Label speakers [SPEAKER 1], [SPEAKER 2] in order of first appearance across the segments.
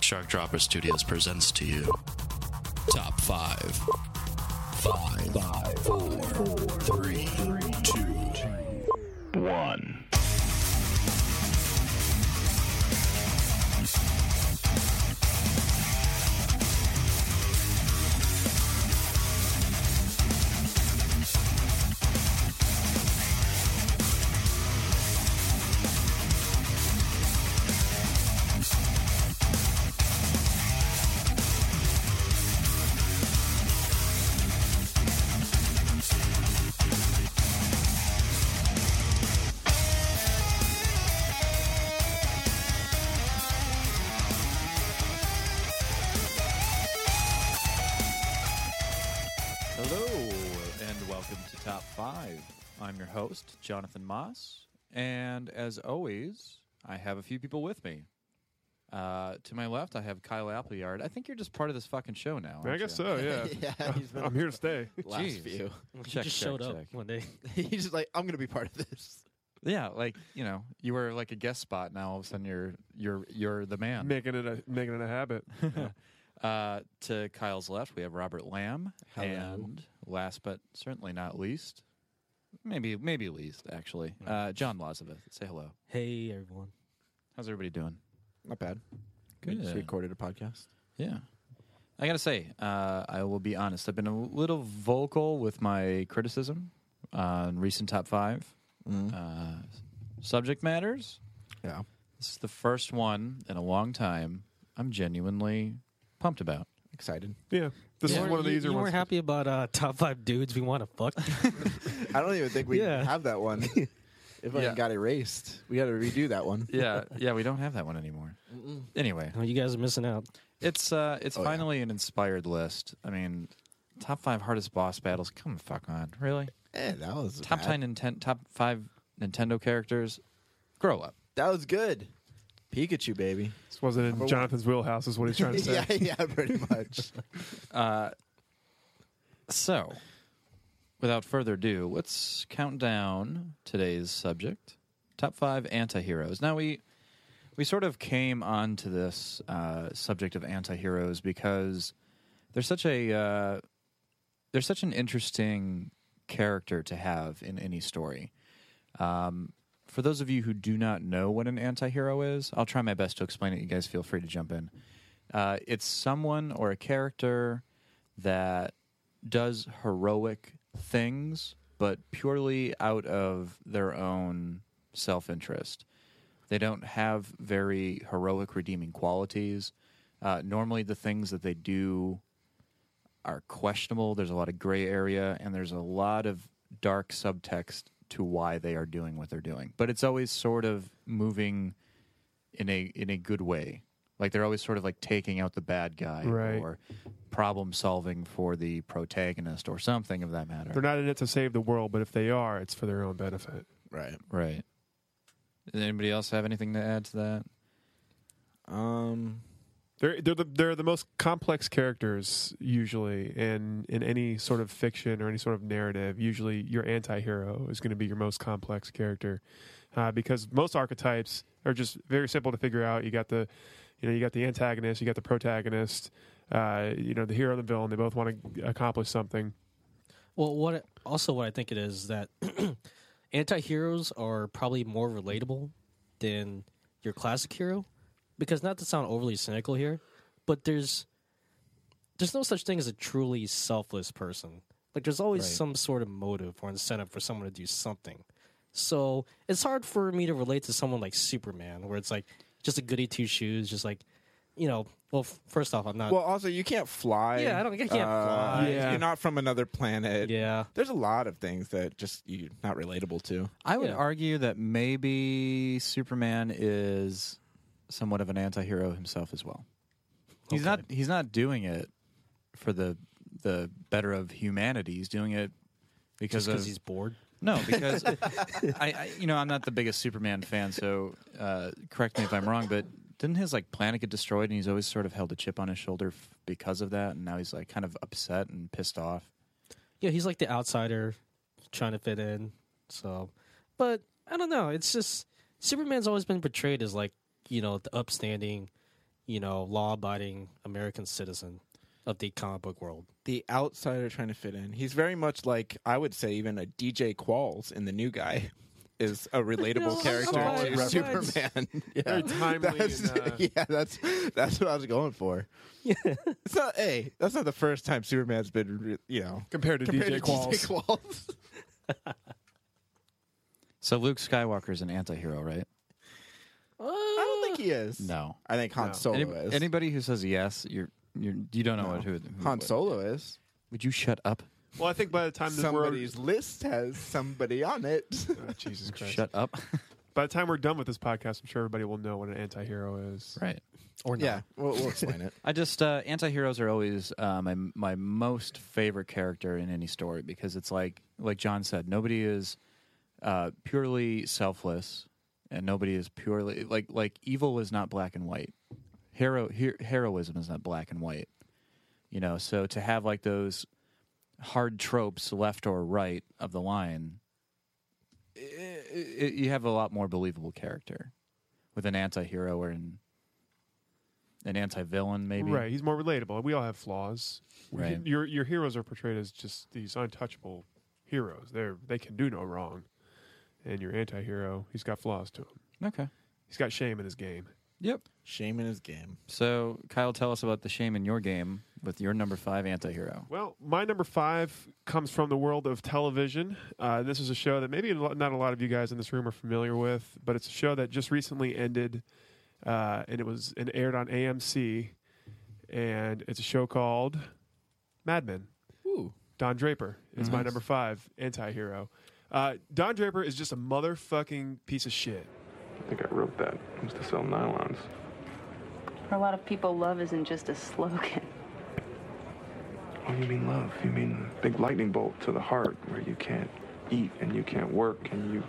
[SPEAKER 1] Shark Dropper Studios presents to you Top 5. 5, five four, three, two, 1.
[SPEAKER 2] Hello, and welcome to Top 5. I'm your host, Jonathan Moss, and as always, I have a few people with me. Uh, to my left, I have Kyle Appleyard. I think you're just part of this fucking show now.
[SPEAKER 3] I
[SPEAKER 2] aren't
[SPEAKER 3] guess
[SPEAKER 2] you?
[SPEAKER 3] so. Oh, Yeah.
[SPEAKER 4] yeah, he's been
[SPEAKER 3] I'm here to stay.
[SPEAKER 4] last
[SPEAKER 2] Jeez.
[SPEAKER 4] few.
[SPEAKER 2] Check,
[SPEAKER 5] just
[SPEAKER 2] check,
[SPEAKER 5] showed up
[SPEAKER 2] check.
[SPEAKER 5] one day.
[SPEAKER 4] he's just like, I'm gonna be part of this.
[SPEAKER 2] Yeah, like you know, you were like a guest spot. Now all of a sudden, you're you're you're the man.
[SPEAKER 3] Making it a making it a habit.
[SPEAKER 2] Uh, to Kyle's left, we have Robert Lamb,
[SPEAKER 4] Hello.
[SPEAKER 2] and last but certainly not least, maybe maybe least actually, uh, John Lazavith. Say hello.
[SPEAKER 5] Hey everyone.
[SPEAKER 2] How's everybody doing?
[SPEAKER 4] Not bad.
[SPEAKER 2] Good.
[SPEAKER 4] We just recorded a podcast.
[SPEAKER 2] Yeah. I got to say, uh, I will be honest. I've been a little vocal with my criticism on recent top five uh, subject matters.
[SPEAKER 4] Hmm. Yeah.
[SPEAKER 2] This is the first one in a long time I'm genuinely pumped about.
[SPEAKER 4] Excited.
[SPEAKER 3] Yeah. This
[SPEAKER 5] You
[SPEAKER 3] is
[SPEAKER 5] weren't-
[SPEAKER 3] one of the
[SPEAKER 5] you-
[SPEAKER 3] easier
[SPEAKER 5] you
[SPEAKER 3] ones.
[SPEAKER 5] weren't happy about uh, top five dudes we want to fuck.
[SPEAKER 4] I don't even think we
[SPEAKER 5] Yeah.
[SPEAKER 4] have that one. If I
[SPEAKER 2] Yeah.
[SPEAKER 4] got erased, we got to redo that one.
[SPEAKER 2] Yeah, yeah, we don't have that one anymore. Anyway,
[SPEAKER 5] Oh, you guys are missing out.
[SPEAKER 2] it's uh, it's
[SPEAKER 4] Oh, yeah.
[SPEAKER 2] finally an inspired list. I mean, top five hardest boss battles. Come the fuck on, really?
[SPEAKER 4] Eh, that was
[SPEAKER 2] Top
[SPEAKER 4] bad.
[SPEAKER 2] ten Ninten- top five Nintendo characters. Grow up.
[SPEAKER 4] That was good. Pikachu, baby.
[SPEAKER 3] this wasn't in
[SPEAKER 4] one.
[SPEAKER 3] Jonathan's wheelhouse. Is what he's trying to say.
[SPEAKER 4] yeah, yeah, pretty much.
[SPEAKER 2] So, without further ado, let's count down today's subject: top five antiheroes. Now we we sort of came onto this uh, subject of antiheroes because there's such a uh, there's such an interesting character to have in any story. Um, for those of you who do not know what an antihero is, I'll try my best to explain it. You guys feel free to jump in. Uh, it's someone or a character that does heroic things, but purely out of their own self interest. They don't have very heroic, redeeming qualities. Uh, normally, the things that they do are questionable. There's a lot of gray area, and there's a lot of dark subtext to why they are doing what they're doing. But it's always sort of moving in a in a good way. Like they're always sort of like taking out the bad guy
[SPEAKER 3] Right.
[SPEAKER 2] or problem solving for the protagonist or something of that matter.
[SPEAKER 3] They're not in it to save the world, but if they are, it's for their own benefit.
[SPEAKER 4] right.
[SPEAKER 2] right. Does anybody else have anything to add to that?
[SPEAKER 4] Um.
[SPEAKER 3] They're they're the, they're the most complex characters usually in in any sort of fiction or any sort of narrative. Usually, your anti-hero is going to be your most complex character uh, because most archetypes are just very simple to figure out. You got the you know you got the antagonist, you got the protagonist, uh, you know the hero and the villain. They both want to accomplish something.
[SPEAKER 5] Well, what also what I think it is that anti-heroes are probably more relatable than your classic hero because not to sound overly cynical here, but there's there's no such thing as a truly selfless person. Like there's always some sort of motive or incentive for someone to do something. So it's hard for me to relate to someone like Superman, where it's like just a goody two shoes, just like you know. Well, f- first off, I'm not.
[SPEAKER 4] Well, also you can't fly.
[SPEAKER 5] Yeah, I don't- I can't fly.
[SPEAKER 3] Yeah.
[SPEAKER 4] You're not from another planet.
[SPEAKER 5] yeah,
[SPEAKER 4] There's a lot of things that just you're not relatable to.
[SPEAKER 2] I would
[SPEAKER 5] Yeah.
[SPEAKER 2] argue that maybe Superman is somewhat of an anti-hero himself as well. He's
[SPEAKER 5] Okay.
[SPEAKER 2] not he's not doing it for the the better of humanity. He's doing it because
[SPEAKER 5] just because
[SPEAKER 2] of
[SPEAKER 5] he's bored.
[SPEAKER 2] no, because I, I you know I'm not the biggest Superman fan, so uh, correct me if I'm wrong, but didn't his like planet get destroyed, and he's always sort of held a chip on his shoulder f- because of that, and now he's like kind of upset and pissed off.
[SPEAKER 5] Yeah, he's like the outsider trying to fit in. So, but I don't know. It's just Superman's always been portrayed as like, you know, the upstanding, you know, law abiding American citizen of the comic book world.
[SPEAKER 4] The outsider trying to fit in. He's very much like I would say even a DJ Qualls in the new guy is a relatable
[SPEAKER 5] No,
[SPEAKER 4] character
[SPEAKER 5] solid
[SPEAKER 4] to
[SPEAKER 5] reference.
[SPEAKER 4] Superman.
[SPEAKER 3] Very
[SPEAKER 4] yeah.
[SPEAKER 3] timely.
[SPEAKER 4] That's,
[SPEAKER 3] and, uh,
[SPEAKER 4] yeah, that's that's what I was going for. Yeah, it's not. Hey, that's not the first time Superman's been, re- you know,
[SPEAKER 3] Compared to
[SPEAKER 4] compared
[SPEAKER 3] DJ
[SPEAKER 4] to
[SPEAKER 3] Qualls.
[SPEAKER 4] DJ Qualls.
[SPEAKER 2] So Luke Skywalker's an anti-hero, right?
[SPEAKER 4] I don't think he is.
[SPEAKER 2] No.
[SPEAKER 4] I think Han
[SPEAKER 3] No.
[SPEAKER 4] Solo
[SPEAKER 2] Any-
[SPEAKER 4] is.
[SPEAKER 2] anybody who says yes, you're you're you don't know what who, who
[SPEAKER 4] Han
[SPEAKER 2] what-
[SPEAKER 4] Solo is.
[SPEAKER 2] Would you shut up?
[SPEAKER 3] Well, I think by the time the world,
[SPEAKER 4] Somebody's list has somebody on it.
[SPEAKER 3] Oh, Jesus Christ.
[SPEAKER 2] Shut up.
[SPEAKER 3] By the time we're done with this podcast, I'm sure everybody will know what an anti-hero is.
[SPEAKER 2] right.
[SPEAKER 5] Or not.
[SPEAKER 4] yeah, we'll, we'll explain it.
[SPEAKER 2] I just uh, anti-heroes are always uh, my my most favorite character in any story because it's like like John said, nobody is uh, purely selfless, and nobody is purely like like evil is not black and white. Hero her, heroism is not black and white. You know, so to have like those hard tropes left or right of the line, i i i- you have a lot more believable character with an anti-hero or an an anti-villain maybe.
[SPEAKER 3] Right. He's more relatable. We all have flaws.
[SPEAKER 2] Right.
[SPEAKER 3] Your your heroes are portrayed as just these untouchable heroes. They're they can do no wrong. And your anti-hero, he's got flaws to him.
[SPEAKER 2] Okay.
[SPEAKER 3] He's got shame in his game.
[SPEAKER 2] Yep.
[SPEAKER 4] Shame in his game.
[SPEAKER 2] So, Kyle, tell us about the shame in your game with your number five antihero.
[SPEAKER 3] Well, my number five comes from the world of television. Uh, this is a show that maybe a lot- not a lot of you guys in this room are familiar with, but it's a show that just recently ended, uh, and it was and aired on AMC, and it's a show called Mad Men.
[SPEAKER 4] Ooh.
[SPEAKER 3] Don Draper is my
[SPEAKER 2] Nice.
[SPEAKER 3] number five anti-hero. Uh, Don Draper is just a motherfucking piece of shit.
[SPEAKER 6] I think I wrote that. It was to sell nylons.
[SPEAKER 7] For a lot of people, love isn't just a slogan.
[SPEAKER 6] Oh, you mean love? You mean the big lightning bolt to the heart where you can't eat and you can't work and you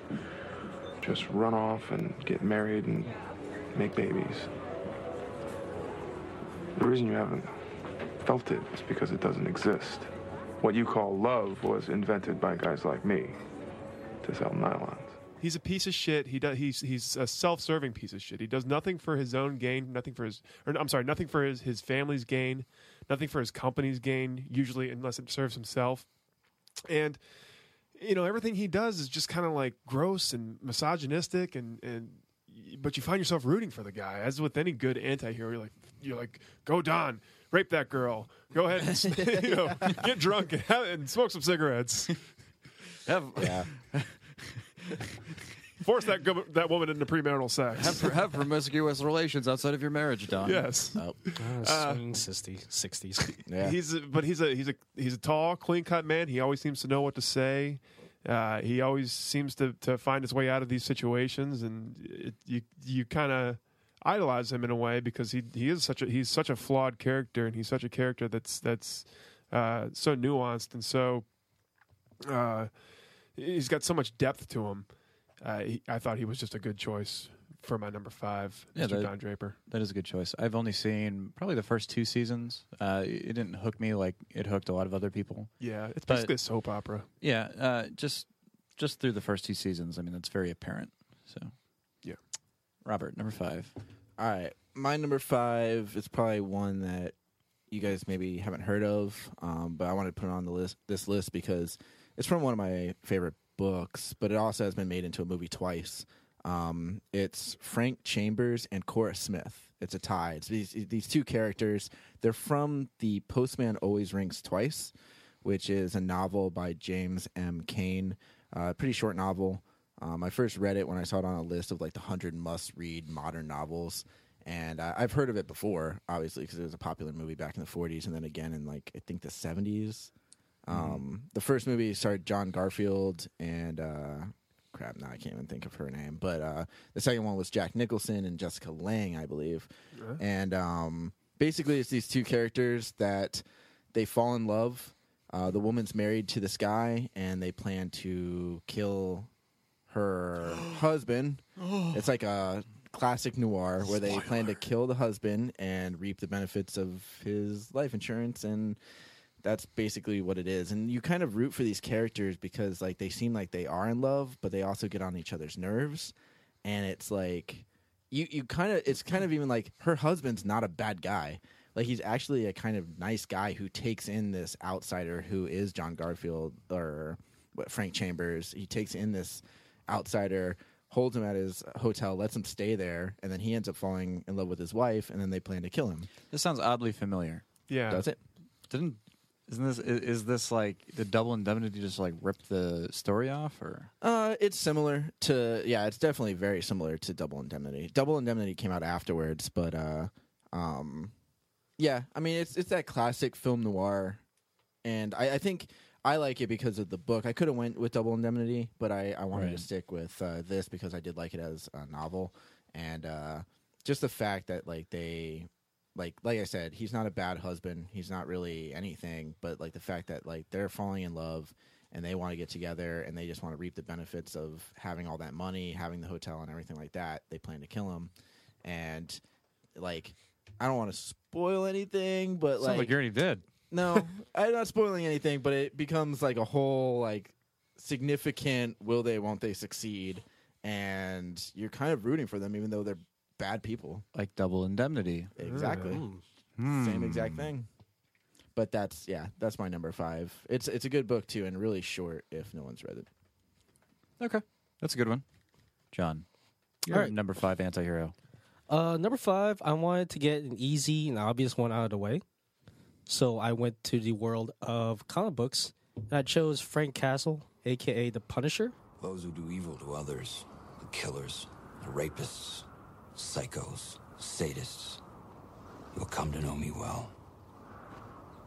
[SPEAKER 6] just run off and get married and make babies. The reason you haven't felt it is because it doesn't exist. What you call love was invented by guys like me to sell nylons.
[SPEAKER 3] He's a piece of shit. He does. He's he's a self-serving piece of shit. He does nothing for his own gain. Nothing for his. Or I'm sorry. Nothing for his his family's gain. Nothing for his company's gain. Usually, unless it serves himself. And you know everything he does is just kind of like gross and misogynistic and and but you find yourself rooting for the guy as with any good anti-hero you're like you're like go don rape that girl go ahead and you know, get drunk and, have, and smoke some cigarettes
[SPEAKER 2] Have,
[SPEAKER 4] Yeah.
[SPEAKER 3] force that go- that woman into premarital sex
[SPEAKER 2] have, have promiscuous relations outside of your marriage, Don.
[SPEAKER 3] yes
[SPEAKER 4] Oh.
[SPEAKER 5] Uh, swing 60, 60s.
[SPEAKER 4] Yeah.
[SPEAKER 3] He's a, but he's a he's a he's a tall, clean cut man. He always seems to know what to say. Uh, he always seems to, to find his way out of these situations, and it, you you kind of idolize him in a way because he he is such a he's such a flawed character, and he's such a character that's that's uh, so nuanced and so uh, he's got so much depth to him. Uh, he, I thought he was just a good choice for my number five,
[SPEAKER 2] Yeah,
[SPEAKER 3] Mr.
[SPEAKER 2] that-
[SPEAKER 3] Don Draper.
[SPEAKER 2] That is a good choice. I've only seen probably the first two seasons. Uh, it didn't hook me like it hooked a lot of other people.
[SPEAKER 3] Yeah, it's
[SPEAKER 2] But-
[SPEAKER 3] basically a soap opera.
[SPEAKER 2] Yeah, uh, just just through the first two seasons. I mean, that's very apparent. So,
[SPEAKER 3] Yeah.
[SPEAKER 2] Robert, number five.
[SPEAKER 4] All right. My number five is probably one that you guys maybe haven't heard of, um, but I wanted to put it on the list this list because it's from one of my favorite books, but it also has been made into a movie twice. Um, it's Frank Chambers and Cora Smith. It's a tie. It's these these two characters. They're from the Postman Always Rings Twice, which is a novel by James M. Cain. Uh, pretty short novel. Um, I first read it when I saw it on a list of like the 100 must read modern novels. And uh, I've heard of it before, obviously, because it was a popular movie back in the 40s and then again in like, I think the 70s. Um, the first movie starred John Garfield and uh, crap. Now I can't even think of her name. But uh, the second one was Jack Nicholson and Jessica Lange, I believe. And um, basically, it's these two characters that they fall in love. Uh, the woman's married to this guy, and they plan to kill her husband. It's like a classic noir where they plan to kill the husband and reap the benefits of his life insurance and that's basically what it is and you kind of root for these characters because like they seem like they are in love but they also get on each other's nerves and it's like you you kind of it's kind of even like her husband's not a bad guy. Like he's actually a kind of nice guy who takes in this outsider who is John Garfield or what Frank Chambers. He takes in this outsider, holds him at his hotel, lets him stay there, and then he ends up falling in love with his wife, and then they plan to kill him.
[SPEAKER 2] This sounds oddly familiar.
[SPEAKER 3] Yeah.
[SPEAKER 4] Does it?
[SPEAKER 2] Didn't isn't this is, is this like the double indemnity just like rip the story off or
[SPEAKER 4] Uh, it's similar to yeah, it's definitely very similar to Double Indemnity. Double Indemnity came out afterwards, but uh, um, yeah, I mean it's it's that classic film noir, and I, I think I like it because of the book. I could have went with Double Indemnity, but I I wanted
[SPEAKER 2] Right.
[SPEAKER 4] to stick with uh, this because I did like it as a novel, and uh, just the fact that like they. Like, like I said, he's not a bad husband. He's not really anything, but like the fact that like they're falling in love, and they want to get together and they just want to reap the benefits of having all that money, having the hotel and everything like that. They plan to kill him, and like I don't want to spoil anything, but
[SPEAKER 2] sounds
[SPEAKER 4] like,
[SPEAKER 2] like you already did.
[SPEAKER 4] no, I'm not spoiling anything, but it becomes like a whole like significant will they won't they succeed, and you're kind of rooting for them even though they're bad people.
[SPEAKER 2] Like double indemnity.
[SPEAKER 4] Exactly,
[SPEAKER 5] Mm.
[SPEAKER 4] same exact thing. But that's yeah, that's my number five. It's it's a good book too, and really short if no one's read it.
[SPEAKER 2] Okay. That's a good one. John. You're
[SPEAKER 5] All right.
[SPEAKER 2] number five antihero.
[SPEAKER 5] Uh, number five, I wanted to get an easy and obvious one out of the way. So I went to the world of comic books and I chose Frank Castle, aka the Punisher.
[SPEAKER 8] Those who do evil to others, the killers, the rapists, psychos, sadists, you'll come to know me well.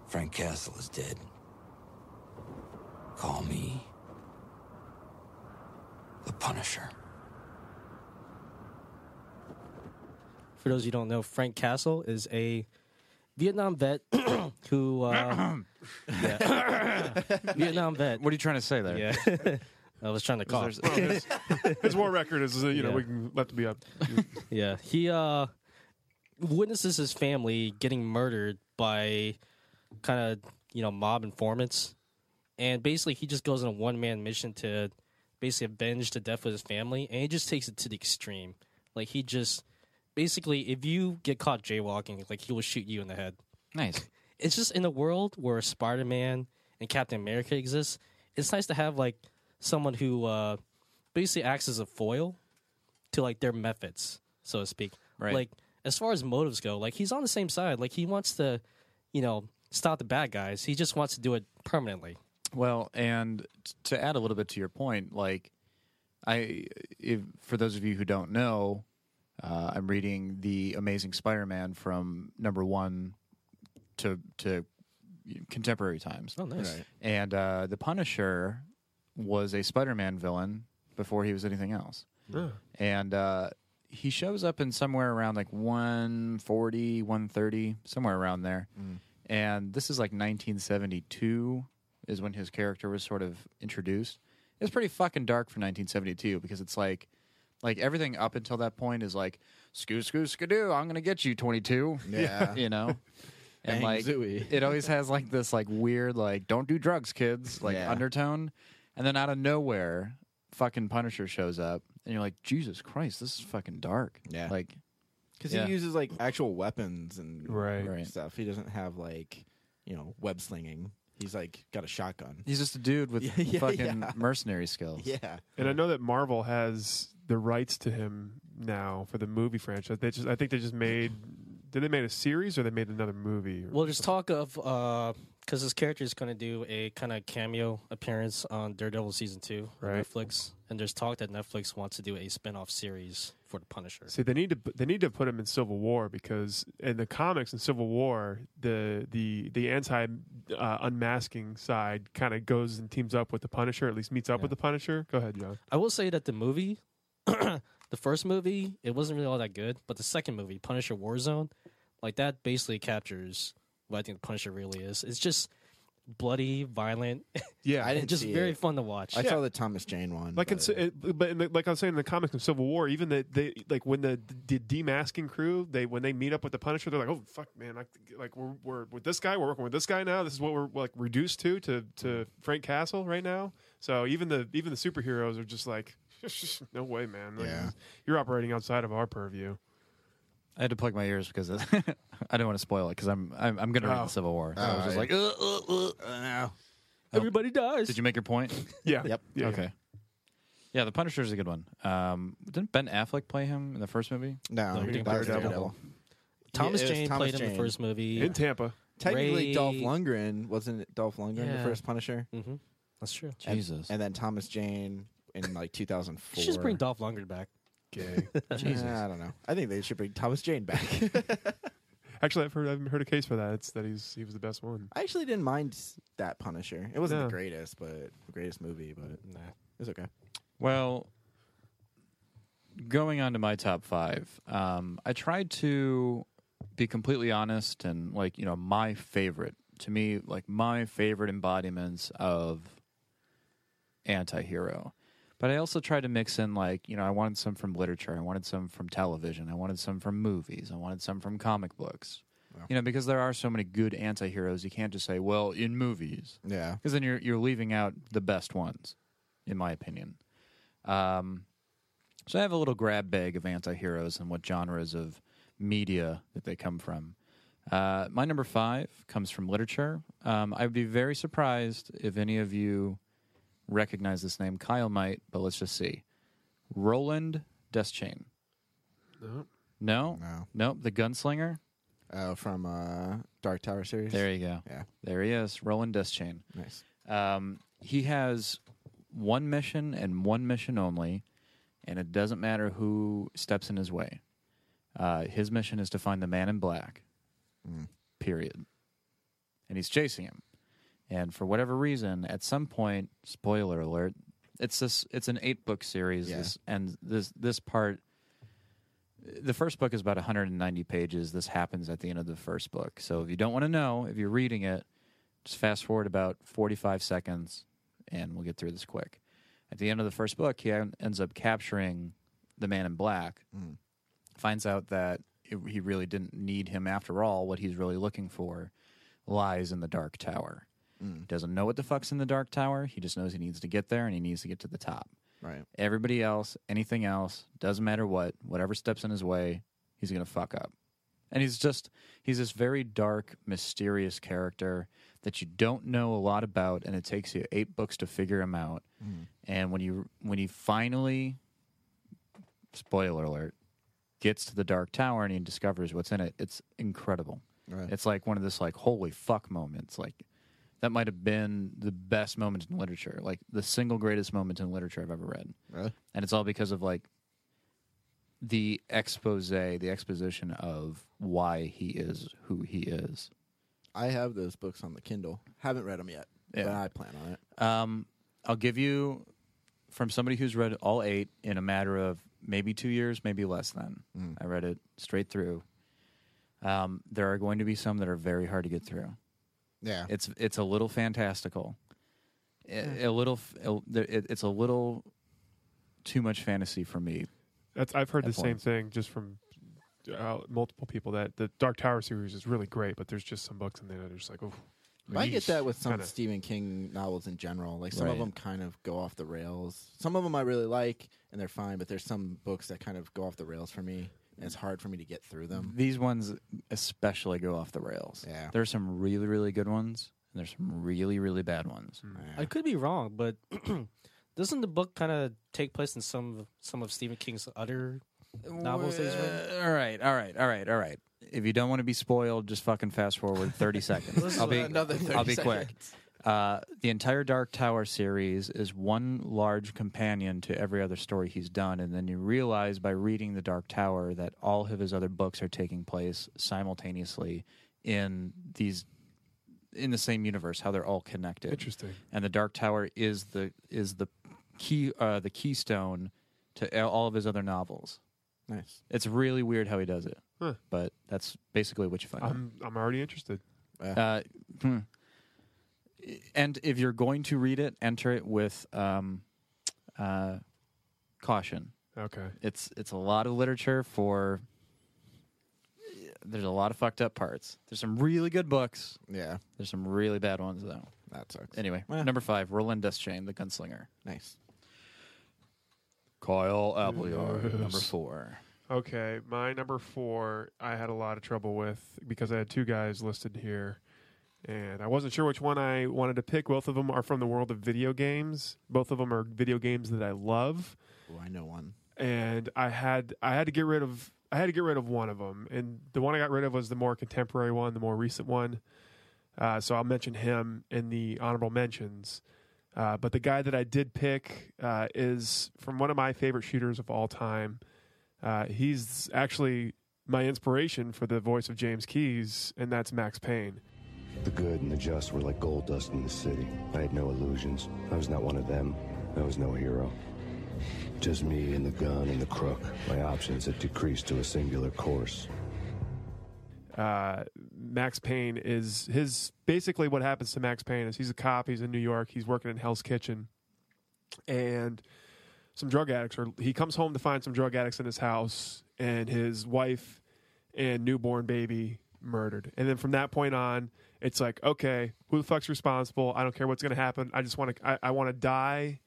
[SPEAKER 8] Frank Castle is dead. Call me the Punisher.
[SPEAKER 5] For those who don't know, Frank Castle is a Vietnam vet who uh, yeah. Vietnam vet.
[SPEAKER 2] What are you trying to say there?
[SPEAKER 5] Yeah. I was trying to call.
[SPEAKER 3] His war record is, uh, you know,
[SPEAKER 5] Yeah.
[SPEAKER 3] we can let it be up.
[SPEAKER 5] Yeah, he uh witnesses his family getting murdered by kind of you know mob informants, and basically he just goes on a one man mission to basically avenge the death of his family, and he just takes it to the extreme. Like he just basically, if you get caught jaywalking, like he will shoot you in the head.
[SPEAKER 2] Nice.
[SPEAKER 5] It's just in a world where Spider Man and Captain America exists. It's nice to have like someone who uh, basically acts as a foil to like their methods, so to speak.
[SPEAKER 2] Right.
[SPEAKER 5] Like as far as motives go, like he's on the same side. Like he wants to, you know, stop the bad guys. He just wants to do it permanently.
[SPEAKER 2] Well, and t- to add a little bit to your point, like I, if, for those of you who don't know, uh, I'm reading the Amazing Spider-Man from number one to to contemporary times,
[SPEAKER 5] Oh, nice.
[SPEAKER 2] and uh, the Punisher was a Spider-Man villain before he was anything else, and uh, he shows up in somewhere around like 140, 130, somewhere around there,
[SPEAKER 4] Mm.
[SPEAKER 2] and this is like 1972 is when his character was sort of introduced. It's pretty fucking dark for 1972 because it's like, like everything up until that point is like, scoo scoo skidoo, I'm gonna get you 22.
[SPEAKER 4] Yeah.
[SPEAKER 2] you know, and
[SPEAKER 4] Bang,
[SPEAKER 2] like
[SPEAKER 4] zooey.
[SPEAKER 2] it always has like this like weird like don't do drugs, kids, like
[SPEAKER 4] Yeah.
[SPEAKER 2] undertone, and then out of nowhere, fucking Punisher shows up, and you're like, Jesus Christ, this is fucking dark.
[SPEAKER 4] Yeah.
[SPEAKER 2] like
[SPEAKER 4] Because
[SPEAKER 2] Yeah.
[SPEAKER 4] he uses like actual weapons and
[SPEAKER 3] Right.
[SPEAKER 2] Right.
[SPEAKER 4] stuff. He doesn't have like you know web slinging. He's like got a shotgun.
[SPEAKER 2] he's just a dude with
[SPEAKER 4] Yeah, yeah,
[SPEAKER 2] fucking
[SPEAKER 4] yeah.
[SPEAKER 2] mercenary skills.
[SPEAKER 4] Yeah,
[SPEAKER 3] And I know that Marvel has the rights to him now for the movie franchise. They just, I think they just made, did they made a series or they made another movie?
[SPEAKER 5] Well, there's talk of because this character is going to do a kind of cameo appearance on Daredevil season two, on
[SPEAKER 3] Right.
[SPEAKER 5] Netflix, and there's talk that Netflix wants to do a spin-off series for the Punisher.
[SPEAKER 3] See, they need to they need to put him in Civil War because in the comics in Civil War, the the the anti uh, unmasking side kind of goes and teams up with the Punisher, at least meets up with the Punisher. Go ahead, John.
[SPEAKER 5] I will say that the movie, the first movie, it wasn't really all that good, but the second movie, Punisher Warzone, like that basically captures what I think the Punisher really is. It's just bloody, violent,
[SPEAKER 3] Yeah,
[SPEAKER 4] I
[SPEAKER 5] and
[SPEAKER 4] didn't
[SPEAKER 5] just
[SPEAKER 4] see
[SPEAKER 5] very
[SPEAKER 4] it.
[SPEAKER 5] fun to watch.
[SPEAKER 4] I saw the Thomas Jane one.
[SPEAKER 3] like in,
[SPEAKER 4] but- uh,
[SPEAKER 3] Ci- it, but in the, like I was saying in the comics in Civil War, even the they like when the, the demasking crew they when they meet up with the Punisher, they're like, oh fuck, man, like like we're, we're with this guy, we're working with this guy now. This is what we're like reduced to to to Frank Castle right now. So even the even the superheroes are just like no way, man. Like,
[SPEAKER 4] Yeah.
[SPEAKER 3] You're operating outside of our purview.
[SPEAKER 2] I had to plug my ears because it- I don't want to spoil it because I'm I'm, I'm going to read
[SPEAKER 3] Oh.
[SPEAKER 2] the Civil War. I was just like,
[SPEAKER 4] uh, uh, uh, no.
[SPEAKER 5] Everybody dies.
[SPEAKER 2] did you make your point?
[SPEAKER 3] Yeah.
[SPEAKER 4] Yep.
[SPEAKER 3] Yeah,
[SPEAKER 2] okay. Yeah, the Punisher's a good one. Um, didn't Ben Affleck play him in the first movie?
[SPEAKER 4] No,
[SPEAKER 5] No,
[SPEAKER 4] that
[SPEAKER 5] Daredevil.
[SPEAKER 4] was Daredevil.
[SPEAKER 5] Thomas
[SPEAKER 4] Yeah, it was
[SPEAKER 5] Jane
[SPEAKER 4] Thomas
[SPEAKER 5] played him in
[SPEAKER 4] Jane.
[SPEAKER 5] the first movie.
[SPEAKER 3] yeah. In Tampa.
[SPEAKER 4] Technically,
[SPEAKER 5] Ray-
[SPEAKER 4] Dolph Lundgren wasn't it Dolph Lundgren
[SPEAKER 5] Yeah.
[SPEAKER 4] the first Punisher,
[SPEAKER 5] hmm That's true.
[SPEAKER 2] Jesus.
[SPEAKER 4] and then Thomas Jane in like 2004.
[SPEAKER 5] You should just bring Dolph Lundgren back.
[SPEAKER 3] Gay.
[SPEAKER 2] Jesus.
[SPEAKER 4] Uh, I don't know. I think they should bring Thomas Jane back.
[SPEAKER 3] Actually, I've heard I've heard a case for that. It's that he's he was the best one.
[SPEAKER 4] I actually didn't mind that Punisher. It wasn't
[SPEAKER 3] No.
[SPEAKER 4] the greatest, but the greatest movie, but it
[SPEAKER 5] Nah.
[SPEAKER 4] was okay.
[SPEAKER 2] Well, going on to my top five, um, I tried to be completely honest and like you know my favorite to me like my favorite embodiments of anti-hero but i also tried to mix in like you know i wanted some from literature i wanted some from television i wanted some from movies i wanted some from comic books you know because there are so many good anti-heroes you can't just say well in movies
[SPEAKER 4] Yeah.
[SPEAKER 2] because then you're you're leaving out the best ones, in my opinion. Um, so I have a little grab bag of anti-heroes and what genres of media that they come from. Uh, my number five comes from literature. Um, I would be very surprised if any of you recognize this name. Kyle might, but let's just see. Roland Deschain.
[SPEAKER 3] No.
[SPEAKER 2] No,
[SPEAKER 4] No.
[SPEAKER 2] nope. The gunslinger.
[SPEAKER 4] Uh, from uh, Dark Tower series.
[SPEAKER 2] There you go.
[SPEAKER 4] Yeah.
[SPEAKER 2] There he is. Roland Deschain.
[SPEAKER 4] Nice.
[SPEAKER 2] Um, he has one mission and one mission only, and it doesn't matter who steps in his way. Uh, his mission is to find the man in black, period. And he's chasing him. And for whatever reason, at some point, spoiler alert, it's this. It's an eight book series,
[SPEAKER 4] Yeah.
[SPEAKER 2] this, and this this part. The first book is about 190 pages. This happens at the end of the first book. So if you don't want to know, if you're reading it, just fast forward about 45 seconds and we'll get through this quick at the end of the first book he en- ends up capturing the man in black finds out that it, he really didn't need him after all what he's really looking for lies in the dark tower doesn't know what the fuck's in the dark tower he just knows he needs to get there and he needs to get to the top
[SPEAKER 4] Right.
[SPEAKER 2] everybody else, anything else, doesn't matter what, whatever steps in his way, he's going to fuck up. And he's just, he's this very dark, mysterious character that you don't know a lot about, and it takes you eight books to figure him out. And when you, when he finally, spoiler alert, gets to the Dark Tower and he discovers what's in it, it's incredible.
[SPEAKER 4] Right.
[SPEAKER 2] It's like one of this, like, holy fuck moments. Like, that might have been the best moment in literature, like the single greatest moment in literature I've ever read
[SPEAKER 4] Really?
[SPEAKER 2] and it's all because of like the expose, the exposition of why he is who he is.
[SPEAKER 4] I have those books on the Kindle. Haven't read them yet, but
[SPEAKER 2] Yeah.
[SPEAKER 4] I plan on it.
[SPEAKER 2] Um, I'll give you from somebody who's read all eight in a matter of maybe two years, maybe less than.
[SPEAKER 4] Mm.
[SPEAKER 2] I read it straight through. Um, there are going to be some that are very hard to get through.
[SPEAKER 4] Yeah.
[SPEAKER 2] It's it's a little fantastical, a, a little f- a- it, it's a little too much fantasy for me.
[SPEAKER 3] That's I've heard the
[SPEAKER 2] At
[SPEAKER 3] same
[SPEAKER 2] once.
[SPEAKER 3] thing just from uh, multiple people that the Dark Tower series is really great, but there's just some books in there that are just like, oh,
[SPEAKER 4] But I get that with some
[SPEAKER 3] Kinda.
[SPEAKER 4] Stephen King novels in general. Like some
[SPEAKER 2] Right.
[SPEAKER 4] of them kind of go off the rails. Some of them I really like and they're fine, but there's some books that kind of go off the rails for me, and it's hard for me to get through them.
[SPEAKER 2] These ones especially go off the rails.
[SPEAKER 4] Yeah.
[SPEAKER 2] There's some really, really good ones, and there's some really, really bad ones.
[SPEAKER 4] Mm.
[SPEAKER 5] I could be wrong, but doesn't the book kind of take place in some of, some of Stephen King's other novels? that he's written?
[SPEAKER 2] Uh, all right, all right, all right, all right. If you don't want to be spoiled, just fucking fast forward 30 seconds. I'll be,
[SPEAKER 4] Another 30
[SPEAKER 2] I'll be quick. Uh, the entire Dark Tower series is one large companion to every other story he's done, and then you realize by reading the Dark Tower that all of his other books are taking place simultaneously in these in the same universe. How they're all connected.
[SPEAKER 3] interesting.
[SPEAKER 2] and the Dark Tower is the is the key uh, the keystone to all of his other novels.
[SPEAKER 4] Nice.
[SPEAKER 2] It's really weird how he does it,
[SPEAKER 3] Huh.
[SPEAKER 2] but that's basically what you find. out.
[SPEAKER 3] I'm I'm already interested.
[SPEAKER 2] Uh, hmm. And if you're going to read it, enter it with um, uh, caution.
[SPEAKER 3] Okay,
[SPEAKER 2] It's it's a lot of literature for. There's a lot of fucked up parts. There's some really good books.
[SPEAKER 4] Yeah.
[SPEAKER 2] There's some really bad ones though.
[SPEAKER 4] That sucks.
[SPEAKER 3] Eh.
[SPEAKER 2] Anyway,
[SPEAKER 4] Yeah.
[SPEAKER 2] number five, Roland Deschain, the gunslinger.
[SPEAKER 4] Nice.
[SPEAKER 2] Kyle Appleyard, number four.
[SPEAKER 3] Okay, my number four, I had a lot of trouble with because I had two guys listed here, and I wasn't sure which one I wanted to pick. Both of them are from the world of video games. Both of them are video games that I love,
[SPEAKER 4] Oh, I know one.
[SPEAKER 3] and I had I had to get rid of I had to get rid of one of them, and the one I got rid of was the more contemporary one, the more recent one. Uh, so I'll mention him in the honorable mentions. Uh, but the guy that I did pick uh, is from one of my favorite shooters of all time. Uh, he's actually my inspiration for the voice of James Keyes, and that's Max Payne.
[SPEAKER 9] The good and the just were like gold dust in the city. I had no illusions. I was not one of them. I was no hero. Just me and the gun and the crook. My options had decreased to a singular course.
[SPEAKER 3] uh, Max Payne is his basically what happens to Max Payne is he's a cop, he's in New York, he's working in Hell's Kitchen, and some drug addicts are he comes home to find some drug addicts in his house and his wife and newborn baby murdered. And then from that point on, it's like, okay, who the fuck's responsible? I don't care what's gonna happen. I just wanna I, I wanna die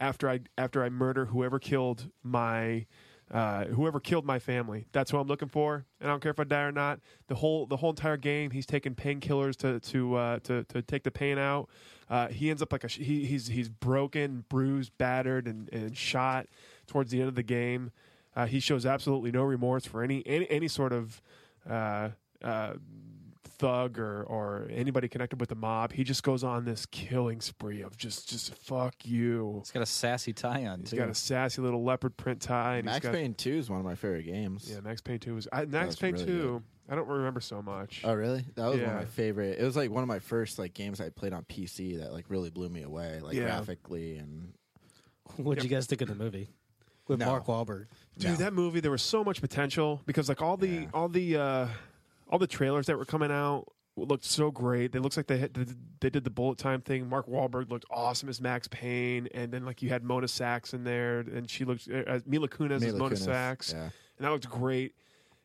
[SPEAKER 3] after I after I murder whoever killed my uh, whoever killed my family. That's who I'm looking for, and I don't care if I die or not. The whole the whole entire game, he's taking painkillers to to uh, to to take the pain out. Uh, he ends up like a sh- he, he's he's broken, bruised, battered, and, and shot towards the end of the game. Uh, he shows absolutely no remorse for any any, any sort of. Uh, uh, thug or, or anybody connected with the mob he just goes on this killing spree of just just fuck you
[SPEAKER 2] He's got a sassy tie on,
[SPEAKER 3] He's got a sassy little leopard print tie. And
[SPEAKER 4] Max
[SPEAKER 3] he's got,
[SPEAKER 4] Payne Two is one of my favorite games.
[SPEAKER 3] Yeah, Max Payne Two was I, Max
[SPEAKER 4] was
[SPEAKER 3] Payne
[SPEAKER 4] really
[SPEAKER 3] Two. I don't remember so much.
[SPEAKER 4] Oh really? That was one
[SPEAKER 3] Yeah.
[SPEAKER 4] of my favorite. It was like one of my first like games I played on PC that like really blew me away, like
[SPEAKER 3] Yeah.
[SPEAKER 4] graphically and
[SPEAKER 5] What'd you guys think of the movie with
[SPEAKER 4] No.
[SPEAKER 5] Mark Wahlberg?
[SPEAKER 3] Dude,
[SPEAKER 4] No.
[SPEAKER 3] that movie there was so much potential because like all the all the uh, all the trailers that were coming out looked so great. They looks like they hit, they did the bullet time thing. Mark Wahlberg looked awesome as Max Payne, and then like you had Mona Sachs in there, and she looked uh, as Mila Kunis as
[SPEAKER 4] Mila
[SPEAKER 3] Mona
[SPEAKER 4] Kunis,
[SPEAKER 3] Sachs.
[SPEAKER 4] Yeah.
[SPEAKER 3] and that looked great.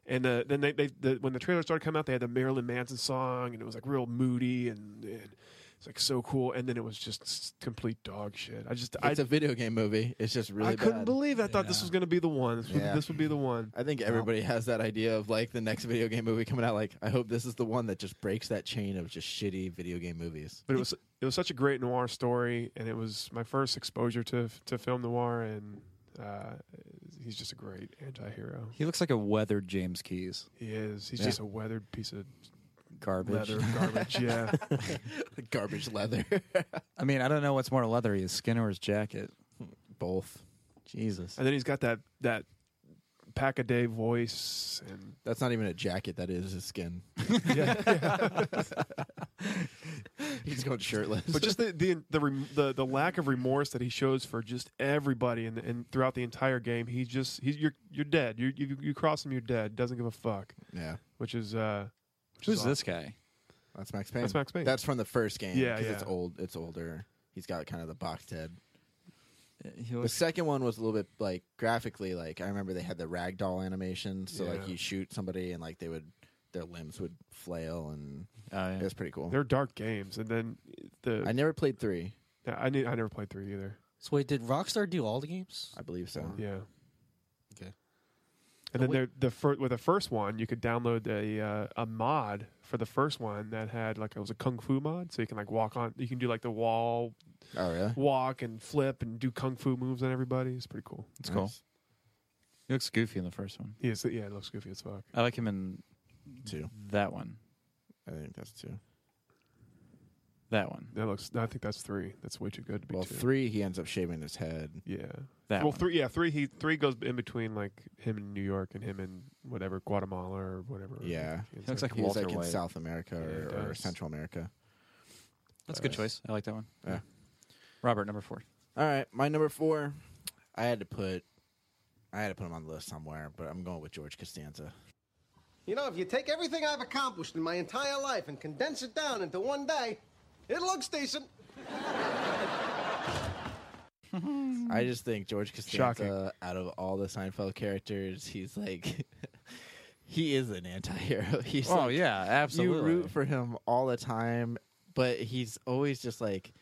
[SPEAKER 3] And uh, then they, they the, when the trailer started coming out, they had the Marilyn Manson song, and it was like real moody and, and it's like so cool. And then it was just s- complete dog shit. I just I,
[SPEAKER 4] It's a video game movie. It's just really
[SPEAKER 3] I couldn't
[SPEAKER 4] bad.
[SPEAKER 3] believe. It. I thought this was going to be the one. This would,
[SPEAKER 4] Yeah.
[SPEAKER 3] this would be the one.
[SPEAKER 4] I think everybody has that idea of like the next video game movie coming out. Like, I hope this is the one that just breaks that chain of just shitty video game movies.
[SPEAKER 3] But it was it was such a great noir story, and it was my first exposure to to film noir, and uh, he's just a great anti-hero.
[SPEAKER 2] He looks like a weathered James Keys.
[SPEAKER 3] He is. He's
[SPEAKER 4] Yeah.
[SPEAKER 3] just a weathered piece of
[SPEAKER 2] Garbage.
[SPEAKER 3] leather garbage. Yeah.
[SPEAKER 4] Garbage leather.
[SPEAKER 2] I mean, I don't know what's more leathery, his skin or his jacket.
[SPEAKER 4] Both. Jesus.
[SPEAKER 3] And then he's got that that pack a day voice and
[SPEAKER 4] That's not even a jacket. That is his skin. He's going shirtless.
[SPEAKER 3] but just the the the, rem- the the lack of remorse that he shows for just everybody and and throughout the entire game he just he's you're you're dead you you, you cross him you're dead doesn't give a fuck
[SPEAKER 4] yeah.
[SPEAKER 3] which is uh which
[SPEAKER 2] Who's
[SPEAKER 3] is
[SPEAKER 2] this guy?
[SPEAKER 4] That's Max Payne.
[SPEAKER 3] That's Max Payne.
[SPEAKER 4] That's from the first game.
[SPEAKER 3] Yeah,
[SPEAKER 4] 'cause It's
[SPEAKER 3] yeah.
[SPEAKER 4] old. It's older. He's got kind of the boxed head.
[SPEAKER 2] He
[SPEAKER 4] The
[SPEAKER 2] looks
[SPEAKER 4] second one was a little bit like graphically, like I remember they had the ragdoll animation. So like
[SPEAKER 3] Yeah.
[SPEAKER 4] you shoot somebody and like they would, their limbs would flail and
[SPEAKER 2] Oh, yeah.
[SPEAKER 4] it was pretty cool.
[SPEAKER 3] they're dark games and then the
[SPEAKER 4] I
[SPEAKER 3] I,
[SPEAKER 4] never played three.
[SPEAKER 3] I, knew- I never played three either
[SPEAKER 5] So wait, did Rockstar do all the games?
[SPEAKER 4] I believe so.
[SPEAKER 3] yeah
[SPEAKER 4] Okay.
[SPEAKER 3] and then there, the fir- with the first one, you could download a uh, a mod for the first one that had like it was a kung fu mod, so you can like walk on, you can do like the wall
[SPEAKER 4] Oh really?
[SPEAKER 3] walk and flip and do kung fu moves on everybody. It's pretty cool.
[SPEAKER 2] It's cool.
[SPEAKER 4] Nice.
[SPEAKER 2] He looks goofy in the first one.
[SPEAKER 3] He is, yeah, it looks goofy as fuck.
[SPEAKER 2] I like him in
[SPEAKER 4] Two.
[SPEAKER 2] that one.
[SPEAKER 4] I think that's two.
[SPEAKER 2] That one.
[SPEAKER 3] That looks. I think that's three. That's way too good to be
[SPEAKER 4] Well,
[SPEAKER 3] two.
[SPEAKER 4] three he ends up shaving his head.
[SPEAKER 3] Yeah.
[SPEAKER 2] That
[SPEAKER 3] well,
[SPEAKER 2] one.
[SPEAKER 3] three. Yeah, three. He three goes in between like him in New York and him in whatever Guatemala or whatever.
[SPEAKER 4] Yeah.
[SPEAKER 3] It's
[SPEAKER 2] He looks like
[SPEAKER 4] He was
[SPEAKER 2] Walter
[SPEAKER 4] like in
[SPEAKER 2] White.
[SPEAKER 4] South America
[SPEAKER 3] Yeah,
[SPEAKER 4] or,
[SPEAKER 3] he
[SPEAKER 4] or
[SPEAKER 3] does.
[SPEAKER 4] Central America.
[SPEAKER 2] That's a good choice. I like that one.
[SPEAKER 4] Yeah.
[SPEAKER 2] Robert, number four.
[SPEAKER 4] All right, my number four. I had to put, I had to put him on the list somewhere, but I'm going with George Costanza.
[SPEAKER 10] You know, if you take everything I've accomplished in my entire life and condense it down into one day, it looks decent.
[SPEAKER 4] I just think George Costanza,
[SPEAKER 3] Shocking.
[SPEAKER 4] out of all the Seinfeld characters, he's like, he is an anti-hero. He's
[SPEAKER 2] Oh,
[SPEAKER 4] like,
[SPEAKER 2] yeah, absolutely.
[SPEAKER 4] You root for him all the time, but he's always just like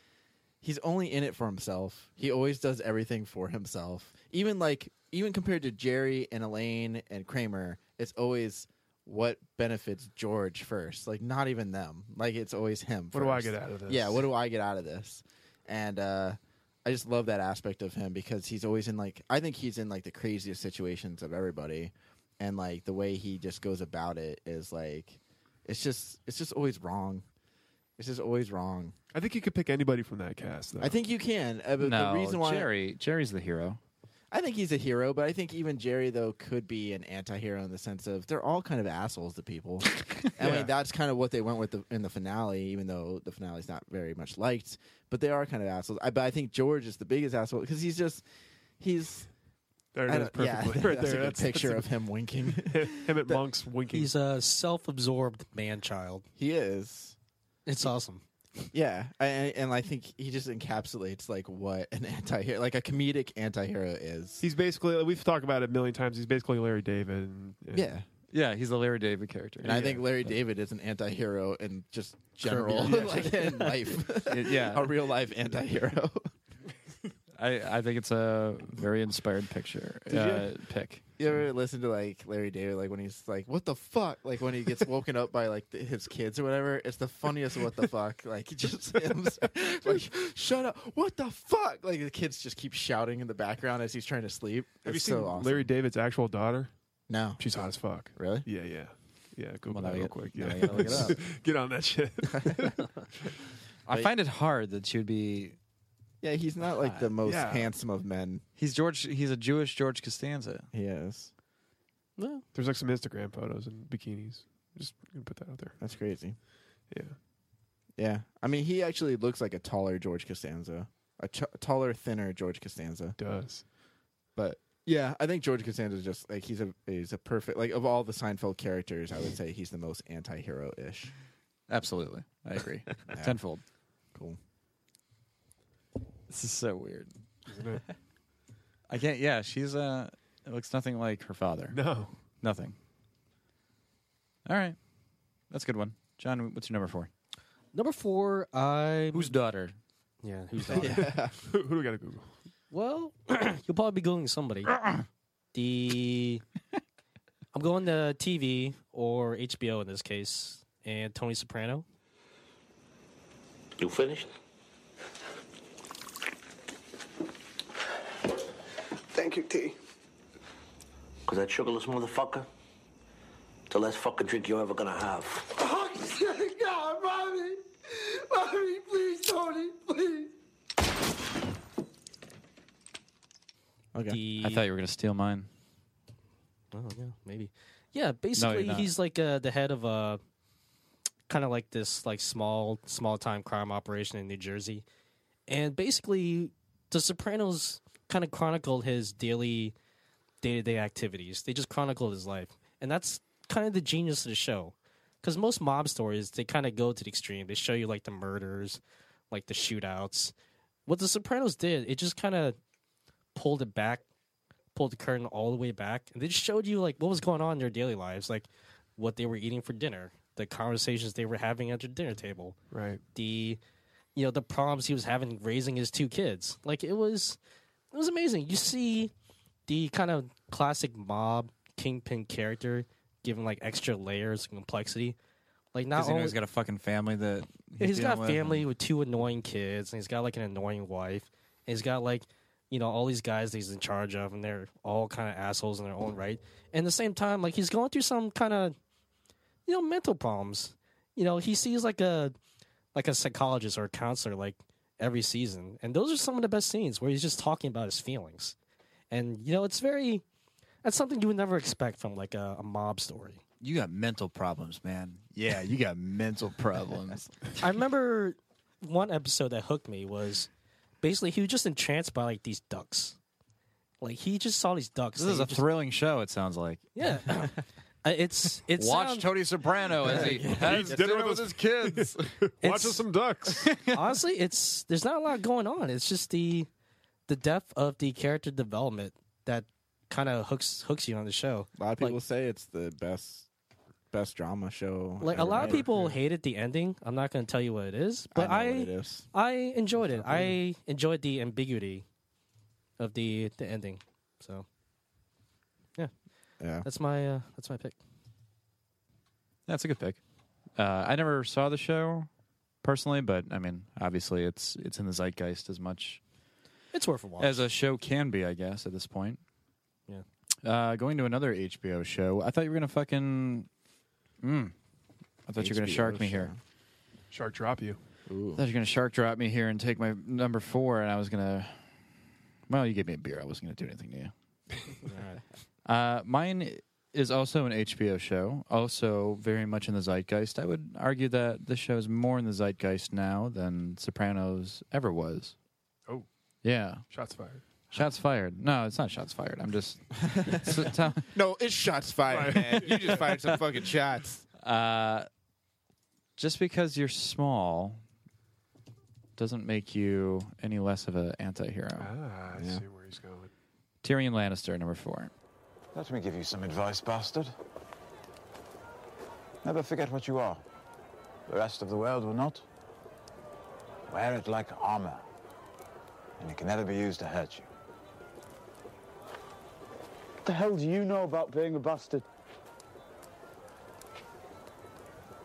[SPEAKER 4] he's only in it for himself. He always does everything for himself. Even like even compared to Jerry and Elaine and Kramer, it's always what benefits George first. Like not even them. Like it's always him.
[SPEAKER 3] What do I
[SPEAKER 4] first.
[SPEAKER 3] get out of this?
[SPEAKER 4] Yeah, what do I get out of this? And uh I just love that aspect of him because he's always in like I think he's in like the craziest situations of everybody and like the way he just goes about it is like it's just it's just always wrong. It's just always wrong.
[SPEAKER 3] I think you could pick anybody from that cast. Though.
[SPEAKER 4] I think you can. Uh, but
[SPEAKER 2] no,
[SPEAKER 4] the reason why
[SPEAKER 2] Jerry. Jerry's the hero.
[SPEAKER 4] I think he's a hero, but I think even Jerry though could be an anti-hero in the sense of they're all kind of assholes to people. I
[SPEAKER 3] Yeah.
[SPEAKER 4] mean, that's kind of what they went with the, in the finale, even though the finale's not very much liked. But they are kind of assholes. I, but I think George is the biggest asshole because he's just he's
[SPEAKER 3] there
[SPEAKER 4] I
[SPEAKER 3] it is
[SPEAKER 4] don't- yeah,
[SPEAKER 3] perfectly.
[SPEAKER 4] that's a good picture of him winking.
[SPEAKER 3] of him at monks winking.
[SPEAKER 5] He's a self-absorbed man-child.
[SPEAKER 4] he is.
[SPEAKER 5] It's awesome.
[SPEAKER 4] Yeah, I, I- and I think he just encapsulates like what an anti-hero, like a comedic anti-hero is.
[SPEAKER 3] He's basically we've talked about it a million times. He's basically Larry David. And, and-
[SPEAKER 4] yeah,
[SPEAKER 2] Yeah, he's the Larry David character.
[SPEAKER 4] and I think Larry David is an anti-hero in just general, like in life,
[SPEAKER 2] It- yeah.
[SPEAKER 4] a real life anti-hero.
[SPEAKER 2] I, I think it's a very inspired picture uh, pick.
[SPEAKER 4] You ever listen to like Larry David, like when he's like, "What the fuck?" Like when he gets woken up by like the, his kids or whatever. It's the funniest "What the fuck!" Like just him, like shut up, what the fuck! Like the kids just keep shouting in the background as he's trying to sleep.
[SPEAKER 3] Have you
[SPEAKER 4] It's
[SPEAKER 3] seen
[SPEAKER 4] so awesome.
[SPEAKER 3] Larry David's actual daughter?
[SPEAKER 4] No,
[SPEAKER 3] She's hot as fuck.
[SPEAKER 4] really.
[SPEAKER 3] Yeah, yeah, yeah.
[SPEAKER 2] Well,
[SPEAKER 3] Google
[SPEAKER 2] now
[SPEAKER 3] that
[SPEAKER 2] you-
[SPEAKER 3] real quick.
[SPEAKER 2] now
[SPEAKER 3] Yeah,
[SPEAKER 2] you gotta look it up.
[SPEAKER 3] get on that shit.
[SPEAKER 2] I
[SPEAKER 4] But-
[SPEAKER 2] find it hard that she would be.
[SPEAKER 4] Yeah, he's not like the most
[SPEAKER 3] Yeah.
[SPEAKER 4] handsome of men.
[SPEAKER 2] He's George. He's a Jewish George Costanza.
[SPEAKER 4] He is.
[SPEAKER 5] No,
[SPEAKER 3] There's like some Instagram photos and bikinis. Just gonna put that out there.
[SPEAKER 4] That's crazy.
[SPEAKER 3] Yeah.
[SPEAKER 4] Yeah, I mean, he actually looks like a taller George Costanza, a ch- taller, thinner George Costanza.
[SPEAKER 3] Does.
[SPEAKER 4] But yeah, I think George Costanza is just like he's a he's a perfect like of all the Seinfeld characters, I would say he's the most anti-hero ish.
[SPEAKER 2] Absolutely, I agree
[SPEAKER 4] Yeah.
[SPEAKER 2] tenfold.
[SPEAKER 4] Cool.
[SPEAKER 2] This is so weird.
[SPEAKER 3] Isn't it?
[SPEAKER 2] I can't. Yeah, she's uh It looks nothing like her father.
[SPEAKER 3] No.
[SPEAKER 2] Nothing. All right, that's a good one, John. What's your number four?
[SPEAKER 5] number four. I
[SPEAKER 2] Whose daughter?
[SPEAKER 5] yeah. Who's daughter?
[SPEAKER 3] Who, who do we gotta Google?
[SPEAKER 5] Well, you'll probably be googling somebody. the I'm going to TV or HBO in this case, and Tony Soprano.
[SPEAKER 11] You finished?
[SPEAKER 10] Thank you, T.
[SPEAKER 11] Because that sugarless motherfucker, it's the last fucking drink you're ever gonna have.
[SPEAKER 10] Oh, God, mommy! Mommy, please, Tony, please.
[SPEAKER 4] Okay.
[SPEAKER 5] The
[SPEAKER 2] I thought you were gonna steal mine.
[SPEAKER 5] Oh yeah, maybe. Yeah, basically
[SPEAKER 2] not.
[SPEAKER 5] he's like uh, the head of a kind of like this like small small time crime operation in New Jersey, and basically The Sopranos kind of chronicled his daily day to day activities. They just chronicled his life, and that's kind of the genius of the show. Because most mob stories they kind of go to the extreme. They show you like the murders, like the shootouts. What The Sopranos did, it just kind of pulled it back pulled the curtain all the way back and they just showed you like what was going on in their daily lives, like what they were eating for dinner, the conversations they were having at their dinner table,
[SPEAKER 3] Right.
[SPEAKER 5] the you know, the problems he was having raising his two kids. Like it was it was amazing. You see the kind of classic mob kingpin character given like extra layers of complexity. Like not
[SPEAKER 2] Because you know
[SPEAKER 5] only
[SPEAKER 2] he's got a fucking family that
[SPEAKER 5] he's got
[SPEAKER 2] dealing with.
[SPEAKER 5] family with two annoying kids, and he's got like an annoying wife. And he's got like, you know, all these guys that he's in charge of, and they're all kind of assholes in their own right. And at the same time, like he's going through some kind of, you know, mental problems. You know, he sees like a, like a psychologist or a counselor like every season, and those are some of the best scenes where he's just talking about his feelings, and you know, it's very, that's something you would never expect from like a, a mob story.
[SPEAKER 11] You got mental problems, man. Yeah, you got mental problems.
[SPEAKER 5] I remember one episode that hooked me was basically he was just entranced by like these ducks. Like he just saw these ducks.
[SPEAKER 2] This is
[SPEAKER 5] and
[SPEAKER 2] a
[SPEAKER 5] he
[SPEAKER 2] thrilling show. It sounds like.
[SPEAKER 5] just- yeah. Uh, it's it's
[SPEAKER 2] Watch
[SPEAKER 5] sound-
[SPEAKER 2] Tony Soprano as he has
[SPEAKER 3] dinner
[SPEAKER 2] dinner with
[SPEAKER 3] with
[SPEAKER 2] his kids.
[SPEAKER 3] Watch us some ducks.
[SPEAKER 5] honestly it's there's not a lot going on. It's just the the depth of the character development that kind of hooks hooks you on the show.
[SPEAKER 4] A lot of people
[SPEAKER 5] Like-
[SPEAKER 4] say it's the best best drama show.
[SPEAKER 5] Like a
[SPEAKER 4] ever
[SPEAKER 5] lot of
[SPEAKER 4] made.
[SPEAKER 5] people hated the ending. I'm not going to tell you what it is, but I
[SPEAKER 4] know what it is.
[SPEAKER 5] I enjoyed it. I enjoyed the ambiguity of the the ending. So yeah,
[SPEAKER 4] Yeah.
[SPEAKER 5] that's my uh, that's my pick.
[SPEAKER 2] That's a good pick. Uh, I never saw the show personally, but I mean, obviously, it's it's in the zeitgeist as much
[SPEAKER 5] It's worth a watch.
[SPEAKER 2] as a show can be, I guess, at this point.
[SPEAKER 5] Yeah.
[SPEAKER 2] Uh, going to another HBO show. I thought you were gonna fucking. Mm. I thought you were gonna
[SPEAKER 4] HBO
[SPEAKER 2] shark me here.
[SPEAKER 3] Shark drop you.
[SPEAKER 2] I thought you were gonna shark drop me here and take my number four, and I was gonna. Well, you gave me a beer. I wasn't gonna do anything to you. Uh, mine is also an HBO show, also very much in the zeitgeist. I would argue that this show is more in the zeitgeist now than Sopranos ever was.
[SPEAKER 3] Oh.
[SPEAKER 2] Yeah.
[SPEAKER 3] Shots fired.
[SPEAKER 2] Shots fired. No, it's not shots fired. I'm just. so tell-
[SPEAKER 4] No, it's shots fired, man. You just fired some fucking shots.
[SPEAKER 2] uh, just because you're small doesn't make you any less of an anti hero.
[SPEAKER 3] Ah, I see where he's going.
[SPEAKER 2] Tyrion Lannister, number four.
[SPEAKER 12] Let me give you some advice, bastard. Never forget what you are. The rest of the world will not. Wear it like armor, and it can never be used to hurt you.
[SPEAKER 13] What the hell do you know about being a bastard?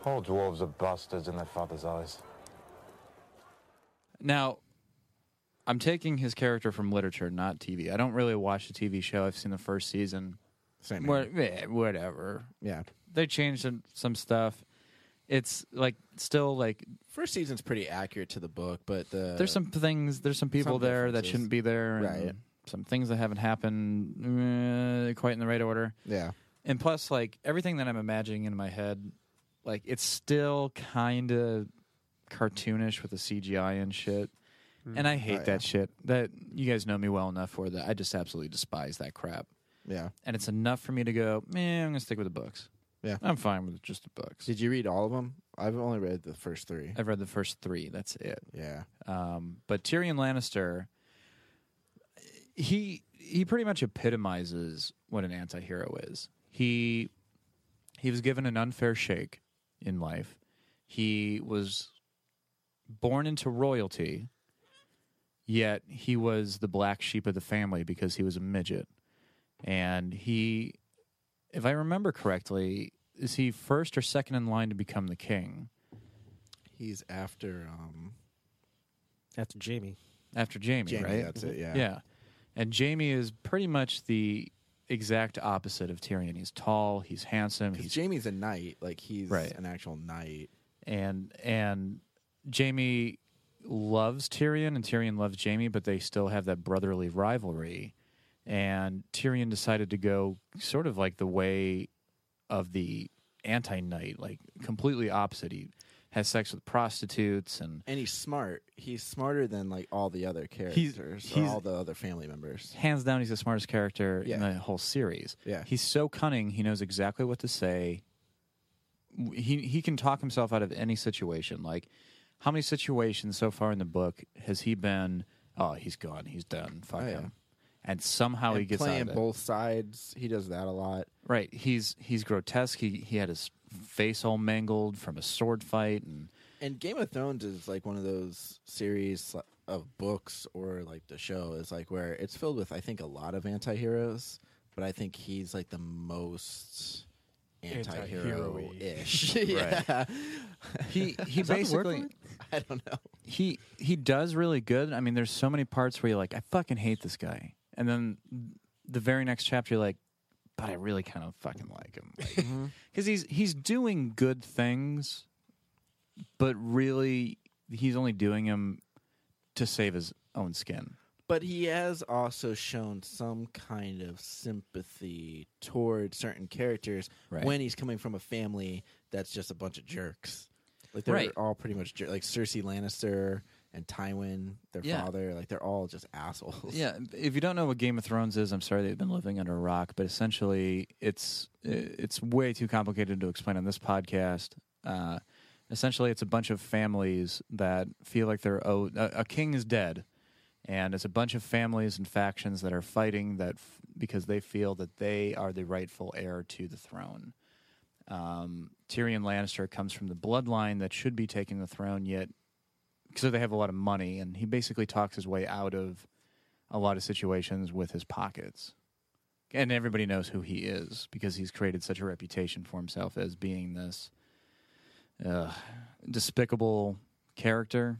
[SPEAKER 12] All dwarves are bastards in their father's eyes.
[SPEAKER 2] Now, I'm taking his character from literature, not TV. I don't really watch the TV show. I've seen the first season.
[SPEAKER 4] Same.
[SPEAKER 2] Wha- eh, whatever.
[SPEAKER 4] Yeah.
[SPEAKER 2] They changed some, some stuff. It's like still like
[SPEAKER 4] First season's pretty accurate to the book, but the
[SPEAKER 2] there's some things, there's some people
[SPEAKER 4] some
[SPEAKER 2] there that
[SPEAKER 4] differences.
[SPEAKER 2] shouldn't be there, and
[SPEAKER 4] Right.
[SPEAKER 2] some things that haven't happened eh, quite in the right order.
[SPEAKER 4] yeah.
[SPEAKER 2] And plus, like everything that I'm imagining in my head, like it's still kind of cartoonish with the CGI and shit. And I hate
[SPEAKER 4] Oh, yeah.
[SPEAKER 2] that shit. That you guys know me well enough for that. I just absolutely despise that crap.
[SPEAKER 4] Yeah.
[SPEAKER 2] And it's enough for me to go, man, I'm gonna stick with the books.
[SPEAKER 4] Yeah.
[SPEAKER 2] I'm fine with just the books.
[SPEAKER 4] Did you read all of them? I've only read the first three.
[SPEAKER 2] I've read the first three. That's it.
[SPEAKER 4] Yeah.
[SPEAKER 2] Um, but Tyrion Lannister, he he pretty much epitomizes what an anti-hero is. He he was given an unfair shake in life. He was born into royalty, yet he was the black sheep of the family because he was a midget. And he if I remember correctly, is he first or second in line to become the king?
[SPEAKER 4] He's after um
[SPEAKER 5] After Jamie,
[SPEAKER 2] after Jamie,
[SPEAKER 4] Jamie,
[SPEAKER 2] right?
[SPEAKER 4] that's it, yeah.
[SPEAKER 2] Yeah. And Jamie is pretty much the exact opposite of Tyrion. He's tall, he's handsome,
[SPEAKER 4] 'cause
[SPEAKER 2] he's
[SPEAKER 4] Jamie's a knight, like he's
[SPEAKER 2] Right.
[SPEAKER 4] an actual knight.
[SPEAKER 2] and and Jamie loves Tyrion and Tyrion loves Jamie, but they still have that brotherly rivalry. And Tyrion decided to go sort of like the way of the anti knight, like completely opposite. He has sex with prostitutes and
[SPEAKER 4] And he's smart. He's smarter than like all the other
[SPEAKER 2] He's-
[SPEAKER 4] characters or
[SPEAKER 2] he's-
[SPEAKER 4] all the other family members.
[SPEAKER 2] hands down he's the smartest character in
[SPEAKER 4] Yeah.
[SPEAKER 2] the whole series.
[SPEAKER 4] Yeah.
[SPEAKER 2] He's so cunning, he knows exactly what to say. W- He he can talk himself out of any situation. Like how many situations so far in the book has he been oh, he's gone, he's done, fuck
[SPEAKER 4] Oh, yeah.
[SPEAKER 2] him. And somehow he
[SPEAKER 4] And
[SPEAKER 2] gets out
[SPEAKER 4] playing
[SPEAKER 2] of it.
[SPEAKER 4] both sides. He does that a lot.
[SPEAKER 2] Right. He's he's grotesque. He he had his face all mangled from a sword fight and
[SPEAKER 4] And Game of Thrones is like one of those series of books or like the show is like where it's filled with I think a lot of anti-heroes, but I think he's like the most anti-hero ish. yeah.
[SPEAKER 2] he he
[SPEAKER 5] Is that the word
[SPEAKER 2] basically
[SPEAKER 5] for it?
[SPEAKER 4] I don't know.
[SPEAKER 2] he he does really good. I mean, there's so many parts where you're like, I fucking hate this guy, and then the very next chapter you're like, but I really kind of fucking like him because he's he's doing good things, but really he's only doing him to save his own skin.
[SPEAKER 4] But he has also shown some kind of sympathy toward certain characters
[SPEAKER 2] Right.
[SPEAKER 4] when he's coming from a family that's just a bunch of jerks. Like they're
[SPEAKER 2] Right.
[SPEAKER 4] all pretty much jer- like Cersei Lannister and Tywin, their
[SPEAKER 2] Yeah.
[SPEAKER 4] father. Like they're all just assholes.
[SPEAKER 2] Yeah, if you don't know what Game of Thrones is, I'm sorry they've been living under a rock, but essentially it's it's way too complicated to explain on this podcast. Uh, essentially, it's a bunch of families that feel like they're owed. A, a king is dead, and it's a bunch of families and factions that are fighting that f- because they feel that they are the rightful heir to the throne. Um, Tyrion Lannister comes from the bloodline that should be taking the throne, yet because they have a lot of money, and he basically talks his way out of a lot of situations with his pockets. And everybody knows who he is because he's created such a reputation for himself as being this uh, despicable character.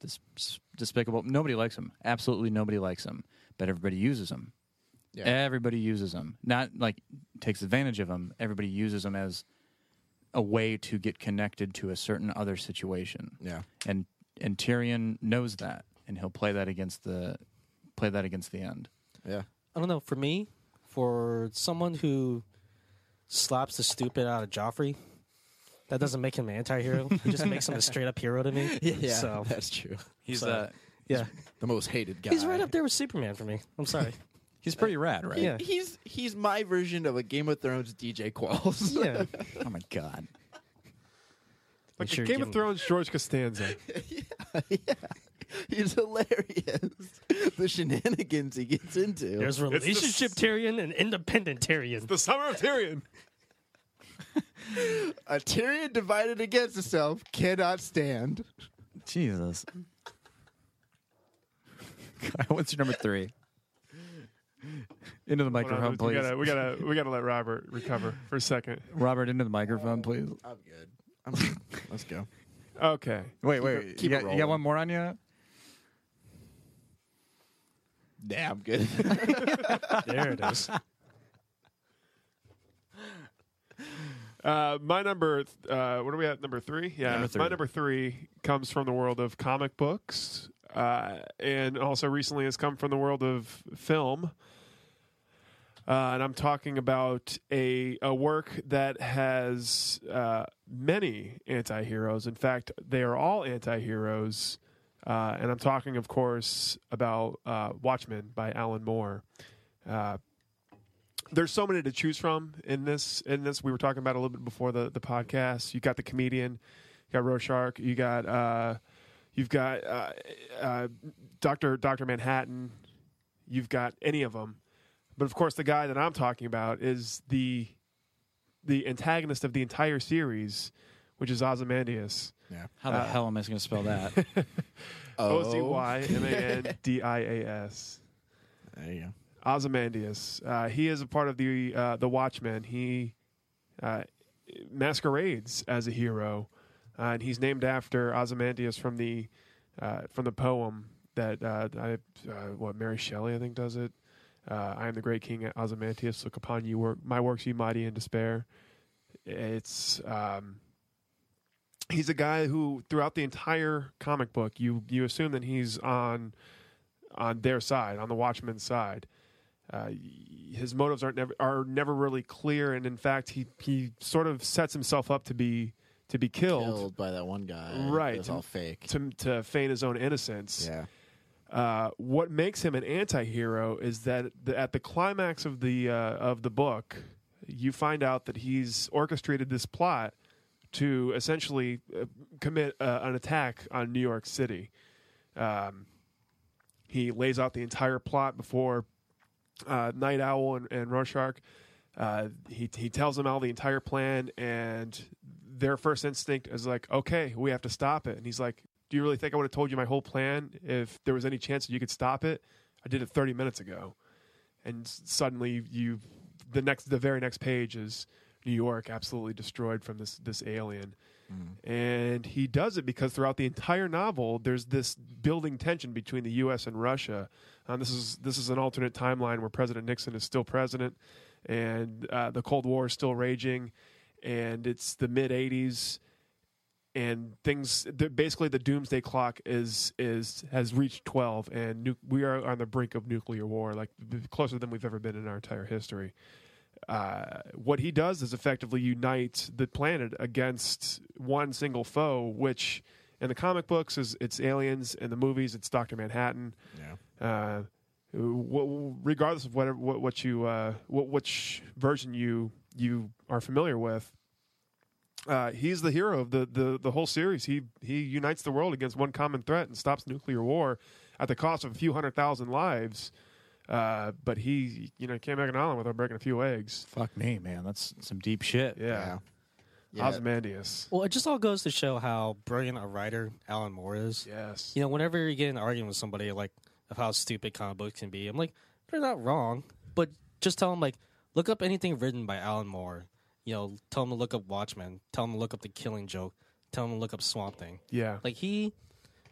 [SPEAKER 2] This despicable. Nobody likes him. Absolutely nobody likes him, but everybody uses him.
[SPEAKER 4] Yeah.
[SPEAKER 2] Everybody uses him. Not like takes advantage of him. Everybody uses him as a way to get connected to a certain other situation.
[SPEAKER 4] Yeah.
[SPEAKER 2] And and Tyrion knows that and he'll play that against the play that against the end.
[SPEAKER 4] Yeah.
[SPEAKER 5] I don't know. For me, for someone who slaps the stupid out of Joffrey, that doesn't make him an anti-hero. it just makes him a straight-up hero to me.
[SPEAKER 4] Yeah,
[SPEAKER 5] so,
[SPEAKER 4] that's true.
[SPEAKER 2] He's
[SPEAKER 5] so,
[SPEAKER 2] uh,
[SPEAKER 5] yeah.
[SPEAKER 4] the most hated guy.
[SPEAKER 5] He's right up there with Superman for me. I'm sorry.
[SPEAKER 2] He's pretty rad, right?
[SPEAKER 5] Yeah.
[SPEAKER 4] He's he's my version of a Game of Thrones DJ Qualls.
[SPEAKER 5] Yeah.
[SPEAKER 2] Oh my god.
[SPEAKER 3] Like
[SPEAKER 5] sure
[SPEAKER 3] a Game
[SPEAKER 5] give
[SPEAKER 3] of
[SPEAKER 5] him-
[SPEAKER 3] Thrones, George Costanza.
[SPEAKER 4] yeah. He's hilarious. The shenanigans he gets into.
[SPEAKER 5] There's relationship Tyrion and independent Tyrion.
[SPEAKER 3] the Summer of Tyrion.
[SPEAKER 4] a Tyrion divided against itself cannot stand.
[SPEAKER 2] Jesus. What's your number three? Into the
[SPEAKER 3] Hold on,
[SPEAKER 2] microphone,
[SPEAKER 3] we
[SPEAKER 2] please.
[SPEAKER 3] gotta, we gotta, we gotta let Robert recover for a second.
[SPEAKER 2] Robert, into the microphone, please.
[SPEAKER 4] I'm good. I'm good. Let's go.
[SPEAKER 3] Okay.
[SPEAKER 2] Wait, wait.
[SPEAKER 4] it-
[SPEAKER 2] wait.
[SPEAKER 4] keep
[SPEAKER 2] you,
[SPEAKER 4] it
[SPEAKER 2] got, you got
[SPEAKER 4] rolling.
[SPEAKER 2] one more on you?
[SPEAKER 4] Nah, I'm good.
[SPEAKER 5] There it is.
[SPEAKER 3] Uh, my number, th- uh, what are we at? Number three? Yeah.
[SPEAKER 2] Number three.
[SPEAKER 3] My number three comes from the world of comic books uh, and also recently has come from the world of film. Uh, and I'm talking about a, a work that has uh, many anti heroes. In fact, they are all anti heroes. Uh, and I'm talking, of course, about uh, Watchmen by Alan Moore. Uh, there's so many to choose from in this in this we were talking about a little bit before the the podcast you got the comedian you got rorschach you got uh you've got uh, uh dr dr manhattan you've got any of them but of course the guy that i'm talking about is the the antagonist of the entire series which is ozymandias
[SPEAKER 2] How the hell am I going to spell that?
[SPEAKER 3] O Z Y M A N D I A S.
[SPEAKER 4] There you go.
[SPEAKER 3] Ozymandias. Uh, he is a part of the uh, the Watchmen. He uh, masquerades as a hero, uh, and he's named after Ozymandias from the uh, from the poem that uh, I, uh, what Mary Shelley I think does it. Uh, I am the great king Ozymandias. Look upon you work my works, you mighty in despair. It's um, he's a guy who throughout the entire comic book you you assume that he's on on their side on the watchman's side uh, y- his motives aren't never are never really clear and in fact he he sort of sets himself up to be to be killed,
[SPEAKER 4] Killed by that one guy.
[SPEAKER 3] Right.
[SPEAKER 4] It's all fake.
[SPEAKER 3] to to feign his own innocence
[SPEAKER 4] yeah.
[SPEAKER 3] uh, what makes him an anti-hero is that the, at the climax of the uh, of the book you find out that he's orchestrated this plot to essentially uh, commit uh, an attack on New York City. Um, he lays out the entire plot before uh, Night Owl and, and Rorschach. Uh, he he tells them all the entire plan, and their first instinct is like, "Okay, we have to stop it." And he's like, "Do you really think I would have told you my whole plan if there was any chance that you could stop it? I did it 30 minutes ago." And s- suddenly, you the next the very next page is New York absolutely destroyed from this this alien. And he does it because throughout the entire novel, there's this building tension between the U.S. and Russia. Um, this is this is an alternate timeline where President Nixon is still president, and uh, the Cold War is still raging, and it's the mid '80s, and things the- basically the doomsday clock is is has reached 12, and nu- we are on the brink of nuclear war, like b- closer than we've ever been in our entire history uh, what he does is effectively unite the planet against one single foe, which in the comic books is it's aliens, in the movies it's Doctor Manhattan. Uh, w- regardless of whatever what, what you uh, what which version you you are familiar with, uh, he's the hero of the, the the whole series. He he unites the world against one common threat and stops nuclear war at the cost of a few hundred thousand lives. Uh, but he, you know, came back an island without breaking a few eggs.
[SPEAKER 2] Fuck me, man. That's some deep shit.
[SPEAKER 3] Yeah.
[SPEAKER 5] Yeah.
[SPEAKER 3] Ozymandias.
[SPEAKER 5] Well, it just all goes to show how brilliant a writer Alan Moore is.
[SPEAKER 3] Yes.
[SPEAKER 5] You know, whenever you get in an argument with somebody like of how stupid comic books can be, I'm like, they're not wrong, but just tell them like, look up anything written by Alan Moore. You know, tell them to look up Watchmen. Tell them to look up The Killing Joke. Tell them to look up Swamp Thing.
[SPEAKER 3] Yeah.
[SPEAKER 5] Like he,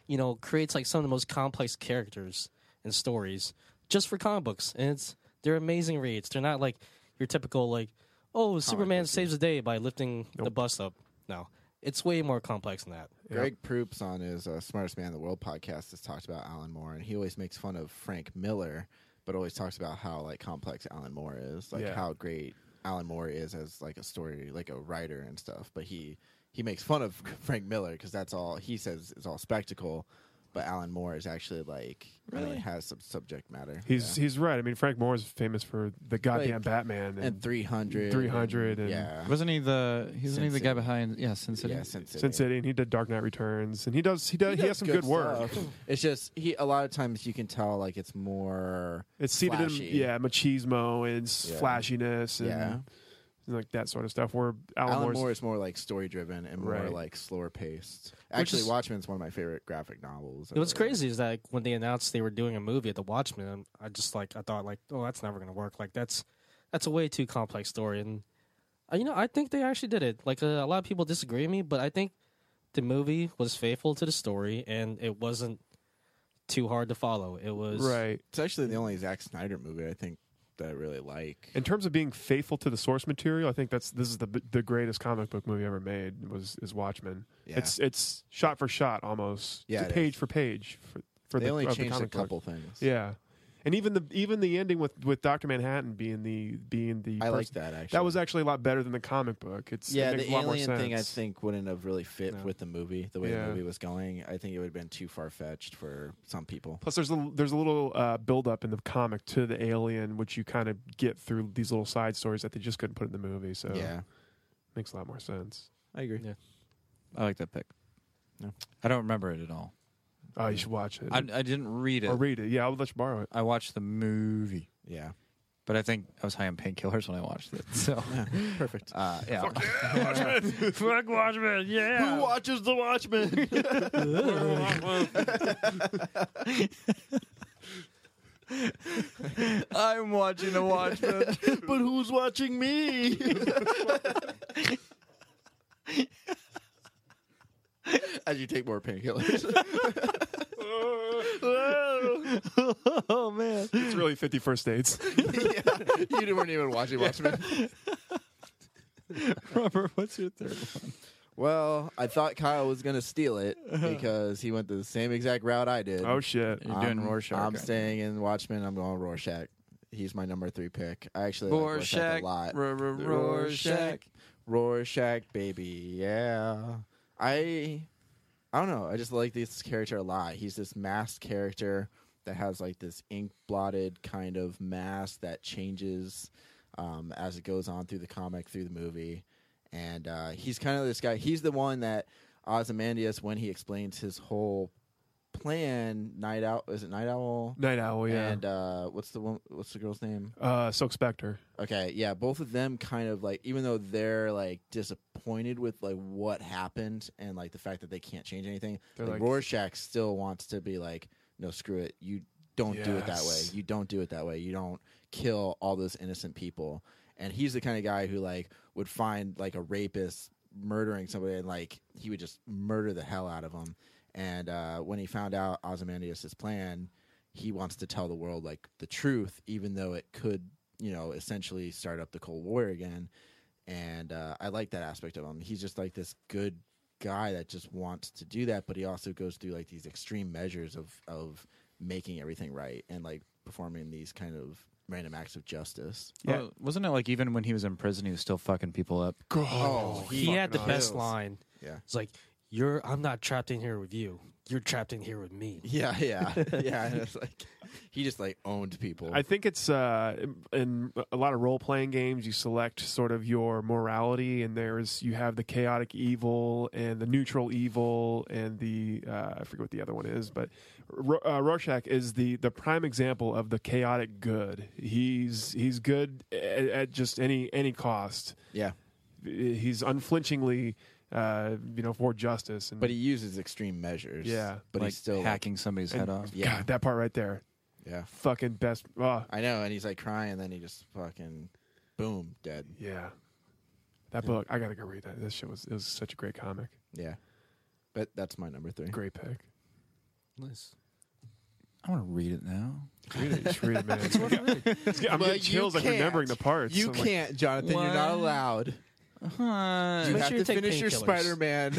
[SPEAKER 5] you know, creates like some of the most complex characters and stories just for comic books, and it's they're amazing reads. They're not like your typical like, oh, Superman saves the day by lifting the bus up. No, it's way more complex than that.
[SPEAKER 4] Greg Proops on his uh, Smartest Man in the World podcast has talked about Alan Moore, and he always makes fun of Frank Miller, but always talks about how like complex Alan Moore is, like
[SPEAKER 3] Yeah.
[SPEAKER 4] how great Alan Moore is as like a story, like a writer and stuff. But he he makes fun of Frank Miller because that's all he says is all spectacle. But Alan Moore is actually like really has some subject matter.
[SPEAKER 3] He's
[SPEAKER 4] Yeah.
[SPEAKER 3] he's right. I mean, Frank Moore is famous for the goddamn
[SPEAKER 4] Like,
[SPEAKER 3] Batman
[SPEAKER 4] and 300
[SPEAKER 3] three hundred, and,
[SPEAKER 4] and- yeah.
[SPEAKER 2] Wasn't he the? He's
[SPEAKER 4] Sin
[SPEAKER 2] he the
[SPEAKER 4] City.
[SPEAKER 2] guy behind? Yeah, Sin City.
[SPEAKER 4] Yeah, Sin City.
[SPEAKER 3] Sin City, and he did Dark Knight Returns, and he does he does he,
[SPEAKER 4] does
[SPEAKER 3] has some good, work.
[SPEAKER 4] stuff. It's just he a lot of times you can tell like it's more
[SPEAKER 3] It's seated
[SPEAKER 4] flashy.
[SPEAKER 3] in yeah machismo and s-
[SPEAKER 4] Yeah.
[SPEAKER 3] flashiness and,
[SPEAKER 4] Yeah.
[SPEAKER 3] and, like that sort of stuff. Where Alan,
[SPEAKER 4] Alan,
[SPEAKER 3] Moore's
[SPEAKER 4] Moore is more like story driven and more
[SPEAKER 3] Right.
[SPEAKER 4] like slower paced.
[SPEAKER 5] Which
[SPEAKER 4] Actually,
[SPEAKER 5] is-
[SPEAKER 4] Watchmen's one of my favorite graphic novels.
[SPEAKER 5] What's
[SPEAKER 4] ever.
[SPEAKER 5] crazy is that like, when they announced they were doing a movie at the Watchmen, I'm- I just like I thought like, oh, that's never gonna work. Like that's that's a way too complex story, and uh, you know I think they actually did it. Like uh, a lot of people disagree with me, but I think the movie was faithful to the story, and it wasn't too hard to follow. It was
[SPEAKER 3] right.
[SPEAKER 4] It's actually the only Zack Snyder movie I think that I really like.
[SPEAKER 3] In terms of being faithful to the source material, I think that's this is the b- the greatest comic book movie ever made was is Watchmen.
[SPEAKER 4] Yeah.
[SPEAKER 3] It's it's shot for shot almost,
[SPEAKER 4] Yeah, it
[SPEAKER 3] page for page. For, for
[SPEAKER 4] They
[SPEAKER 3] the,
[SPEAKER 4] only
[SPEAKER 3] of the
[SPEAKER 4] changed a
[SPEAKER 3] comic book.
[SPEAKER 4] couple things.
[SPEAKER 3] Yeah, and even the even the ending with with Doctor Manhattan being the being the
[SPEAKER 4] I like
[SPEAKER 3] person-
[SPEAKER 4] that,
[SPEAKER 3] that
[SPEAKER 4] actually.
[SPEAKER 3] was actually a lot better than the comic book. It's it
[SPEAKER 4] yeah, the
[SPEAKER 3] makes a lot more
[SPEAKER 4] alien
[SPEAKER 3] sense.
[SPEAKER 4] thing I think wouldn't have really fit with the movie the way
[SPEAKER 3] Yeah.
[SPEAKER 4] the movie was going. I think it would have been too far fetched for some people.
[SPEAKER 3] Plus, there's a there's a little uh, build up in the comic to the alien, which you kind of get through these little side stories that they just couldn't put in the movie. So
[SPEAKER 4] Yeah.
[SPEAKER 3] makes a lot more sense.
[SPEAKER 4] I agree.
[SPEAKER 5] Yeah.
[SPEAKER 2] I like that pick.
[SPEAKER 4] No.
[SPEAKER 2] I don't remember it at all.
[SPEAKER 3] Oh, you should watch it.
[SPEAKER 2] I, I didn't read it.
[SPEAKER 3] Or read it. Yeah, I would let you borrow it.
[SPEAKER 2] I watched the movie,
[SPEAKER 4] Yeah.
[SPEAKER 2] but I think I was high on painkillers when I watched it. So
[SPEAKER 4] perfect.
[SPEAKER 2] Uh, yeah.
[SPEAKER 5] Fuck Watchmen, yeah.
[SPEAKER 4] Who watches the Watchmen?
[SPEAKER 2] I'm watching The Watchmen,
[SPEAKER 4] but who's watching me? As you take more painkillers.
[SPEAKER 2] oh man,
[SPEAKER 3] it's really Fifty First Dates.
[SPEAKER 4] you weren't even watching Watchmen.
[SPEAKER 2] Robert, what's your third one? Uh-huh.
[SPEAKER 4] Well, I thought Kyle was going to steal it because he went the same exact route I did.
[SPEAKER 3] oh shit!
[SPEAKER 2] You're doing
[SPEAKER 4] I'm-
[SPEAKER 2] Rorschach.
[SPEAKER 4] I'm
[SPEAKER 2] aren't you?
[SPEAKER 4] staying in Watchmen. I'm going Rorschach. He's my number three pick. I actually like Rorschach,
[SPEAKER 2] Rorschach,
[SPEAKER 4] a lot.
[SPEAKER 2] R- R- Rorschach.
[SPEAKER 4] Rorschach, baby, yeah. I, I don't know. I just like this character a lot. He's this masked character that has like this ink blotted kind of mask that changes um, as it goes on through the comic, through the movie, and uh, he's kind of this guy. He's the one that Ozymandias, when he explains his whole plan, Night Owl is it Night Owl?
[SPEAKER 3] Night Owl. Oh, Yeah.
[SPEAKER 4] And uh, what's the one, what's the girl's name?
[SPEAKER 3] uh, Silk Spectre.
[SPEAKER 4] Okay, yeah, both of them kind of like even though they're like disappointed with like what happened and like the fact that they can't change anything,
[SPEAKER 3] They're
[SPEAKER 4] like,
[SPEAKER 3] like-
[SPEAKER 4] Rorschach still wants to be like, no, screw it, you don't do it that way.
[SPEAKER 3] Yes.
[SPEAKER 4] You don't do it that way. You don't kill all those innocent people. And he's the kind of guy who like would find like a rapist murdering somebody and like he would just murder the hell out of him. And uh, when he found out Ozymandias' plan, he wants to tell the world like the truth, even though it could, you know, essentially start up the Cold War again. And uh, I like that aspect of him. He's just like this good guy that just wants to do that, but he also goes through like these extreme measures of of making everything right and like performing these kind of random acts of justice.
[SPEAKER 3] Yeah.
[SPEAKER 2] Well, wasn't it like even when he was in prison, he was still fucking people up?
[SPEAKER 4] Oh,
[SPEAKER 5] He had the
[SPEAKER 3] Fucking
[SPEAKER 5] best
[SPEAKER 4] awesome.
[SPEAKER 5] line.
[SPEAKER 4] Yeah.
[SPEAKER 5] It's like you're I'm not trapped in here with you. You're trapped in here with me.
[SPEAKER 4] Yeah, yeah, yeah. And it's like he just like owned people.
[SPEAKER 3] I think it's uh, in a lot of role playing games. You select sort of your morality, and there's you have the chaotic evil and the neutral evil, and the uh, I forget what the other one is, but Ro- uh, Rorschach is the the prime example of the chaotic good. He's he's good at, at just any any cost.
[SPEAKER 4] yeah,
[SPEAKER 3] he's unflinchingly, uh, you know, for justice. And
[SPEAKER 4] But he uses extreme measures.
[SPEAKER 3] Yeah.
[SPEAKER 4] but
[SPEAKER 3] Like
[SPEAKER 4] he's still
[SPEAKER 2] hacking somebody's
[SPEAKER 4] and-
[SPEAKER 2] head off.
[SPEAKER 4] Yeah,
[SPEAKER 3] God, that part right there,
[SPEAKER 4] yeah,
[SPEAKER 3] fucking best. Oh,
[SPEAKER 4] I know. And he's like crying, and then he just fucking, boom, dead.
[SPEAKER 3] Yeah, that
[SPEAKER 4] Yeah.
[SPEAKER 3] book. I gotta go read that. That shit was it was such a great comic.
[SPEAKER 4] yeah. But that's my number three.
[SPEAKER 3] Great pick.
[SPEAKER 5] Nice.
[SPEAKER 2] I want to read it now.
[SPEAKER 3] Read it, just read it, man. I'm
[SPEAKER 4] But
[SPEAKER 3] getting
[SPEAKER 4] you
[SPEAKER 3] chills like
[SPEAKER 4] can't.
[SPEAKER 3] remembering the parts.
[SPEAKER 4] You
[SPEAKER 3] I'm like,
[SPEAKER 4] can't, Jonathan. You're not
[SPEAKER 2] One.
[SPEAKER 4] allowed.
[SPEAKER 2] Uh,
[SPEAKER 4] You have to finish your Spider-Man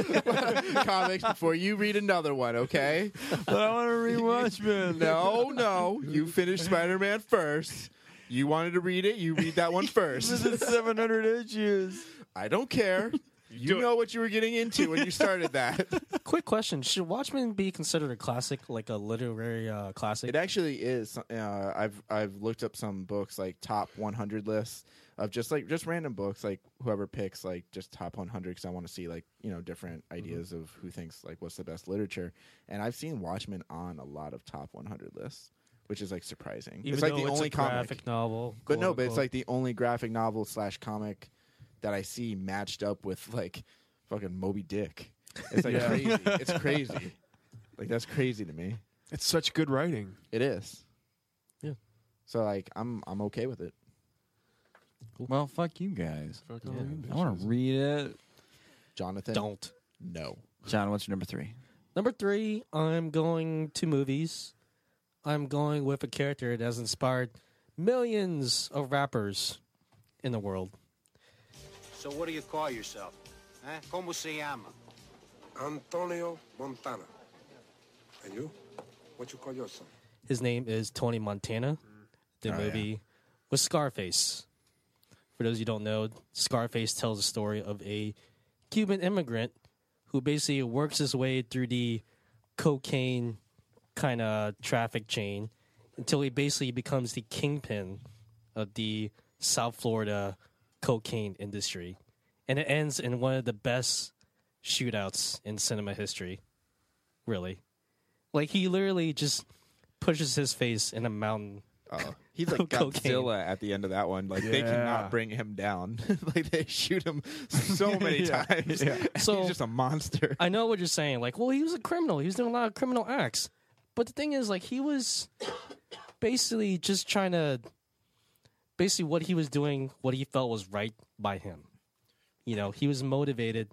[SPEAKER 4] comics before you read another one, okay?
[SPEAKER 2] But I want to read Watchmen.
[SPEAKER 4] No, no. You finish Spider-Man first. You wanted to read it. You read that one
[SPEAKER 2] This
[SPEAKER 4] first.
[SPEAKER 2] is 700 issues.
[SPEAKER 4] I don't care. You know what you were getting into when you started that.
[SPEAKER 5] Quick question: Should Watchmen be considered a classic, like a literary uh, classic?
[SPEAKER 4] It actually is. Uh, I've I've looked up some books like top 100 lists of just like just random books like whoever picks like just top 100 because I want to see like you know different
[SPEAKER 5] Mm-hmm.
[SPEAKER 4] ideas of who thinks like what's the best literature. And I've seen Watchmen on a lot of top 100 lists, which is like surprising.
[SPEAKER 5] Even
[SPEAKER 4] it's like
[SPEAKER 5] though
[SPEAKER 4] the
[SPEAKER 5] it's
[SPEAKER 4] only
[SPEAKER 5] a
[SPEAKER 4] comic.
[SPEAKER 5] graphic novel,
[SPEAKER 4] but no,
[SPEAKER 5] quote,
[SPEAKER 4] but it's
[SPEAKER 5] unquote.
[SPEAKER 4] like the only graphic novel slash comic that I see matched up with like fucking Moby Dick. It's like
[SPEAKER 3] Yeah.
[SPEAKER 4] crazy. It's crazy. Like that's crazy to me.
[SPEAKER 3] It's such good writing.
[SPEAKER 4] It is.
[SPEAKER 5] Yeah.
[SPEAKER 4] So like I'm I'm okay with it.
[SPEAKER 2] Well, fuck you guys.
[SPEAKER 3] Fuck
[SPEAKER 4] all you
[SPEAKER 2] I want to read it.
[SPEAKER 4] Jonathan
[SPEAKER 5] Don't.
[SPEAKER 4] No.
[SPEAKER 2] John, what's your number three?
[SPEAKER 5] Number three, I'm going to movies. I'm going with a character that has inspired millions of rappers in the world.
[SPEAKER 14] So what do you call yourself? Eh? Como se llama? Antonio Montana. And you? What you call yourself?
[SPEAKER 5] His name is Tony Montana. The
[SPEAKER 14] Oh, yeah.
[SPEAKER 5] movie with Scarface. For those you don't know, Scarface tells the story of a Cuban immigrant who basically works his way through the cocaine kind of traffic chain until he basically becomes the kingpin of the South Florida cocaine industry. And it ends in one of the best shootouts in cinema history. Really. Like he literally just pushes his face in a mountain.
[SPEAKER 4] Oh, He's like Godzilla at the end of that one. Like they
[SPEAKER 5] Yeah.
[SPEAKER 4] cannot bring him down. like they shoot him so many
[SPEAKER 5] Yeah.
[SPEAKER 4] times.
[SPEAKER 5] Yeah. So-
[SPEAKER 4] he's just a monster.
[SPEAKER 5] I know what you're saying. Like, well, he was a criminal. He was doing a lot of criminal acts. But the thing is, like, he was basically just trying to, basically, what he was doing, what he felt was right by him. You know, he was motivated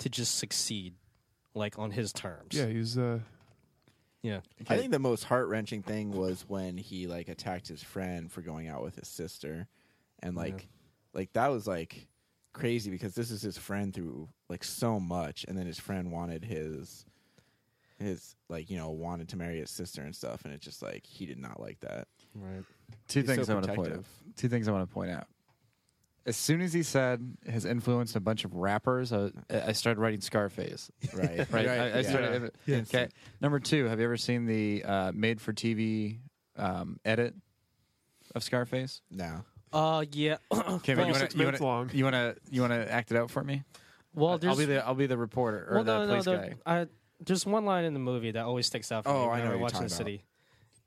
[SPEAKER 5] to just succeed, like on his terms.
[SPEAKER 3] Yeah, he's uh,
[SPEAKER 5] yeah.
[SPEAKER 4] I think the most heart wrenching thing was when he like attacked his friend for going out with his sister, and like, like that was like crazy because this is his friend through like so much, and then his friend wanted his, his like you know wanted to marry his sister and stuff, and it's just like he did not like that.
[SPEAKER 5] Right.
[SPEAKER 2] Two
[SPEAKER 4] He's
[SPEAKER 2] things
[SPEAKER 4] so
[SPEAKER 2] I want to point out.
[SPEAKER 4] protective.
[SPEAKER 2] Two things I want to point out. As soon as he said has influenced a bunch of rappers, I, I started writing Scarface.
[SPEAKER 4] Right.
[SPEAKER 2] right.
[SPEAKER 4] Right,
[SPEAKER 2] I, I
[SPEAKER 4] yeah.
[SPEAKER 2] started.
[SPEAKER 4] Yeah.
[SPEAKER 2] Okay. Number two, have you ever seen the uh, made-for-TV um, edit of Scarface?
[SPEAKER 4] No.
[SPEAKER 5] Uh, yeah.
[SPEAKER 2] Okay, but you want to you want to you want to you want to act it out for me?
[SPEAKER 5] Well,
[SPEAKER 2] I'll
[SPEAKER 5] there's-
[SPEAKER 2] be the I'll be the reporter or the police guy.
[SPEAKER 5] I, there's one line in the movie that always sticks out for
[SPEAKER 2] Oh,
[SPEAKER 5] me.
[SPEAKER 2] I
[SPEAKER 5] when
[SPEAKER 2] know what
[SPEAKER 5] I
[SPEAKER 2] you're
[SPEAKER 5] watch
[SPEAKER 2] talking
[SPEAKER 5] the
[SPEAKER 2] about.
[SPEAKER 5] city.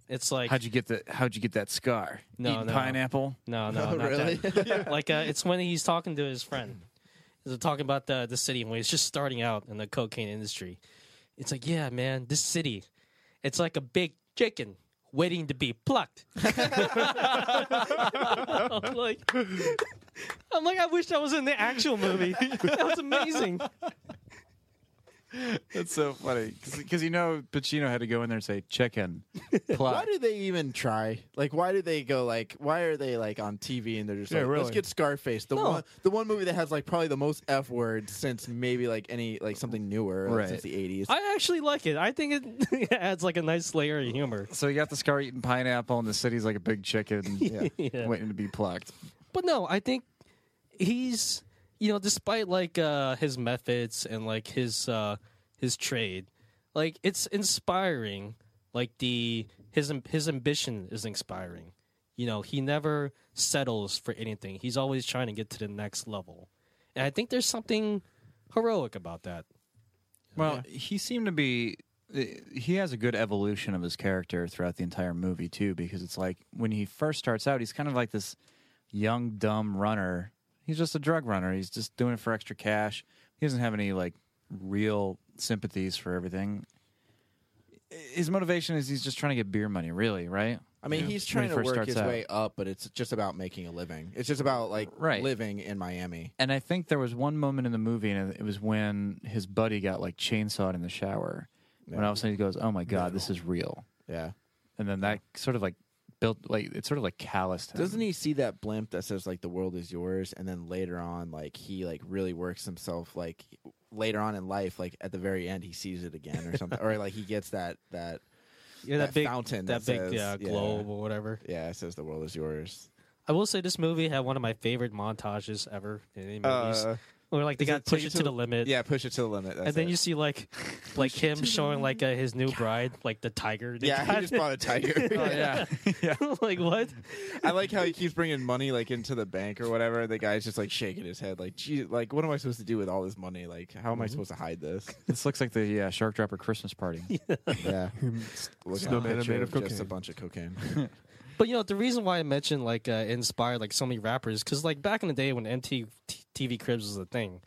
[SPEAKER 5] It's like
[SPEAKER 2] how'd you get the How'd you get that scar?
[SPEAKER 5] No,
[SPEAKER 2] Eating
[SPEAKER 5] no.
[SPEAKER 2] pineapple.
[SPEAKER 5] No, no, not that. like uh, it's when he's talking to his friend. They're talking about the the city when he's just starting out in the cocaine industry. It's like, yeah, man, this city, it's like a big chicken waiting to be plucked. I'm like, I'm like, I wish that was in the actual movie. That was amazing.
[SPEAKER 2] That's so funny because you know Pacino had to go in there and say chicken.
[SPEAKER 4] Why do they even try? Like, why do they go? Like, why are they like on TV and they're just
[SPEAKER 2] Yeah,
[SPEAKER 4] like, let's
[SPEAKER 2] really.
[SPEAKER 4] get Scarface, the one, the one movie that has like probably the most f words since maybe like any like something newer like,
[SPEAKER 2] Right.
[SPEAKER 4] since the eighties.
[SPEAKER 5] I actually like it. I think it adds like a nice layer of humor.
[SPEAKER 2] So you got the scar eating pineapple, and the city's like a big chicken
[SPEAKER 5] Yeah.
[SPEAKER 2] waiting to be plucked.
[SPEAKER 5] But no, I think he's you know, despite like uh his methods and like his uh his trade, like it's inspiring. Like the his am- his ambition is inspiring. You know, he never settles for anything. He's always trying to get to the next level. And I think there's something heroic about that.
[SPEAKER 2] Well, he seemed to be. eh, He has a good evolution of his character throughout the entire movie too, because it's like when he first starts out, he's kind of like this young dumb runner. He's just a drug runner. He's just doing it for extra cash. He doesn't have any like real sympathies for everything. His motivation is he's just trying to get beer money, really, right?
[SPEAKER 4] I mean,
[SPEAKER 2] Yeah.
[SPEAKER 4] he's
[SPEAKER 2] When he
[SPEAKER 4] trying to
[SPEAKER 2] first
[SPEAKER 4] work
[SPEAKER 2] starts
[SPEAKER 4] his
[SPEAKER 2] out.
[SPEAKER 4] way up, but it's just about making a living. It's just about like
[SPEAKER 2] Right.
[SPEAKER 4] living in Miami.
[SPEAKER 2] And I think there was one moment in the movie, and it was when his buddy got like chainsawed in the shower. When all of a sudden he goes, "Oh my god, this is real."
[SPEAKER 4] Yeah.
[SPEAKER 2] And then that sort of like built like it sort of like calloused him.
[SPEAKER 4] Doesn't he see that blimp that says like the world is yours, and then later on, like he like really works himself like later on in life, like at the very end, he sees it again or something, or like he gets that that
[SPEAKER 5] Yeah, that big-
[SPEAKER 4] fountain
[SPEAKER 5] that big,
[SPEAKER 4] says,
[SPEAKER 5] yeah, globe or whatever.
[SPEAKER 4] Yeah, it says the world is yours.
[SPEAKER 5] I will say this movie had one of my favorite montages ever in any movies.
[SPEAKER 4] Uh,
[SPEAKER 5] where like they
[SPEAKER 4] is it
[SPEAKER 5] got push it to the limit.
[SPEAKER 4] Yeah, push it to the limit.
[SPEAKER 5] and
[SPEAKER 4] that's
[SPEAKER 5] then
[SPEAKER 4] it.
[SPEAKER 5] you see like like him showing like uh, his new bride like the tiger. they
[SPEAKER 4] Yeah, he
[SPEAKER 5] got.
[SPEAKER 4] just bought a tiger.
[SPEAKER 5] Oh,
[SPEAKER 2] Oh,
[SPEAKER 4] yeah.
[SPEAKER 5] like what?
[SPEAKER 4] I like how he keeps bringing money like into the bank or whatever. The guy's just like shaking his head, like, "Gee, like what am I supposed to do with all this money? Like, how am I
[SPEAKER 5] Mm-hmm.
[SPEAKER 2] Mhm.
[SPEAKER 4] supposed to hide this?"
[SPEAKER 2] This looks like the uh, Shark Dropper Christmas party.
[SPEAKER 4] yeah, Look at
[SPEAKER 3] Snowman
[SPEAKER 4] a picture
[SPEAKER 3] made of
[SPEAKER 4] just a
[SPEAKER 3] cocaine.
[SPEAKER 4] bunch of cocaine.
[SPEAKER 5] But you know the reason why I mentioned like uh, inspired like so many rappers because like back in the day when MTV Cribs was a thing,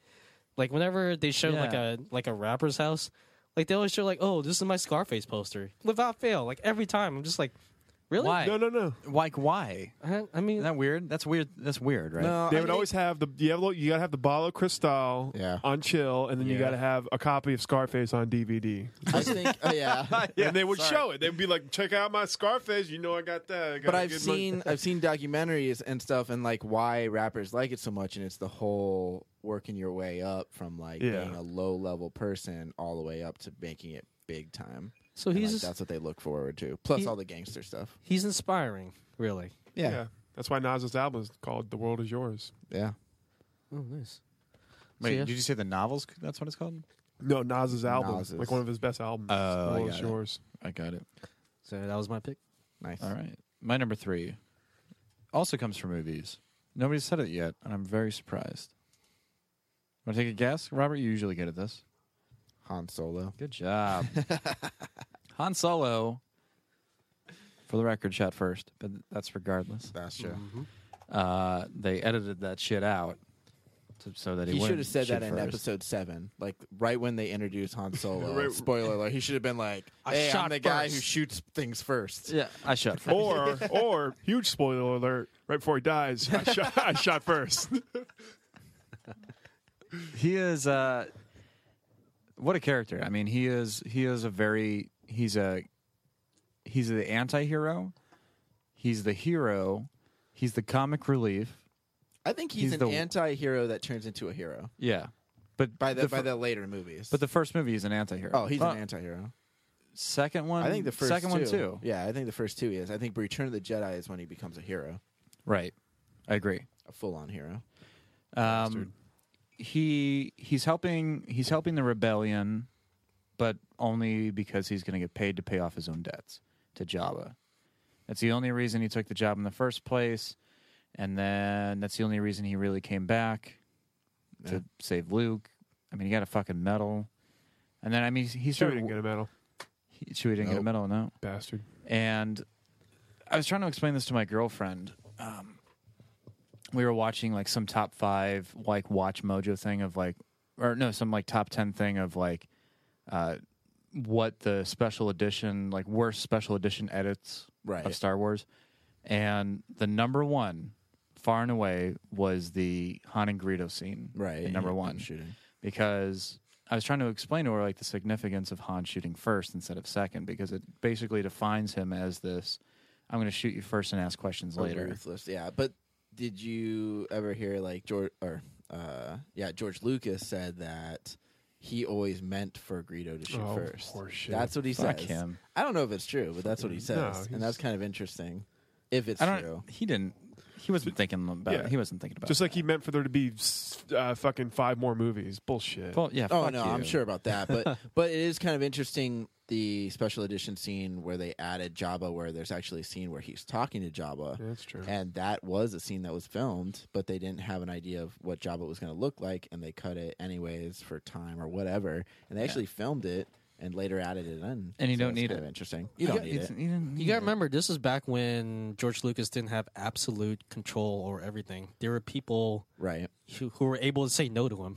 [SPEAKER 5] like whenever they showed like
[SPEAKER 2] Yeah.
[SPEAKER 5] a like a rapper's house, like they always show like oh this is my Scarface poster without fail like every time I'm just like really
[SPEAKER 2] Why? No,
[SPEAKER 4] Uh,
[SPEAKER 3] no.
[SPEAKER 2] Like why?
[SPEAKER 5] I, I mean,
[SPEAKER 2] isn't that weird? That's weird. That's weird, right?
[SPEAKER 3] they would always have the you, have, you gotta have the bottle cristal on chill, and then you
[SPEAKER 2] Yeah.
[SPEAKER 3] gotta have a copy of Scarface on DVD.
[SPEAKER 4] I think, oh, yeah.
[SPEAKER 3] and they would show it. They'd be like, "Check out my Scarface. You know I got that." I got
[SPEAKER 4] But
[SPEAKER 3] a
[SPEAKER 4] I've
[SPEAKER 3] good one."
[SPEAKER 4] seen I've seen documentaries and stuff, and like why rappers like it so much, and it's the whole working your way up from like
[SPEAKER 3] Yeah.
[SPEAKER 4] being a low level person all the way up to making it big time.
[SPEAKER 5] So
[SPEAKER 4] And,
[SPEAKER 5] he's
[SPEAKER 4] like,
[SPEAKER 5] just-
[SPEAKER 4] that's what they look forward to. Plus
[SPEAKER 5] He-
[SPEAKER 4] all the gangster stuff.
[SPEAKER 5] he's inspiring really.
[SPEAKER 4] Yeah.
[SPEAKER 3] That's why Nas's album is called "The World Is Yours."
[SPEAKER 4] Yeah.
[SPEAKER 5] Oh nice.
[SPEAKER 2] Wait,
[SPEAKER 3] So, yeah.
[SPEAKER 2] did you say the novels? That's what it's called.
[SPEAKER 3] No, Nas's album,
[SPEAKER 2] Nas's.
[SPEAKER 3] like one of his best albums.
[SPEAKER 2] Oh,
[SPEAKER 3] "The
[SPEAKER 2] I
[SPEAKER 3] World
[SPEAKER 2] got
[SPEAKER 3] Is
[SPEAKER 2] it.
[SPEAKER 3] Yours.
[SPEAKER 2] I got it.
[SPEAKER 5] So that was my pick.
[SPEAKER 4] Nice.
[SPEAKER 2] All right. My number three also comes from movies. Nobody's said it yet, and I'm very surprised. Want to take a guess? Robert, you usually good at this.
[SPEAKER 4] Han Solo.
[SPEAKER 2] Good job. Han Solo, for the record, shot first, but that's regardless.
[SPEAKER 4] That's true.
[SPEAKER 2] Uh, they edited that shit out to, so that he,
[SPEAKER 4] He should
[SPEAKER 2] wouldn't
[SPEAKER 4] have said
[SPEAKER 2] shoot
[SPEAKER 4] that in
[SPEAKER 2] first.
[SPEAKER 4] episode seven, like right when they introduced Han Solo.
[SPEAKER 2] Right.
[SPEAKER 4] Spoiler alert! He should have been like,
[SPEAKER 2] I
[SPEAKER 4] "Hey,
[SPEAKER 2] shot
[SPEAKER 4] I'm the guy
[SPEAKER 2] first."
[SPEAKER 4] who shoots things first.
[SPEAKER 2] Yeah, I shot first.
[SPEAKER 3] or or huge spoiler alert right before he dies i shot, I shot first
[SPEAKER 2] he is uh what a character i mean he is he is a very he's a he's the anti-hero he's the hero he's the comic relief
[SPEAKER 4] I think he's,
[SPEAKER 2] He's
[SPEAKER 4] an
[SPEAKER 2] the-
[SPEAKER 4] anti-hero that turns into a hero
[SPEAKER 2] yeah but
[SPEAKER 4] by the,
[SPEAKER 2] the,
[SPEAKER 4] by
[SPEAKER 2] fir-
[SPEAKER 4] the later movies.
[SPEAKER 2] but the first movie is an anti-hero
[SPEAKER 4] oh, he's
[SPEAKER 2] Well,
[SPEAKER 4] an anti-hero.
[SPEAKER 2] second one
[SPEAKER 4] I think the first
[SPEAKER 2] second
[SPEAKER 4] two,
[SPEAKER 2] one too
[SPEAKER 4] Yeah, I think the first two is. I think Return of the Jedi is when he becomes a hero,
[SPEAKER 2] right i agree
[SPEAKER 4] a full-on hero.
[SPEAKER 2] Um, he he's helping he's helping the rebellion, but only because he's going to get paid to pay off his own debts to Jabba. That's the only reason he took the job in the first place, and then that's the only reason he really came back
[SPEAKER 4] Yeah.
[SPEAKER 2] to save Luke. I mean, he got a fucking medal, and then I mean he
[SPEAKER 3] sure
[SPEAKER 2] started.
[SPEAKER 3] didn't get a medal
[SPEAKER 2] He- Chewie didn't get a
[SPEAKER 3] Nope.
[SPEAKER 2] medal, no.
[SPEAKER 3] Bastard.
[SPEAKER 2] And I was trying to explain this to my girlfriend. Um, we were watching like some top five, like Watch Mojo thing of like, or no, some like top 10 thing of like uh, what the special edition, like worst special edition edits
[SPEAKER 4] Right.
[SPEAKER 2] of Star Wars. And the number one, far and away, was the Han and Greedo scene.
[SPEAKER 4] Right.
[SPEAKER 2] at Number
[SPEAKER 4] yeah,
[SPEAKER 2] one
[SPEAKER 4] shooting.
[SPEAKER 2] because I was trying to explain to her like the significance of Han shooting first instead of second because it basically defines him as this I'm going to shoot you first and ask questions
[SPEAKER 4] A
[SPEAKER 2] later.
[SPEAKER 4] ruthless. Yeah, but did you ever hear like George or uh, yeah George Lucas said that he always meant for Greedo to shoot
[SPEAKER 3] Oh,
[SPEAKER 4] first.
[SPEAKER 3] horseshit.
[SPEAKER 4] That's what he
[SPEAKER 2] Fuck
[SPEAKER 4] says.
[SPEAKER 2] him.
[SPEAKER 4] I don't know if it's true, but that's what he
[SPEAKER 2] No,
[SPEAKER 4] says,
[SPEAKER 2] he's-
[SPEAKER 4] and that's kind of interesting. If it's
[SPEAKER 2] I don't
[SPEAKER 4] true,
[SPEAKER 2] he didn't he wasn't thinking about
[SPEAKER 3] yeah.
[SPEAKER 2] he wasn't thinking about
[SPEAKER 3] just like he meant for there to be s- uh, fucking five more movies bullshit
[SPEAKER 2] Full- yeah,
[SPEAKER 4] oh no, I'm sure about that. But but it is kind of interesting the special edition scene where they added Jabba, where there's actually a scene where he's talking to Jabba.
[SPEAKER 3] that's true
[SPEAKER 4] And that was a scene that was filmed, but they didn't have an idea of what Jabba was going to look like, and they cut it anyways for time or whatever. And they actually filmed it and later added it in.
[SPEAKER 5] And you don't
[SPEAKER 4] it's
[SPEAKER 5] need
[SPEAKER 4] kind
[SPEAKER 5] it.
[SPEAKER 4] Of interesting. You don't need it.
[SPEAKER 5] You got to remember, this is back when George Lucas didn't have absolute control over everything. There were people
[SPEAKER 4] right
[SPEAKER 5] who, who were able to say no to him.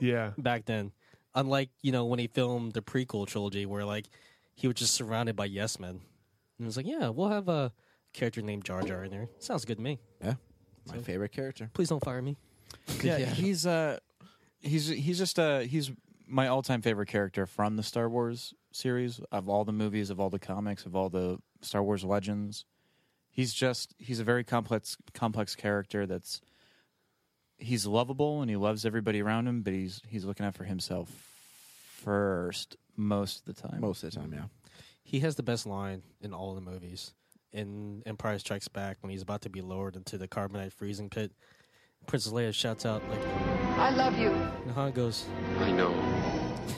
[SPEAKER 3] yeah,
[SPEAKER 5] back then, unlike you know when he filmed the prequel trilogy, where like he was just surrounded by yes men, and it was like, yeah, we'll have a character named Jar Jar in there. Sounds good to me.
[SPEAKER 4] Yeah, my favorite character.
[SPEAKER 5] Please don't fire me.
[SPEAKER 2] yeah, he's uh he's he's just uh he's my all-time favorite character from the Star Wars series of all the movies of all the comics of all the Star Wars legends. He's just he's a very complex complex character that's he's lovable and he loves everybody around him, but he's he's looking out for himself first most of the time.
[SPEAKER 4] Most of the time, yeah.
[SPEAKER 5] He has the best line in all the movies. In Empire Strikes Back, when he's about to be lowered into the carbonite freezing pit, Princess Leia shouts out like,
[SPEAKER 7] I love you.
[SPEAKER 5] and Han goes,
[SPEAKER 2] I know.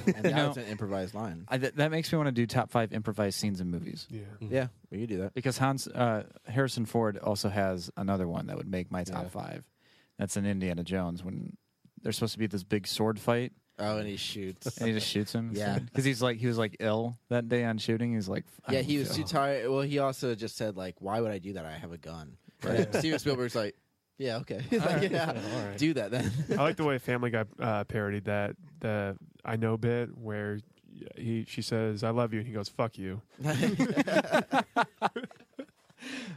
[SPEAKER 4] And that was an improvised line.
[SPEAKER 2] I, that, that makes me want to do top five improvised scenes in movies.
[SPEAKER 3] Yeah,
[SPEAKER 4] yeah, we could do that
[SPEAKER 2] because Hans uh, Harrison Ford also has another one that would make my top five. That's in Indiana Jones when they're supposed to be at this big sword fight.
[SPEAKER 4] Oh, and he shoots.
[SPEAKER 2] And he just shoots him.
[SPEAKER 4] Yeah.
[SPEAKER 2] because he's like he was like ill that day on shooting. He's like, I
[SPEAKER 4] Yeah,
[SPEAKER 2] don't
[SPEAKER 4] he was
[SPEAKER 2] feel-
[SPEAKER 4] too tired. Well, he also just said like, "Why would I do that? I have a gun."
[SPEAKER 2] Right.
[SPEAKER 4] And Steven Spielberg's like, "Yeah, okay, He's like, yeah, do that then."
[SPEAKER 3] I like the way Family Guy uh, parodied that the I know bit where he she says I love you and he goes fuck you.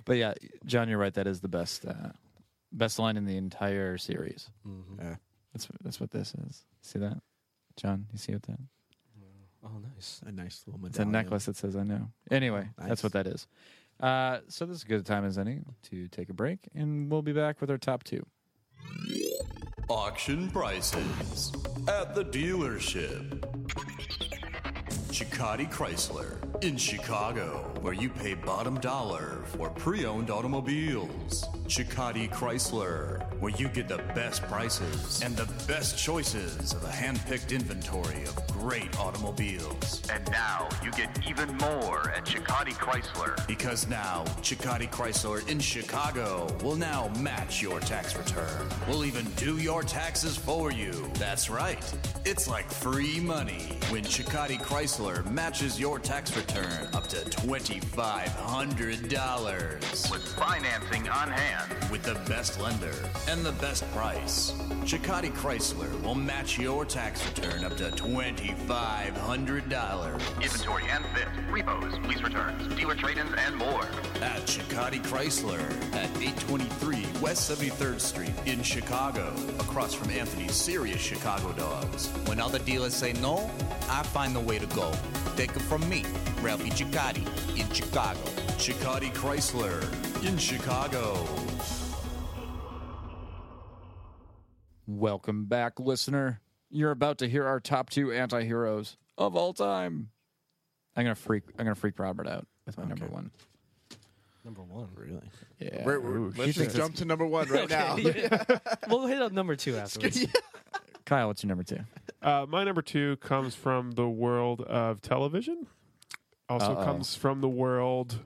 [SPEAKER 2] But yeah, John, you're right. That is the best uh, best line in the entire series.
[SPEAKER 5] Mm-hmm.
[SPEAKER 4] Yeah.
[SPEAKER 2] That's that's what this is. See that, John? You see what that?
[SPEAKER 5] Oh, nice.
[SPEAKER 4] A nice little
[SPEAKER 2] It's a
[SPEAKER 4] medallion.
[SPEAKER 2] necklace that says "I know." Anyway,
[SPEAKER 4] Nice.
[SPEAKER 2] that's what that is. Uh, so this is a good time as any to take a break, and we'll be back with our top two.
[SPEAKER 15] Auction prices at the dealership. Chicotti Chrysler in Chicago, where you pay bottom dollar for pre owned automobiles. Chicotti Chrysler, where you get the best prices and the best choices of a hand picked inventory of great automobiles.
[SPEAKER 16] And now you get even more at Chicotti Chrysler.
[SPEAKER 15] Because now, Chicotti Chrysler in Chicago will now match your tax return. We'll even do your taxes for you. That's right. It's like free money when Chicotti Chrysler matches your tax return up to $2,500. With
[SPEAKER 16] Financing on hand.
[SPEAKER 15] with the best lender and the best price. Chicotti Chrysler will match your tax return up to $2,500.
[SPEAKER 16] Inventory and fit, repos, lease returns, dealer trade-ins, and more.
[SPEAKER 15] At Chicotti Chrysler at 823 West 73rd Street in Chicago, across from Anthony's Serious Chicago Dogs.
[SPEAKER 17] When other dealers say no, I find the way to go. Take it from me, Ralphie Chicotti in Chicago.
[SPEAKER 15] Chicotti Chrysler in Chicago.
[SPEAKER 2] Welcome back, listener. You're about to hear our top two anti-heroes of all time. I'm gonna freak. I'm gonna freak Robert out with my number one.
[SPEAKER 5] Number one,
[SPEAKER 4] really?
[SPEAKER 2] Yeah.
[SPEAKER 4] We're- we're-
[SPEAKER 2] Ooh,
[SPEAKER 4] let's
[SPEAKER 2] he
[SPEAKER 4] just
[SPEAKER 2] thinks-
[SPEAKER 4] jump to number one right now.
[SPEAKER 5] Oh, we'll hit up number two afterwards.
[SPEAKER 2] Kyle, what's your number two?
[SPEAKER 3] Uh, my number two comes from the world of television. Also
[SPEAKER 2] Uh-oh.
[SPEAKER 3] comes from the world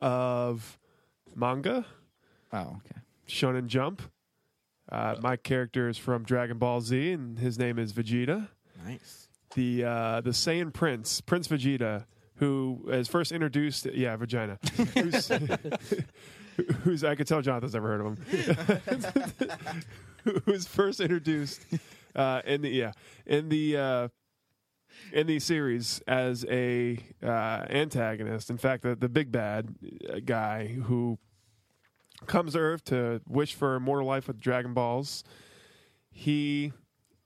[SPEAKER 3] of manga.
[SPEAKER 2] Oh, okay.
[SPEAKER 3] Shonen Jump. Uh, my character is from Dragon Ball Z, and his name is Vegeta.
[SPEAKER 4] Nice.
[SPEAKER 3] The uh, the Saiyan Prince, Prince Vegeta, who is first introduced, yeah, vagina. who's, who's I could tell Jonathan's never heard of him. who's first introduced uh, in the yeah in the uh, in the series as a uh, antagonist. In fact, the the big bad uh, guy who comes to Earth to wish for immortal life with Dragon Balls. He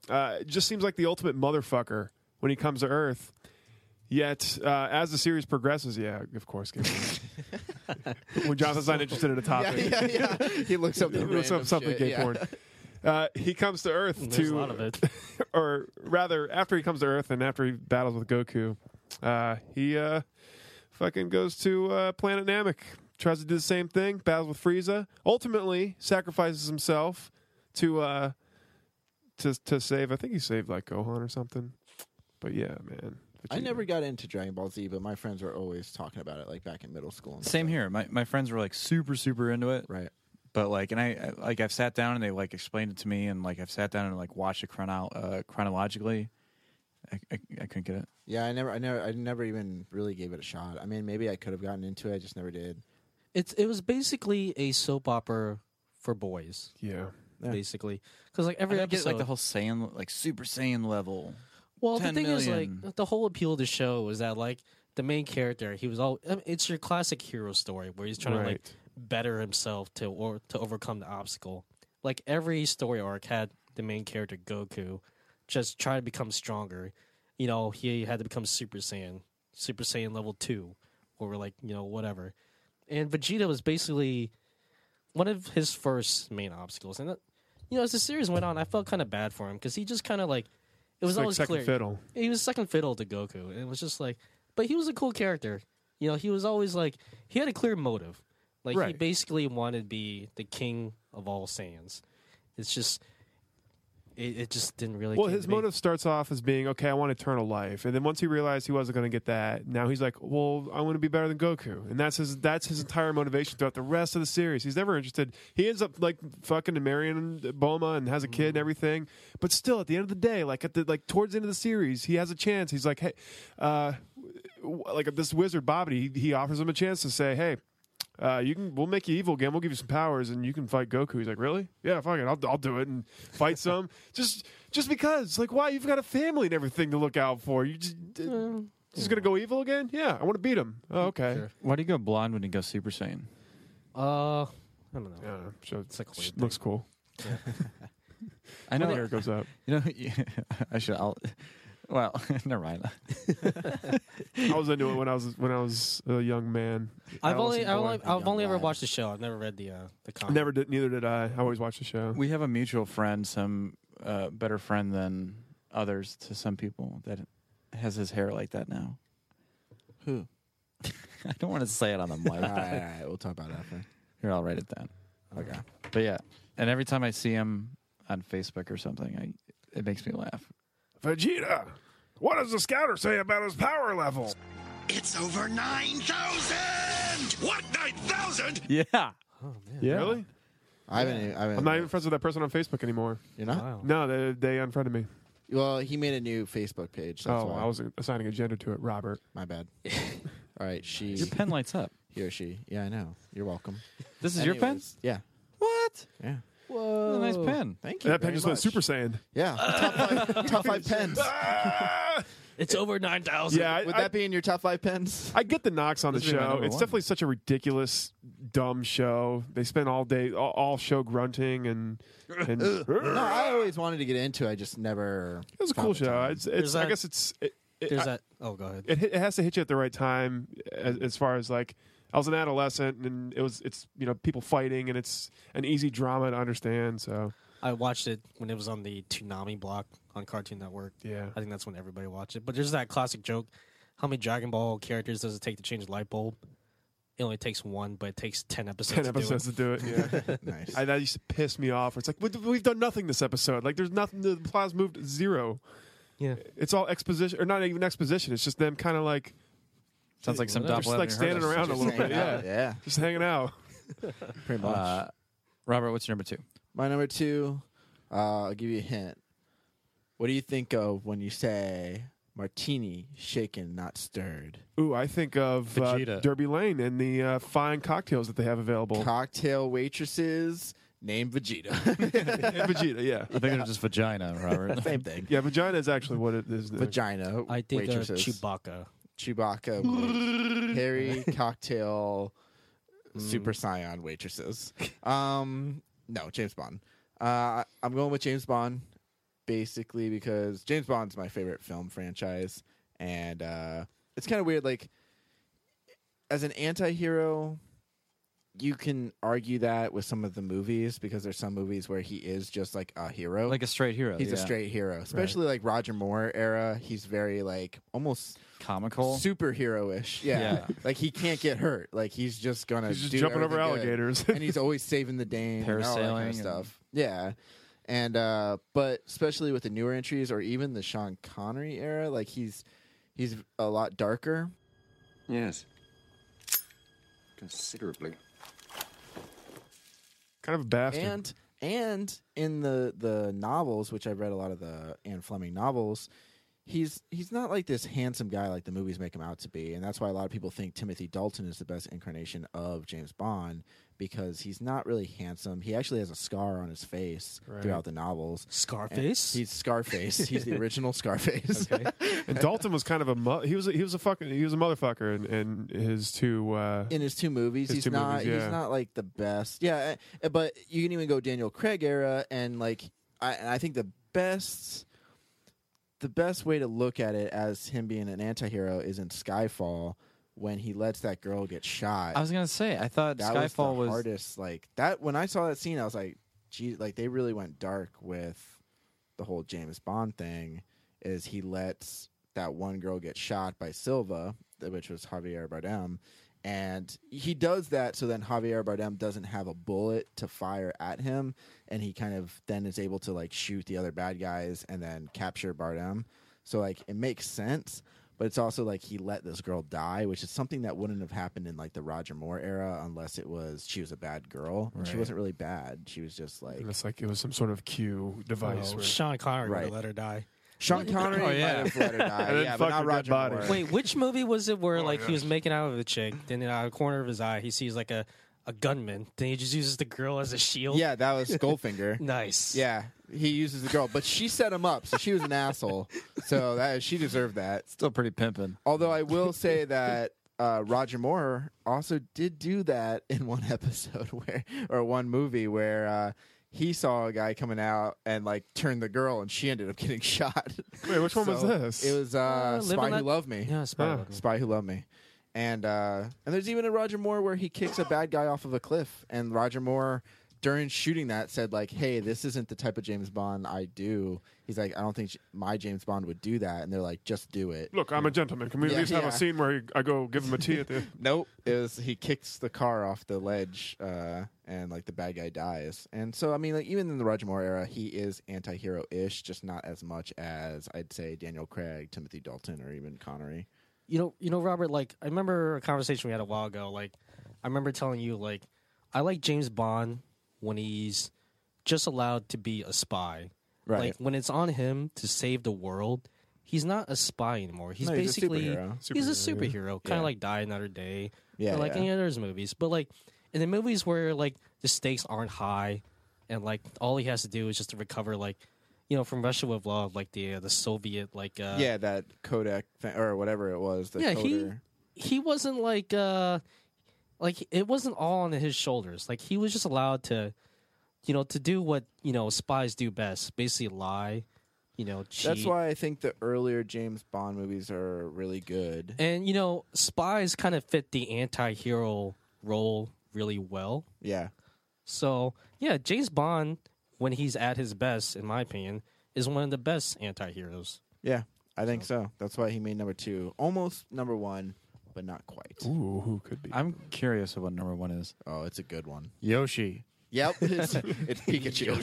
[SPEAKER 3] uh, just seems like the ultimate motherfucker when he comes to Earth. Yet, uh, as the series progresses, yeah, of course, Gabriel. when Jonathan's not interested in a topic,
[SPEAKER 4] Yeah, yeah, yeah. He looks up the
[SPEAKER 3] He looks
[SPEAKER 4] random
[SPEAKER 3] up something
[SPEAKER 4] shit,
[SPEAKER 3] gay
[SPEAKER 4] yeah.
[SPEAKER 3] porn. Uh, he comes to Earth
[SPEAKER 5] There's
[SPEAKER 3] to
[SPEAKER 5] a lot of it.
[SPEAKER 3] or rather, after he comes to Earth and after he battles with Goku, uh, he uh, fucking goes to uh, Planet Namek, tries to do the same thing, battles with Frieza, ultimately sacrifices himself to uh, to to save. I think he saved like Gohan or something. But yeah, man,
[SPEAKER 4] I never got into Dragon Ball Z, but my friends were always talking about it, like back in middle school. And
[SPEAKER 2] Same here. My my friends were like super super into it. Right. But like, and I I- like I've sat down and they like explained it to me, and like I've sat down and like watched it chrono- uh, chronologically, I, I, I couldn't get it.
[SPEAKER 4] Yeah, I never, I never, I never even really gave it a shot. I mean, maybe I could have gotten into it, I just never did.
[SPEAKER 5] It's it was basically a soap opera for boys.
[SPEAKER 3] Yeah,
[SPEAKER 5] basically, because like
[SPEAKER 2] I
[SPEAKER 5] every
[SPEAKER 2] don't
[SPEAKER 5] episode,
[SPEAKER 2] get like the whole Saiyan, like Super Saiyan level.
[SPEAKER 5] Well,
[SPEAKER 2] 10
[SPEAKER 5] the thing
[SPEAKER 2] million.
[SPEAKER 5] is, like, the whole appeal of the show was that, like, the main character, he was all. I mean, it's your classic hero story where he's trying to like
[SPEAKER 3] Right.
[SPEAKER 5] better himself to or to overcome the obstacle. Like every story arc had the main character Goku just try to become stronger. You know, he had to become Super Saiyan, Super Saiyan level two, or like you know whatever. And Vegeta was basically one of his first main obstacles. And, that, you know, as the series went on, I felt kind of bad for him because he just kind of like, it was
[SPEAKER 3] It's like
[SPEAKER 5] always
[SPEAKER 3] second
[SPEAKER 5] clear.
[SPEAKER 3] fiddle.
[SPEAKER 5] He was second fiddle to Goku. And it was just like, but he was a cool character. You know, he was always like, he had a clear motive. Like, he
[SPEAKER 3] Right.
[SPEAKER 5] basically wanted to be the king of all Saiyans. It's just, it, it just didn't really.
[SPEAKER 3] well,
[SPEAKER 5] came
[SPEAKER 3] his
[SPEAKER 5] to be.
[SPEAKER 3] motive starts off as being okay. I want eternal life, and then once he realized he wasn't going to get that, now he's like, well, I want to be better than Goku, and that's his that's his entire motivation throughout the rest of the series. He's never interested. He ends up like fucking marrying Bulma and has a kid and everything, but still, at the end of the day, like at the like towards the end of the series, he has a chance. He's like, hey, uh, w- like this wizard Bobby, he, he offers him a chance to say, hey. Uh, you can. We'll make you evil again. We'll give you some powers, and you can fight Goku. He's like, really? Yeah, fuck it. I'll, I'll do it and fight some. just, just because. Like, why? You've got a family and everything to look out for. You just, just gonna go evil again? Yeah, I want to beat him. Oh, okay.
[SPEAKER 2] Why do you go blonde when you go Super Saiyan?
[SPEAKER 5] Uh, I don't know.
[SPEAKER 3] Yeah, so
[SPEAKER 5] it's like a weird
[SPEAKER 3] Looks cool.
[SPEAKER 2] I know.
[SPEAKER 3] My hair goes up.
[SPEAKER 2] You know, I should. I'll, well, never mind.
[SPEAKER 3] I was into it when I was when I was a young man.
[SPEAKER 5] I've only,
[SPEAKER 3] Adolescent
[SPEAKER 5] I've
[SPEAKER 3] boy.
[SPEAKER 5] only, I've only ever watched the show. I've never read the uh, the comic.
[SPEAKER 3] never did. Neither did I. I always watched the show.
[SPEAKER 2] We have a mutual friend, some uh, better friend than others to some people that has his hair like that now.
[SPEAKER 4] Who?
[SPEAKER 2] I don't want to say it on the mic.
[SPEAKER 4] all, right, all right, we'll talk about it after.
[SPEAKER 2] Here, I'll write it down.
[SPEAKER 4] Okay.
[SPEAKER 2] But yeah, and every time I see him on Facebook or something, I, it makes me laugh.
[SPEAKER 3] Vegeta, what does the scouter say about his power level?
[SPEAKER 16] It's over 9,000! What, 9,000?
[SPEAKER 2] Yeah.
[SPEAKER 3] yeah. Really?
[SPEAKER 4] I haven't. even- I haven't
[SPEAKER 3] I'm not even friends with that person on Facebook anymore.
[SPEAKER 4] You're not.
[SPEAKER 3] No, they, they unfriended me.
[SPEAKER 4] Well, he made a new Facebook page. That's
[SPEAKER 3] oh,
[SPEAKER 4] why.
[SPEAKER 3] I was assigning a gender to it, Robert.
[SPEAKER 4] My bad. All right, she.
[SPEAKER 2] Your pen lights up.
[SPEAKER 4] He or she. Yeah, I know. You're welcome.
[SPEAKER 2] This is your pen?
[SPEAKER 4] Anyways, Yeah.
[SPEAKER 2] What?
[SPEAKER 4] Yeah.
[SPEAKER 2] That's
[SPEAKER 4] Whoa.
[SPEAKER 2] a nice pen.
[SPEAKER 4] Thank you.
[SPEAKER 3] And that pen
[SPEAKER 4] very
[SPEAKER 3] just went
[SPEAKER 4] much.
[SPEAKER 3] Super Saiyan.
[SPEAKER 4] Yeah. top, five, top five pens.
[SPEAKER 5] It's over nine thousand.
[SPEAKER 3] Yeah, I,
[SPEAKER 4] Would
[SPEAKER 3] I-
[SPEAKER 4] that be in your top five pens?
[SPEAKER 3] I get the knocks on the
[SPEAKER 2] This would be my
[SPEAKER 3] show.
[SPEAKER 2] number
[SPEAKER 3] It's
[SPEAKER 2] one.
[SPEAKER 3] definitely such a ridiculous, dumb show. They spend all day, all, all show grunting and. and
[SPEAKER 4] No,
[SPEAKER 3] it
[SPEAKER 4] I always wanted to get into. I just never. It
[SPEAKER 3] was a cool show. It's, it's,
[SPEAKER 5] There's
[SPEAKER 3] I
[SPEAKER 5] that-
[SPEAKER 3] guess it's. It, it,
[SPEAKER 5] There's
[SPEAKER 3] I-
[SPEAKER 5] that. Oh, go ahead.
[SPEAKER 3] it, hit- it has to hit you at the right time as, as far as like I was an adolescent and it was it's you know people fighting and it's an easy drama to understand so
[SPEAKER 5] I watched it when it was on the Toonami block on Cartoon Network.
[SPEAKER 3] yeah
[SPEAKER 5] I think that's when everybody watched it. But there's that classic joke: how many Dragon Ball characters does it take to change a light bulb? It only takes one, but it takes ten episodes.
[SPEAKER 3] 10
[SPEAKER 5] to
[SPEAKER 3] episodes
[SPEAKER 5] Do
[SPEAKER 3] to do it yeah
[SPEAKER 4] nice.
[SPEAKER 3] I, that used to piss me off it's like "We- we've done nothing this episode like there's nothing the plot's moved zero
[SPEAKER 5] it. Yeah,
[SPEAKER 3] it's all exposition or not even exposition it's just them kind of like
[SPEAKER 2] Sounds like some
[SPEAKER 3] they're just
[SPEAKER 2] doppelganger
[SPEAKER 3] like
[SPEAKER 2] heard
[SPEAKER 3] standing
[SPEAKER 2] us.
[SPEAKER 3] around a
[SPEAKER 4] Just
[SPEAKER 3] little bit
[SPEAKER 4] hanging
[SPEAKER 3] yeah.
[SPEAKER 4] out, yeah.
[SPEAKER 3] just hanging out
[SPEAKER 4] Pretty much.
[SPEAKER 2] Uh, Robert, what's your number two?
[SPEAKER 4] My number two, uh, I'll give you a hint. What do you think of when you say martini shaken, not stirred?
[SPEAKER 3] ooh I think of uh,
[SPEAKER 2] Vegeta.
[SPEAKER 3] Derby Lane and the uh, fine cocktails that they have available
[SPEAKER 4] Cocktail waitresses named Vegeta.
[SPEAKER 3] Vegeta yeah
[SPEAKER 2] I think it's just vagina, Robert.
[SPEAKER 4] Same thing.
[SPEAKER 3] yeah vagina is actually what it is
[SPEAKER 4] Vagina.
[SPEAKER 5] I think of
[SPEAKER 4] waitresses.
[SPEAKER 5] Chewbacca.
[SPEAKER 4] Chewbacca. wait- Harry cocktail. Super Scion waitresses. Um, no, James Bond. Uh, I'm going with James Bond, basically because James Bond's my favorite film franchise, and uh, it's kind of weird. Like, as an anti-hero, you can argue that with some of the movies because there's some movies where he is just like a hero,
[SPEAKER 2] Like a straight hero.
[SPEAKER 4] he's a
[SPEAKER 2] yeah.
[SPEAKER 4] straight hero. Especially like Roger Moore era, he's very like almost
[SPEAKER 2] comical.
[SPEAKER 4] superhero-ish. Yeah.
[SPEAKER 2] Yeah.
[SPEAKER 4] like he can't get hurt. Like he's just gonna
[SPEAKER 3] He's just
[SPEAKER 4] do
[SPEAKER 3] jumping over
[SPEAKER 4] everything good.
[SPEAKER 3] alligators.
[SPEAKER 4] and he's always saving the day and all that kind
[SPEAKER 2] Parasailing
[SPEAKER 4] of
[SPEAKER 2] and-
[SPEAKER 4] stuff. Yeah. And uh but especially with the newer entries or even the Sean Connery era, like he's he's a lot darker.
[SPEAKER 16] Yes. Considerably.
[SPEAKER 3] kind of a bastard
[SPEAKER 4] and and in the the novels which i've read a lot of the anne fleming novels he's he's not like this handsome guy like the movies make him out to be, and that's why a lot of people think Timothy Dalton is the best incarnation of James Bond because he's not really handsome. He actually has a scar on his face
[SPEAKER 5] Right.
[SPEAKER 4] throughout the novels.
[SPEAKER 5] Scarface?
[SPEAKER 4] And he's Scarface. he's the original Scarface.
[SPEAKER 3] and Dalton was kind of a mu- he was a, he was a fucking he was a motherfucker in, in his two uh,
[SPEAKER 4] in his two movies.
[SPEAKER 3] his
[SPEAKER 4] he's
[SPEAKER 3] two
[SPEAKER 4] not
[SPEAKER 3] movies, yeah.
[SPEAKER 4] he's not like the best. Yeah, eh, but you can even go Daniel Craig era and like I and I think the best the best way to look at it as him being an antihero is in Skyfall when he lets that girl get shot.
[SPEAKER 2] I was gonna say, I thought
[SPEAKER 4] that
[SPEAKER 2] Skyfall
[SPEAKER 4] was
[SPEAKER 2] was,
[SPEAKER 4] the hardest. Like that when I saw that scene, I was like, gee, like they really went dark with the whole James Bond thing. Is he lets that one girl get shot by Silva, th- which was Javier Bardem, and he does that so then Javier Bardem doesn't have a bullet to fire at him, and he kind of then is able to like shoot the other bad guys and then capture Bardem. So like it makes sense, but it's also like he let this girl die, which is something that wouldn't have happened in like the Roger Moore era unless it was she was a bad girl. And She
[SPEAKER 3] Right.
[SPEAKER 4] wasn't really bad. She was just like
[SPEAKER 3] it's like it was some sort of cue device.
[SPEAKER 4] Oh,
[SPEAKER 3] where-
[SPEAKER 5] Sean Connery would
[SPEAKER 4] Right.
[SPEAKER 5] have let her die.
[SPEAKER 4] Sean Connery
[SPEAKER 3] Oh, yeah.
[SPEAKER 4] might have let her die.
[SPEAKER 3] And then
[SPEAKER 4] yeah,
[SPEAKER 3] fucked
[SPEAKER 4] but not
[SPEAKER 3] her dead
[SPEAKER 4] Roger
[SPEAKER 3] body.
[SPEAKER 4] Moore.
[SPEAKER 5] Wait, which movie was it where like
[SPEAKER 4] yeah.
[SPEAKER 5] he was making out with a chick, then out of the corner of his eye he sees like a, a gunman, then he just uses the girl as a shield?
[SPEAKER 4] Yeah, that was Goldfinger.
[SPEAKER 5] nice.
[SPEAKER 4] Yeah, he uses the girl, but she set him up, so she was an asshole. So that she deserved that.
[SPEAKER 2] still pretty pimping.
[SPEAKER 4] Although I will say that uh, Roger Moore also did do that in one episode where, or one movie where. Uh, he saw a guy coming out and like turned the girl, and she ended up getting shot.
[SPEAKER 3] Wait, which one was
[SPEAKER 4] So
[SPEAKER 3] this?
[SPEAKER 4] It was uh,
[SPEAKER 5] Uh, Live and
[SPEAKER 4] Spy Who
[SPEAKER 5] Let-
[SPEAKER 4] Loved Me.
[SPEAKER 5] Yeah, Spy Who Loved Me.
[SPEAKER 4] Spy Who Loved Me. And uh, and there's even a Roger Moore where he kicks a bad guy off of a cliff, and Roger Moore during shooting that said like, "Hey, this isn't the type of James Bond I do." He's like, "I don't think sh- my James Bond would do that," and they're like, "Just do it."
[SPEAKER 3] Look, I'm a gentleman. Can we
[SPEAKER 4] Yeah,
[SPEAKER 3] at least have
[SPEAKER 4] yeah.
[SPEAKER 3] a scene where I go give him a tea at the?
[SPEAKER 4] Nope. It was he kicks the car off the ledge, uh, and like the bad guy dies. And so I mean, like even in the Roger Moore era, he is anti-hero ish, just not as much as I'd say Daniel Craig, Timothy Dalton, or even Connery.
[SPEAKER 5] You know, you know, Robert. Like, I remember a conversation we had a while ago. Like, I remember telling you, like, I like James Bond when he's just allowed to be a spy.
[SPEAKER 4] Right.
[SPEAKER 5] Like when it's on him to save the world, he's not a spy anymore. He's
[SPEAKER 4] No, he's a
[SPEAKER 5] basically
[SPEAKER 4] superhero.
[SPEAKER 5] he's a
[SPEAKER 4] Superhero, yeah.
[SPEAKER 5] superhero, kind
[SPEAKER 4] Yeah.
[SPEAKER 5] of like Die Another Day.
[SPEAKER 4] Yeah,
[SPEAKER 5] or like
[SPEAKER 4] yeah.
[SPEAKER 5] any of those movies. But like in the movies where like the stakes aren't high, and like all he has to do is just to recover, like you know, from Russia with love, like the uh, the Soviet like uh,
[SPEAKER 4] yeah, that Kodak thing, or whatever it was. The
[SPEAKER 5] yeah,
[SPEAKER 4] coder.
[SPEAKER 5] he he wasn't like uh like it wasn't all on his shoulders. Like he was just allowed to you know, to do what, you know, spies do best, basically lie, you know, cheat.
[SPEAKER 4] That's why I think the earlier James Bond movies are really good.
[SPEAKER 5] And you know, spies kind of fit the anti-hero role really well.
[SPEAKER 4] Yeah.
[SPEAKER 5] So, yeah, James Bond when he's at his best in my opinion is one of the best anti-heroes.
[SPEAKER 4] Yeah, I think so. That's why he made number two, almost number one, but not quite.
[SPEAKER 3] Ooh, who could be?
[SPEAKER 2] I'm curious of what number one is.
[SPEAKER 4] Oh, it's a good one.
[SPEAKER 2] Yoshi.
[SPEAKER 4] Yep, it's, it's Pikachu.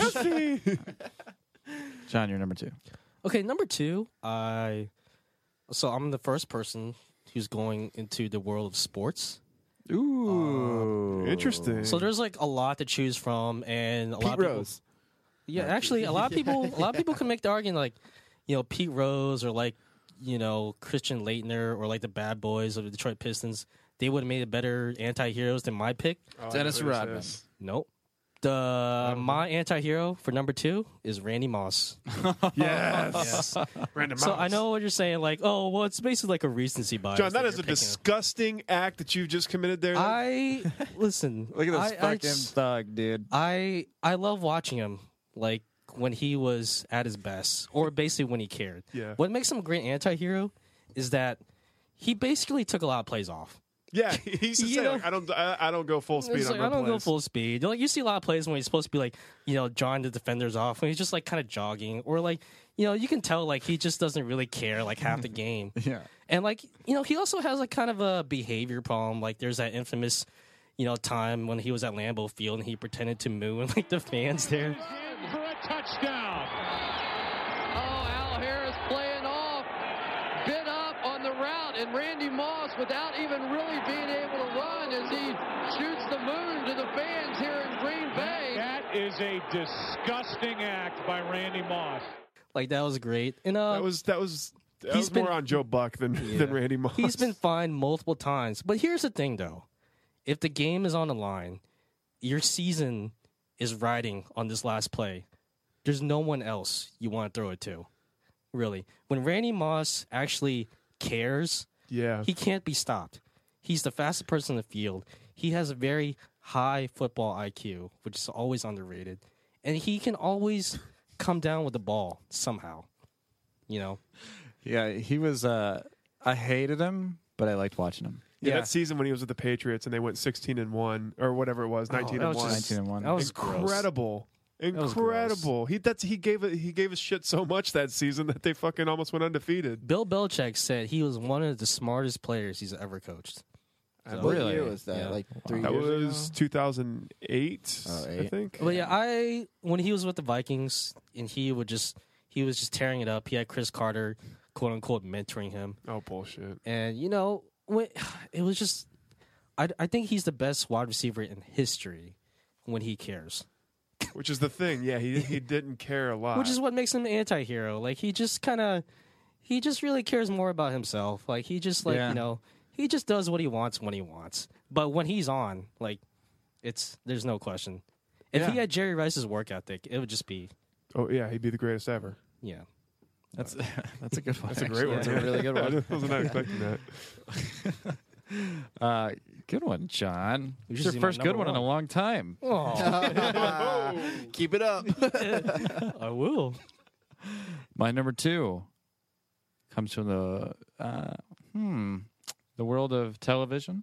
[SPEAKER 2] John, you're number two.
[SPEAKER 5] Okay, number two, I. So I'm the first person who's going into the world of sports.
[SPEAKER 2] Ooh,
[SPEAKER 3] Uh, interesting.
[SPEAKER 5] So there's like a lot to choose from, and a lot
[SPEAKER 4] Pete
[SPEAKER 5] of people-
[SPEAKER 4] Rose.
[SPEAKER 5] yeah, actually, a lot of people, a lot of people can make the argument like, you know, Pete Rose or like, you know, Christian Leitner or like the Bad Boys of the Detroit Pistons. They would have made better anti-heroes than my pick.
[SPEAKER 3] Oh,
[SPEAKER 2] Dennis Rodman.
[SPEAKER 5] Nope. The my anti-hero for number two is Randy Moss. Oh,
[SPEAKER 3] Yes, random.
[SPEAKER 5] So I know what you're saying, like, oh, well, it's basically like a recency bias.
[SPEAKER 3] John, that
[SPEAKER 5] you're
[SPEAKER 3] is a
[SPEAKER 5] picking up.
[SPEAKER 3] disgusting act that you've just committed there.
[SPEAKER 5] I listen.
[SPEAKER 2] Look at this
[SPEAKER 5] I, I
[SPEAKER 2] fucking
[SPEAKER 5] just-
[SPEAKER 2] thug, dude.
[SPEAKER 5] I I love watching him, like when he was at his best, or basically when he cared.
[SPEAKER 3] Yeah.
[SPEAKER 5] What makes him a great anti-hero is that he basically took a lot of plays off.
[SPEAKER 3] yeah, he's
[SPEAKER 5] You
[SPEAKER 3] just saying,
[SPEAKER 5] know-
[SPEAKER 3] like, I don't, I, I don't go full speed.
[SPEAKER 5] It's
[SPEAKER 3] on
[SPEAKER 5] like,
[SPEAKER 3] my
[SPEAKER 5] I don't go
[SPEAKER 3] plays.
[SPEAKER 5] full speed. Like you see a lot of plays when he's supposed to be like, you know, drawing the defenders off, when he's just like kind of jogging, or like, you know, you can tell like he just doesn't really care like half the game.
[SPEAKER 2] Yeah.
[SPEAKER 5] And like, you know, he also has like kind of a behavior problem. Like there's that infamous, you know, time when he was at Lambeau Field and he pretended to moo and like the fans there.
[SPEAKER 18] for a touchdown. Oh, Al Harris playing off, bit up on the route, and Randy Moss, without even really being able to run, as he shoots the moon to the fans here in Green Bay. That is a disgusting act by Randy Moss.
[SPEAKER 5] Like that was great. And uh,
[SPEAKER 3] That was that was I was more on Joe Buck than than Randy Moss.
[SPEAKER 5] He's been fined multiple times. But here's the thing, though: if the game is on the line, your season is riding on this last play. There's no one else you want to throw it to, really. When Randy Moss actually cares,
[SPEAKER 3] yeah,
[SPEAKER 5] he can't be stopped. He's the fastest person in the field. He has a very high football IQ, which is always underrated, and he can always come down with the ball somehow. You know,
[SPEAKER 2] Yeah, he was. Uh, I hated him, but I liked watching him.
[SPEAKER 3] Yeah, that season when he was with the Patriots and they went sixteen and one or whatever it was,
[SPEAKER 2] Oh,
[SPEAKER 3] nineteen
[SPEAKER 2] that
[SPEAKER 3] and
[SPEAKER 2] was
[SPEAKER 3] one,
[SPEAKER 2] just- 19 and one. that was gross.
[SPEAKER 3] incredible,
[SPEAKER 2] was
[SPEAKER 3] incredible. He that's he gave a, he gave us shit so much that season that they fucking almost went undefeated.
[SPEAKER 5] Bill Belichick said he was one of the smartest players he's ever coached.
[SPEAKER 4] Uh,
[SPEAKER 3] Oh,
[SPEAKER 4] what Really? year was that? Like three
[SPEAKER 3] that
[SPEAKER 4] years ago?
[SPEAKER 3] was two thousand eight,
[SPEAKER 4] Oh,
[SPEAKER 3] I
[SPEAKER 4] eight.
[SPEAKER 3] think.
[SPEAKER 5] But yeah, I when he was with the Vikings and he would just he was just tearing it up. He had Chris Carter, quote unquote, mentoring him.
[SPEAKER 3] Oh bullshit!
[SPEAKER 5] And you know, when, it was just I I think he's the best wide receiver in history when he cares.
[SPEAKER 3] Which is the thing, yeah. He he didn't care a lot.
[SPEAKER 2] Uh,
[SPEAKER 5] Which is what makes him an anti-hero. Like he just kind of he just really cares more about himself. Like he just like,
[SPEAKER 2] Yeah.
[SPEAKER 5] you know, he just does what he wants when he wants. But when he's on, like it's there's no question. If he
[SPEAKER 3] Yeah.
[SPEAKER 5] had Jerry Rice's work ethic, it would just be
[SPEAKER 3] oh yeah, he'd be the greatest ever.
[SPEAKER 5] yeah.
[SPEAKER 2] That's that's a good one.
[SPEAKER 3] That's a
[SPEAKER 2] actually.
[SPEAKER 3] great one.
[SPEAKER 2] That's a really good
[SPEAKER 3] I
[SPEAKER 2] one.
[SPEAKER 3] was not expecting that.
[SPEAKER 2] Uh, good one, John.
[SPEAKER 5] You
[SPEAKER 2] It
[SPEAKER 5] should
[SPEAKER 2] was your
[SPEAKER 5] see my
[SPEAKER 2] first good
[SPEAKER 5] number
[SPEAKER 2] one in a
[SPEAKER 5] one.
[SPEAKER 2] long time.
[SPEAKER 4] Keep it up.
[SPEAKER 5] I will.
[SPEAKER 2] My number two comes from the uh, hmm the world of television.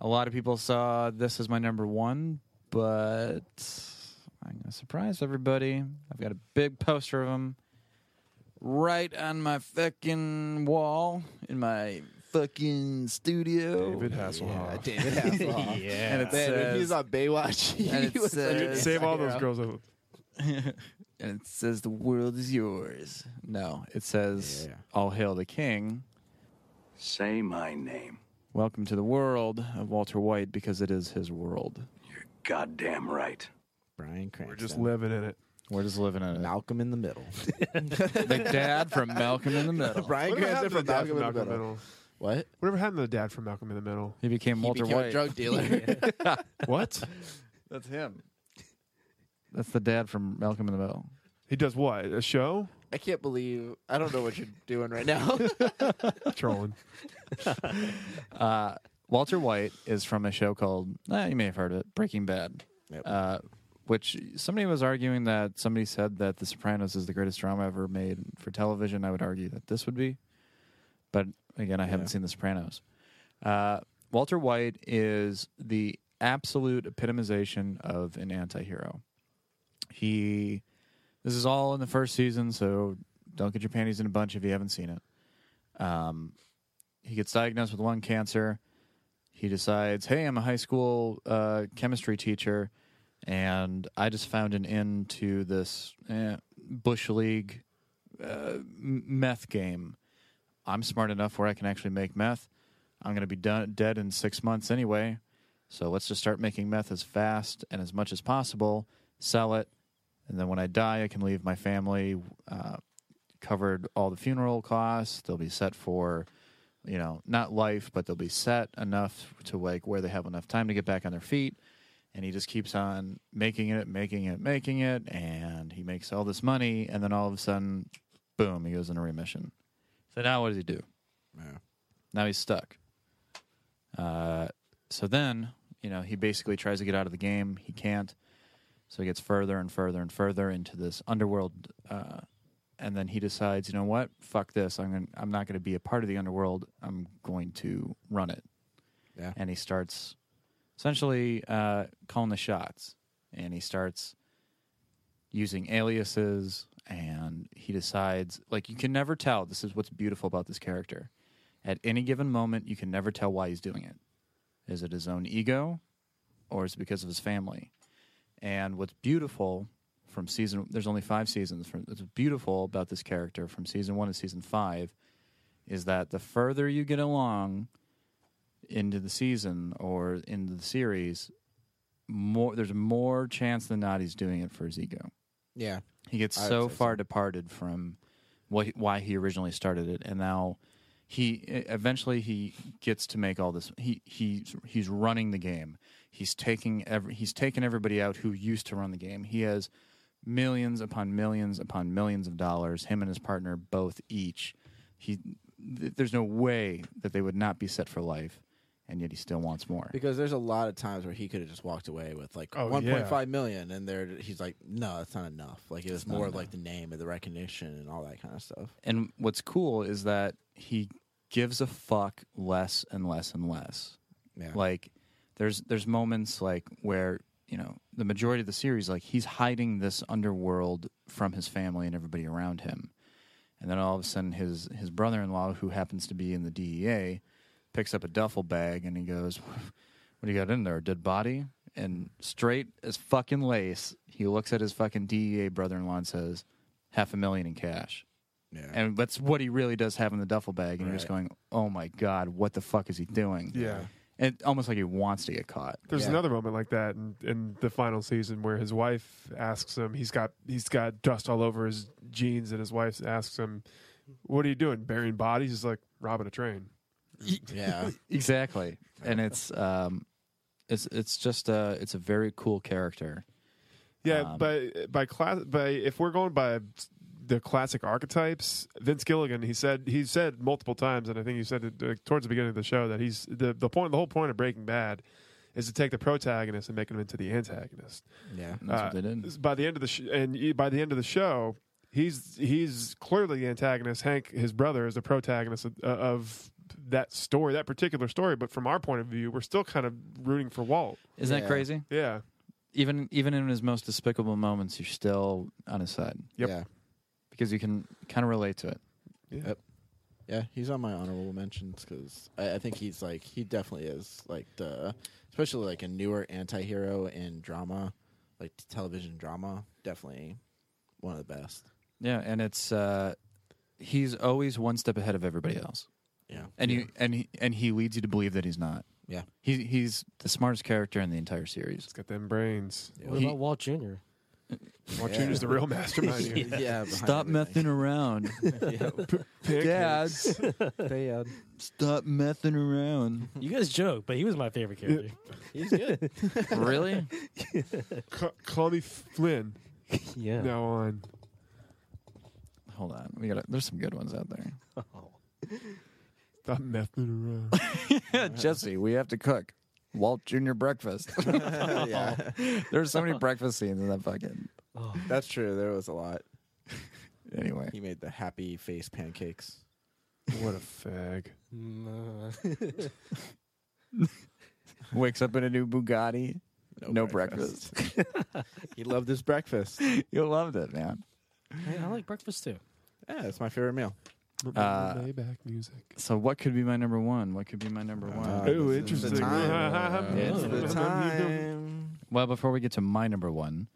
[SPEAKER 2] A lot of people saw this as my number one, but I'm gonna surprise everybody. I've got a big poster of him right on my fucking wall in my fucking studio.
[SPEAKER 3] David Hasselhoff.
[SPEAKER 4] David Hasselhoff.
[SPEAKER 2] And it
[SPEAKER 4] Man, when he
[SPEAKER 2] says,
[SPEAKER 4] was on Baywatch. He
[SPEAKER 2] and it
[SPEAKER 4] was like,
[SPEAKER 2] says-
[SPEAKER 3] Save all those girls. Over.
[SPEAKER 2] and it says the world is yours. No, it says all hail the king.
[SPEAKER 11] Say my name.
[SPEAKER 2] Welcome to the world of Walter White because it is his world.
[SPEAKER 11] Goddamn right.
[SPEAKER 4] Brian Cranston.
[SPEAKER 3] We're just living in it.
[SPEAKER 2] We're just living in it.
[SPEAKER 4] Malcolm in the Middle.
[SPEAKER 2] the dad from Malcolm in the Middle.
[SPEAKER 4] Brian
[SPEAKER 3] Whatever
[SPEAKER 4] Cranston
[SPEAKER 3] happened to
[SPEAKER 4] from
[SPEAKER 3] the dad
[SPEAKER 4] Malcolm in the Middle. What?
[SPEAKER 3] Whatever happened to the dad from Malcolm in the Middle?
[SPEAKER 2] He became Walter
[SPEAKER 4] became a
[SPEAKER 2] White.
[SPEAKER 4] drug dealer.
[SPEAKER 3] What?
[SPEAKER 2] That's him. That's the dad from Malcolm in the Middle.
[SPEAKER 3] he does what? A show?
[SPEAKER 4] I can't believe. I don't know what you're doing right now.
[SPEAKER 3] Trolling.
[SPEAKER 2] Uh, Walter White is from a show called uh, you may have heard of it, Breaking Bad, uh, which somebody was arguing that somebody said that The Sopranos is the greatest drama ever made for television. I would argue that this would be, but again, I haven't seen The Sopranos. Uh, Walter White is the absolute epitomization of an anti-hero. He, this is all in the first season, so don't get your panties in a bunch if you haven't seen it. Um, he gets diagnosed with lung cancer. He decides, hey, I'm a high school uh, chemistry teacher, and I just found an end to this eh, Bush League uh, m- meth game. I'm smart enough where I can actually make meth. I'm going to be done, dead in six months anyway. So let's just start making meth as fast and as much as possible, sell it, and then when I die, I can leave my family uh, covered all the funeral costs. They'll be set for, you know, not life, but they'll be set enough to like where they have enough time to get back on their feet. And he just keeps on making it, making it, making it, and he makes all this money, and then all of a sudden, boom, he goes into remission. So now what does he do? Now he's stuck. Uh, so then, you know, he basically tries to get out of the game. He can't. So he gets further and further and further into this underworld. Uh, and then he decides, you know what? Fuck this. I'm gonna, I'm not going to be a part of the underworld. I'm going to run it.
[SPEAKER 4] Yeah.
[SPEAKER 2] And he starts essentially uh, calling the shots. And he starts using aliases and he decides like you can never tell this is what's beautiful about this character at any given moment you can never tell why he's doing it is it his own ego or is it because of his family and what's beautiful from season there's only five seasons from what's beautiful about this character from season one to season five is that the further you get along into the season or into the series more there's more chance than not he's doing it for his ego
[SPEAKER 4] yeah.
[SPEAKER 2] he gets
[SPEAKER 4] I would
[SPEAKER 2] so
[SPEAKER 4] say
[SPEAKER 2] far departed from what why he originally started it, and now he e, eventually he gets to make all this. He he he's running the game. He's taking every he's taken everybody out who used to run the game. He has millions upon millions upon millions of dollars. Him and his partner both each. He th- there's no way that they would not be set for life, and yet he still wants more.
[SPEAKER 4] Because there's a lot of times where he could have just walked away with like
[SPEAKER 2] Oh,
[SPEAKER 4] 1.5 million,
[SPEAKER 2] yeah.
[SPEAKER 4] and there he's like, no, that's not enough. Like it was
[SPEAKER 2] It's not
[SPEAKER 4] more of
[SPEAKER 2] enough.
[SPEAKER 4] like the name and the recognition and all that kind of stuff.
[SPEAKER 2] And what's cool is that he gives a fuck less and less and less.
[SPEAKER 4] Yeah.
[SPEAKER 2] Like there's there's moments like where, you know, the majority of the series like he's hiding this underworld from his family and everybody around him. And then all of a sudden his his brother-in-law who happens to be in the DEA picks up a duffel bag and he goes, "What do you got in there? A dead body?" And straight as fucking lace, he looks at his fucking DEA brother-in-law and says, "Half a million in cash."
[SPEAKER 4] Yeah.
[SPEAKER 2] And that's what he really does have in the duffel bag. And you're just
[SPEAKER 3] Right.
[SPEAKER 2] going, oh my God, what the fuck is he doing?
[SPEAKER 3] Yeah.
[SPEAKER 2] And it- almost like he wants to get caught.
[SPEAKER 3] There's another moment like that in, in the final season where his wife asks him. He's got he's got dust all over his jeans, and his wife asks him, "What are you doing? Burying bodies?" He's like robbing a train.
[SPEAKER 4] Yeah.
[SPEAKER 2] exactly. And it's, um, it's, it's just a, it's a very cool character.
[SPEAKER 3] Yeah, by by class by if we're going by the classic archetypes, Vince Gilligan he said he said multiple times, and I think he said it uh, towards the beginning of the show that he's the the point the whole point of Breaking Bad is to take the protagonist and make him into the antagonist.
[SPEAKER 4] Yeah.
[SPEAKER 2] And that's what they did.
[SPEAKER 3] Uh, By the end of the sh- and you- by the end of the show, he's he's clearly the antagonist. Hank, his brother, is the protagonist of, uh, of that story, that particular story. But from our point of view, we're still kind of rooting for Walt.
[SPEAKER 2] Isn't that crazy?
[SPEAKER 3] Yeah.
[SPEAKER 2] Even, even in his most despicable moments, you're still on his side.
[SPEAKER 3] Yep.
[SPEAKER 4] Yeah.
[SPEAKER 2] Because you can kind of relate to it.
[SPEAKER 3] Yeah.
[SPEAKER 4] Yep. Yeah, he's on my honorable mentions because I, I think he's like he definitely is like the especially like a newer anti-hero in drama, like television drama, definitely one of the best.
[SPEAKER 2] Yeah, and it's uh, he's always one step ahead of everybody else.
[SPEAKER 4] Yeah.
[SPEAKER 2] and you and he and he leads you to believe that he's not.
[SPEAKER 4] Yeah.
[SPEAKER 2] he he's the smartest character in the entire series. He's
[SPEAKER 3] got them brains.
[SPEAKER 5] What about Walt Jr.?
[SPEAKER 3] Walt Jr. is the real mastermind here.
[SPEAKER 4] Yeah, behind
[SPEAKER 2] stop messing around, dads.
[SPEAKER 4] Dad,
[SPEAKER 2] stop messing around.
[SPEAKER 5] You guys joke, but he was my favorite character. He's good.
[SPEAKER 2] Really?
[SPEAKER 3] Ca- call me Flynn.
[SPEAKER 5] Yeah.
[SPEAKER 3] Now on.
[SPEAKER 2] Hold on, we got there's some good ones out there.
[SPEAKER 3] Stop messing around.
[SPEAKER 2] Jesse, we have to cook Walt Junior breakfast.
[SPEAKER 4] Yeah.
[SPEAKER 2] there's so many breakfast scenes in that fucking.
[SPEAKER 4] that's true. There was a lot.
[SPEAKER 2] Anyway,
[SPEAKER 4] he made the happy face pancakes.
[SPEAKER 3] What a fag!
[SPEAKER 2] wakes up in a new Bugatti.
[SPEAKER 4] No
[SPEAKER 2] No,
[SPEAKER 4] breakfast.
[SPEAKER 2] breakfast.
[SPEAKER 4] he loved his breakfast.
[SPEAKER 2] you loved it, man.
[SPEAKER 5] I like breakfast too.
[SPEAKER 4] Yeah, it's my favorite meal.
[SPEAKER 2] Uh,
[SPEAKER 3] Maybach music.
[SPEAKER 2] So what could be my number one? What could be my
[SPEAKER 4] Uh,
[SPEAKER 2] number one?
[SPEAKER 3] Oh, interesting.
[SPEAKER 2] It's the
[SPEAKER 4] time.
[SPEAKER 2] Well, before we get to my number one,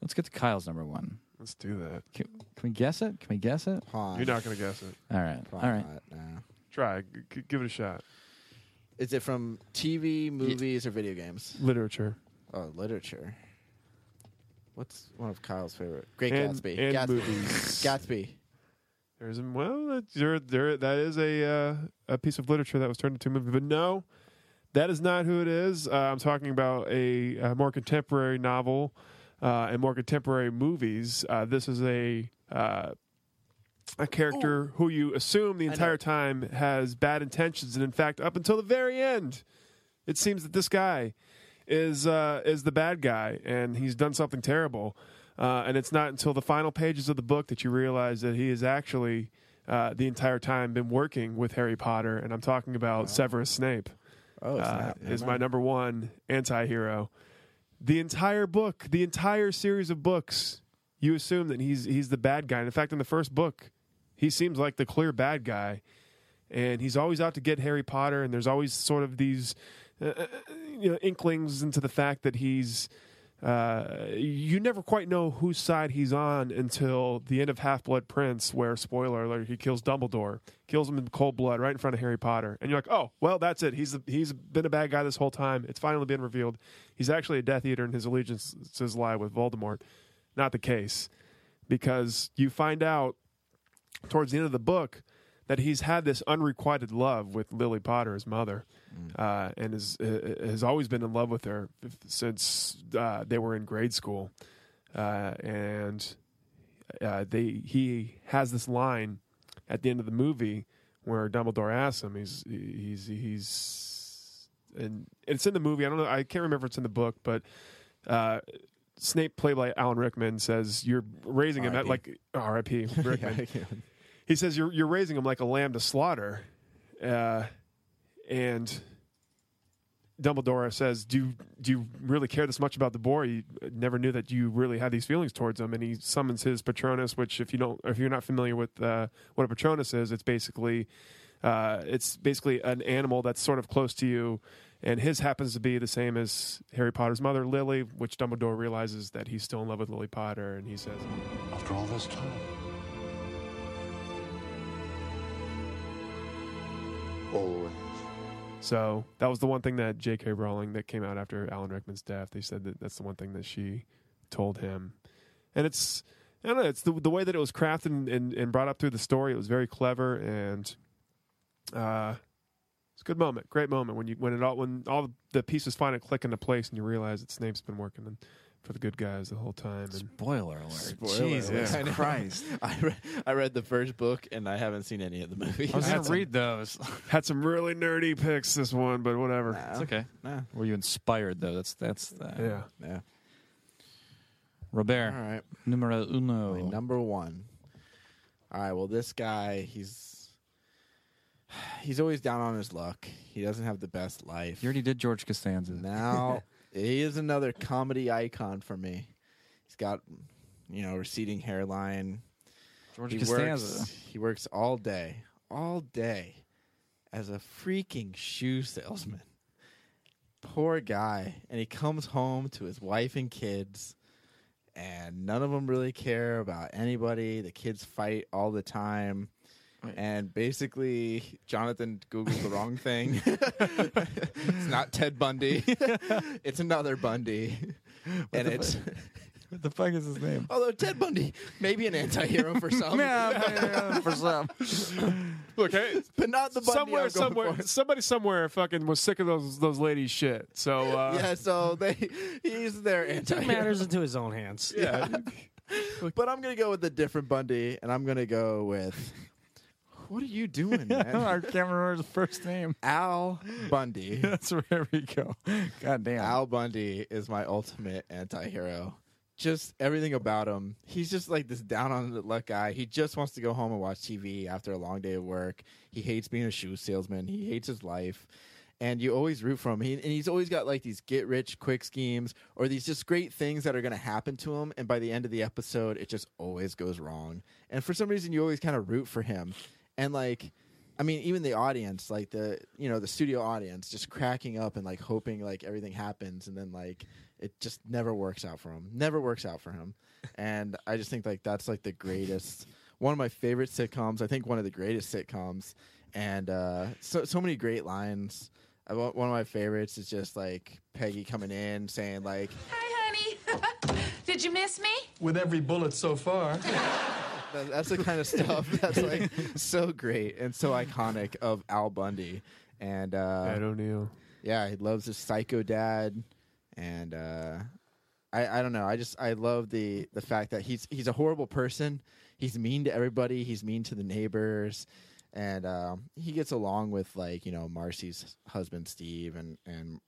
[SPEAKER 2] let's get to Kyle's number one.
[SPEAKER 3] Let's do that.
[SPEAKER 2] Can, can we guess it? Can we guess it?
[SPEAKER 4] Pause.
[SPEAKER 3] You're not gonna guess it.
[SPEAKER 2] All right.
[SPEAKER 4] Probably
[SPEAKER 2] All right.
[SPEAKER 4] not, nah.
[SPEAKER 3] Try. G- g- give it a shot.
[SPEAKER 4] Is it from TV, movies, or video games?
[SPEAKER 3] Literature.
[SPEAKER 4] Oh, literature. What's one of Kyle's favorite? Great
[SPEAKER 3] And-
[SPEAKER 4] Gatsby.
[SPEAKER 3] and
[SPEAKER 4] Gatsby.
[SPEAKER 3] movies.
[SPEAKER 4] Gatsby.
[SPEAKER 3] There's a, well, that's your, there, that is a uh, a piece of literature that was turned into a movie, but no, that is not who it is. Uh, I'm talking about a, uh more contemporary novel uh, and more contemporary movies. Uh, this is a uh, a character who you assume the entire time has bad intentions, and in fact, up until the very end, it seems that this guy is uh, is the bad guy, and he's done something terrible. Uh, and it's not until the final pages of the book that you realize that he has actually uh, the entire time been working with Harry Potter, and I'm talking about Severus Snape.
[SPEAKER 4] Oh,
[SPEAKER 3] uh,
[SPEAKER 4] snap.
[SPEAKER 3] is my number one anti-hero. The entire book, the entire series of books, you assume that he's he's the bad guy. And in fact, in the first book, he seems like the clear bad guy, and he's always out to get Harry Potter. And there's always sort of these uh, uh, you know, inklings into the fact that he's. Uh, you never quite know whose side he's on until the end of Half Blood Prince, where spoiler alert, he kills Dumbledore, kills him in cold blood right in front of Harry Potter, and you're like, oh, well, that's it. He's the, he's been a bad guy this whole time. It's finally been revealed. He's actually a Death Eater, and his allegiances lie with Voldemort. Not the case, because you find out towards the end of the book that he's had this unrequited love with Lily Potter, his mother, uh, and is uh, has always been in love with her since uh, they were in grade school, uh, and uh, they he has this line at the end of the movie where Dumbledore asks him, he's he's he's and it's in the movie. I don't know. I can't remember if it's in the book, but. Uh, Snape, played by Alan Rickman, says you're raising him at like R.I.P. Rickman. he says you're you're raising him like a lamb to slaughter, uh, and Dumbledore says, "Do you, do you really care this much about the boy? You never knew that you really had these feelings towards him." And he summons his Patronus, which if you don't, if you're not familiar with uh, what a Patronus is, it's basically uh, it's basically an animal that's sort of close to you. And his happens to be the same as Harry Potter's mother, Lily, which Dumbledore realizes that he's still in love with Lily Potter, and he says,
[SPEAKER 9] After all this time. Always.
[SPEAKER 3] So that was the one thing that J.K. Rowling that came out after Alan Rickman's death. They said that that's the one thing that she told him, and it's I don't know. It's the the way that it was crafted and, and, and brought up through the story. It was very clever and uh, it's a good moment, great moment when you when it all when all the pieces finally click into place and you realize that Snape's been working for the good guys the whole time. And
[SPEAKER 2] Spoiler alert!
[SPEAKER 4] Spoiler
[SPEAKER 2] Jesus
[SPEAKER 4] alert. I know.
[SPEAKER 2] Christ!
[SPEAKER 4] I, re- I read the first book and I haven't seen any of the movies.
[SPEAKER 2] I was gonna read those.
[SPEAKER 3] Had some really nerdy picks this one, but whatever.
[SPEAKER 2] It's okay. Were you inspired though? That's that's uh,
[SPEAKER 3] Yeah.
[SPEAKER 4] Yeah.
[SPEAKER 2] Robert.
[SPEAKER 4] All right.
[SPEAKER 2] Numero uno.
[SPEAKER 4] My number one. All right. Well, this guy, he's he's always down on his luck. He doesn't have the best life.
[SPEAKER 2] You already did George Costanza.
[SPEAKER 4] Now he is another comedy icon for me. He's got you know receding hairline.
[SPEAKER 2] George
[SPEAKER 4] he
[SPEAKER 2] Costanza.
[SPEAKER 4] Works, he works all day, all day, as a freaking shoe salesman. Poor guy, and he comes home to his wife and kids and none of them really care about anybody. The kids fight all the time. And basically, Jonathan Googled the wrong thing. it's not Ted Bundy. it's another Bundy. and it's.
[SPEAKER 2] What the fuck is his name?
[SPEAKER 4] Although Ted Bundy may be an anti hero for
[SPEAKER 2] Oh,
[SPEAKER 4] some.
[SPEAKER 2] for some.
[SPEAKER 3] Look, hey,
[SPEAKER 4] But not the Bundy.
[SPEAKER 3] somewhere,
[SPEAKER 4] I'm going
[SPEAKER 3] somewhere,
[SPEAKER 4] for.
[SPEAKER 3] somebody somewhere fucking was sick of those those ladies' shit. So uh,
[SPEAKER 4] yeah, so they he's their anti
[SPEAKER 5] Took matters into his own hands.
[SPEAKER 3] yeah.
[SPEAKER 4] But I'm going to go with a different Bundy, and I'm going to go with. What are you doing, man?
[SPEAKER 2] I can't remember his first name.
[SPEAKER 4] Al Bundy.
[SPEAKER 2] That's where we go. God damn.
[SPEAKER 4] Al Bundy is my ultimate anti-hero. Just everything about him. He's just like this down on the luck guy. He just wants to go home and watch TV after a long day of work. He hates being a shoe salesman. He hates his life. And you always root for him. He, and he's always got like these get rich quick schemes or these just great things that are going to happen to him. And by the end of the episode, it just always goes wrong. And for some reason, you always kind of root for him. And like, I mean, even the audience, like the you know the studio audience, just cracking up and like hoping like everything happens, and then like it just never works out for him. Never works out for him, and I just think like that's like the greatest, one of my favorite sitcoms. I think one of the greatest sitcoms, and uh, so so many great lines. I, one one of my favorites is just like Peggy coming in saying like
[SPEAKER 19] Hi, honey. Did you miss me?
[SPEAKER 20] With every bullet so far.
[SPEAKER 4] That- that's the kind of stuff that's like so great and so iconic of Al Bundy. And uh,
[SPEAKER 3] Ed O'Neill.
[SPEAKER 4] yeah, he loves his psycho dad, and uh, I I don't know. I just I love the the fact that he's he's a horrible person. He's mean to everybody. He's mean to the neighbors, and um, he gets along with like you know Marcy's husband Steve and and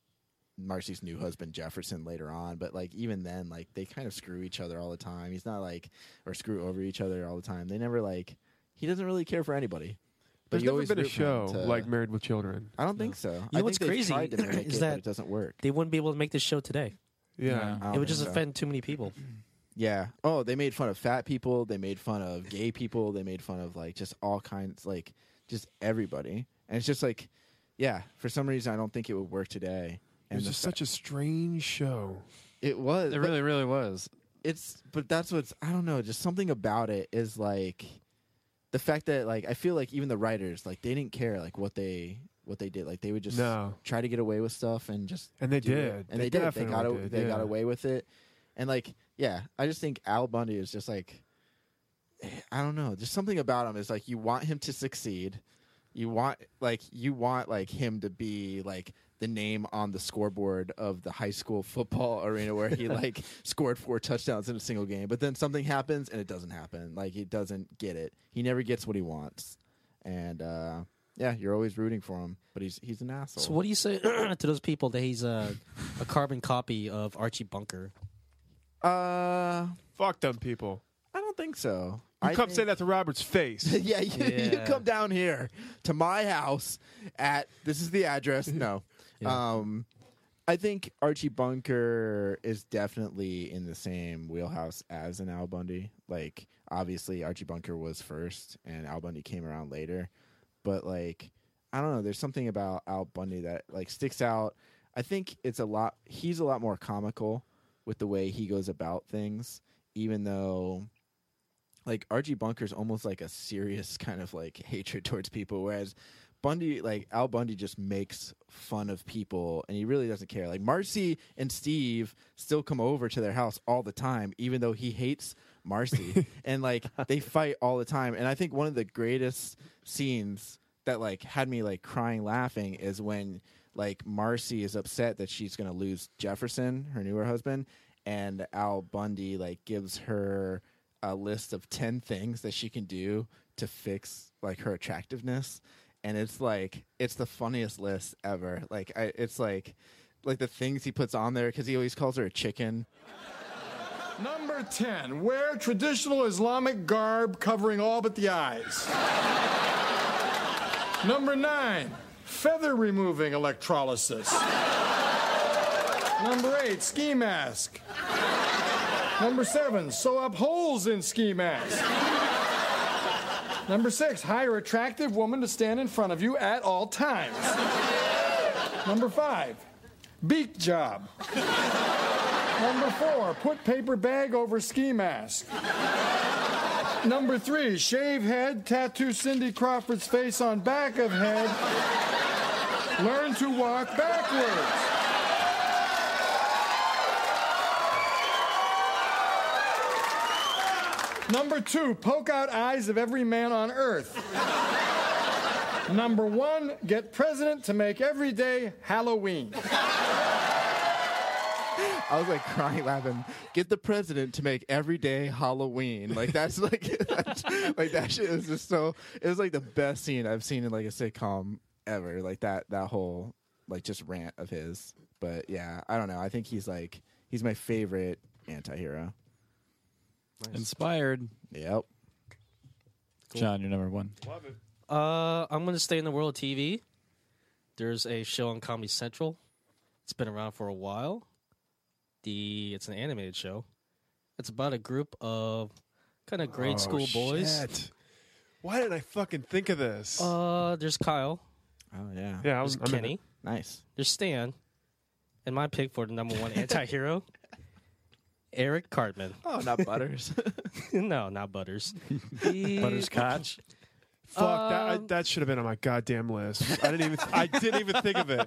[SPEAKER 4] Marcy's new husband Jefferson later on, but like even then, like they kind of screw each other all the time. He's not like or screw over each other all the time. They never like he doesn't really care for anybody.
[SPEAKER 3] There's
[SPEAKER 4] you
[SPEAKER 3] never
[SPEAKER 4] always
[SPEAKER 3] been a
[SPEAKER 4] root for him
[SPEAKER 3] show
[SPEAKER 4] to-
[SPEAKER 3] like Married with Children.
[SPEAKER 4] I don't think so. I
[SPEAKER 5] You know
[SPEAKER 4] think
[SPEAKER 5] what's
[SPEAKER 4] they've
[SPEAKER 5] crazy
[SPEAKER 4] tried to mimic
[SPEAKER 5] is
[SPEAKER 4] it,
[SPEAKER 5] that
[SPEAKER 4] but it doesn't work.
[SPEAKER 5] They wouldn't be able to make this show today.
[SPEAKER 3] Yeah.
[SPEAKER 4] I don't
[SPEAKER 5] it
[SPEAKER 4] think
[SPEAKER 5] would just
[SPEAKER 4] so.
[SPEAKER 5] offend too many people.
[SPEAKER 4] Yeah. Oh, they made fun of fat people. They made fun of gay people. They made fun of like just all kinds, like just everybody. And it's just like, yeah. For some reason, I don't think it would work
[SPEAKER 3] It
[SPEAKER 4] today. And
[SPEAKER 3] was
[SPEAKER 4] the
[SPEAKER 3] just
[SPEAKER 4] fa-
[SPEAKER 3] such a strange show.
[SPEAKER 4] it was.
[SPEAKER 2] It
[SPEAKER 4] but-
[SPEAKER 2] really, really was.
[SPEAKER 4] it's but that's what's I don't know, just something about it is like the fact that like I feel like even the writers like they didn't care like what they what they did like they would just
[SPEAKER 3] No.
[SPEAKER 4] try to get away with stuff and just
[SPEAKER 3] And they
[SPEAKER 4] do it.
[SPEAKER 3] did.
[SPEAKER 4] and
[SPEAKER 3] Uh, They
[SPEAKER 4] they, did they got
[SPEAKER 3] definitely
[SPEAKER 4] a-
[SPEAKER 3] did,
[SPEAKER 4] they got
[SPEAKER 3] yeah.
[SPEAKER 4] away with it and like yeah I just think Al Bundy is just like I don't know. There's something about him is like you want him to succeed. You want like you want like him to be like the name on the scoreboard of the high school football arena where he like scored four touchdowns in a single game. But then something happens and it doesn't happen. Like he doesn't get it. He never gets what he wants. And uh yeah, you're always rooting for him, but he's he's an asshole.
[SPEAKER 5] So what do you say to those people that he's a, a carbon copy of Archie Bunker?
[SPEAKER 4] Uh,
[SPEAKER 3] fuck them people.
[SPEAKER 4] I don't think so.
[SPEAKER 3] You
[SPEAKER 4] I
[SPEAKER 3] come
[SPEAKER 4] think-
[SPEAKER 3] say that to Robert's face.
[SPEAKER 4] yeah, you, you
[SPEAKER 3] Yeah.
[SPEAKER 4] come down here to my house at this is the address. No. Um I think Archie Bunker is definitely in the same wheelhouse as an Al Bundy. Like obviously Archie Bunker was first and Al Bundy came around later. But like I don't know, there's something about Al Bundy that like sticks out. I think it's a lot he's a lot more comical with the way he goes about things, even though like Archie Bunker's almost like a serious kind of like hatred towards people, whereas Bundy, like Al Bundy, just makes fun of people and he really doesn't care. Like Marcy and Steve still come over to their house all the time, even though he hates Marcy and like they fight all the time. And I think one of the greatest scenes that like had me like crying laughing is when like Marcy is upset that she's gonna lose Jefferson, her newer husband, and Al Bundy like gives her a list of 10 things that she can do to fix like her attractiveness and it's like it's the funniest list ever like I, it's like like the things he puts on there because he always calls her a chicken
[SPEAKER 20] Number 10, wear traditional Islamic garb covering all but the eyes. Number 9, feather removing electrolysis. Number 8, ski mask. Number 7, sew up holes in ski mask. Number 6, hire attractive woman to stand in front of you at all times. Number 5, beak job. Number four, put paper bag over ski mask. Number three, shave head, tattoo Cindy Crawford's face on back of head. Learn to walk backwards. Number two, poke out eyes of every man on earth. Number one, get president to make every day Halloween.
[SPEAKER 4] i was like crying laughing get the president to make every day halloween like that's like that's, like that shit is just so it was like the best scene i've seen in like a sitcom ever like that that whole like just rant of his but yeah i don't know i think he's like he's my favorite anti-hero
[SPEAKER 2] Inspired.
[SPEAKER 4] Yep.
[SPEAKER 2] John, you're number one.
[SPEAKER 3] Love it.
[SPEAKER 5] Uh, I'm going to stay in the world of TV. There's a show on Comedy Central. It's been around for a while. The it's an animated show. It's about a group of kind of grade
[SPEAKER 3] Oh,
[SPEAKER 5] school boys.
[SPEAKER 3] shit. Why did I fucking think of this?
[SPEAKER 5] Uh, there's Kyle.
[SPEAKER 4] Oh yeah.
[SPEAKER 3] Yeah, I was-
[SPEAKER 5] there's
[SPEAKER 3] I'm in
[SPEAKER 5] Kenny.
[SPEAKER 3] it.
[SPEAKER 4] Nice.
[SPEAKER 5] There's Stan. And my pick for the number one anti-hero, Eric Cartman.
[SPEAKER 4] Oh, not Butters.
[SPEAKER 5] no, not Butters.
[SPEAKER 2] Butterscotch.
[SPEAKER 3] Fuck that! I, that should have been on my goddamn list. I didn't even. I didn't even think of it.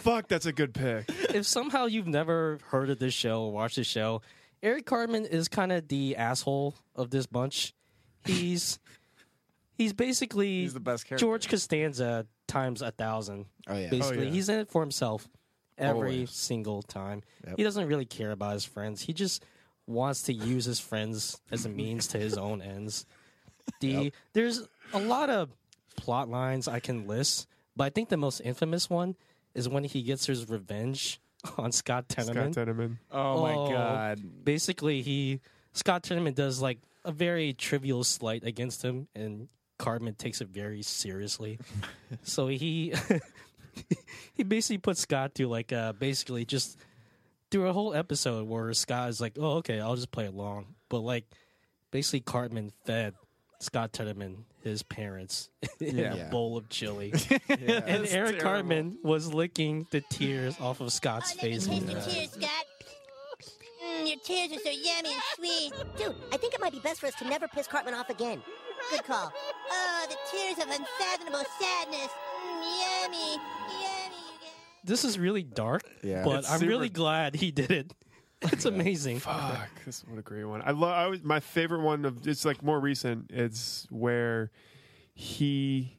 [SPEAKER 3] Fuck, that's a good pick.
[SPEAKER 5] if somehow you've never heard of this show or watched this show, Eric Cartman is kind of the asshole of this bunch. He's he's basically he's the
[SPEAKER 4] best
[SPEAKER 5] character. George Costanza times a thousand.
[SPEAKER 4] Oh, yeah.
[SPEAKER 5] basically
[SPEAKER 4] Oh, yeah.
[SPEAKER 5] he's in it for himself every
[SPEAKER 4] Always.
[SPEAKER 5] single time.
[SPEAKER 4] Yep.
[SPEAKER 5] He doesn't really care about his friends. He just wants to use his friends as a means to his own ends. The there's a lot of plot lines I can list, but I think the most infamous one is when he gets his revenge on Scott Tenorman.
[SPEAKER 3] Scott Teneman.
[SPEAKER 2] Oh, my God.
[SPEAKER 5] Basically, he Scott Tenorman does like a very trivial slight against him, and Cartman takes it very seriously. so he he basically put Scott through like uh basically just through a whole episode where Scott is like, "Oh, okay, I'll just play along," but like basically Cartman fed Scott Tenorman his parents in
[SPEAKER 18] Yeah.
[SPEAKER 5] a
[SPEAKER 18] Yeah.
[SPEAKER 5] bowl of chili, and
[SPEAKER 18] That's
[SPEAKER 5] Eric
[SPEAKER 18] terrible. Oh,
[SPEAKER 5] Cartman was licking the tears off of Scott's face.
[SPEAKER 21] Taste your tears, Scott. Mm, your tears are so yummy and sweet. Dude, I think it might be best for us to never piss Cartman off again. Good call. Oh, the tears of unfathomable sadness. Mm, yummy.
[SPEAKER 5] This is really dark,
[SPEAKER 4] Yeah.
[SPEAKER 5] but
[SPEAKER 4] It's
[SPEAKER 5] I'm
[SPEAKER 4] super-
[SPEAKER 5] really glad he did it. It's amazing.
[SPEAKER 3] Fuck, this what a great one. I love. I always, my favorite one of it's like more recent. It's where he,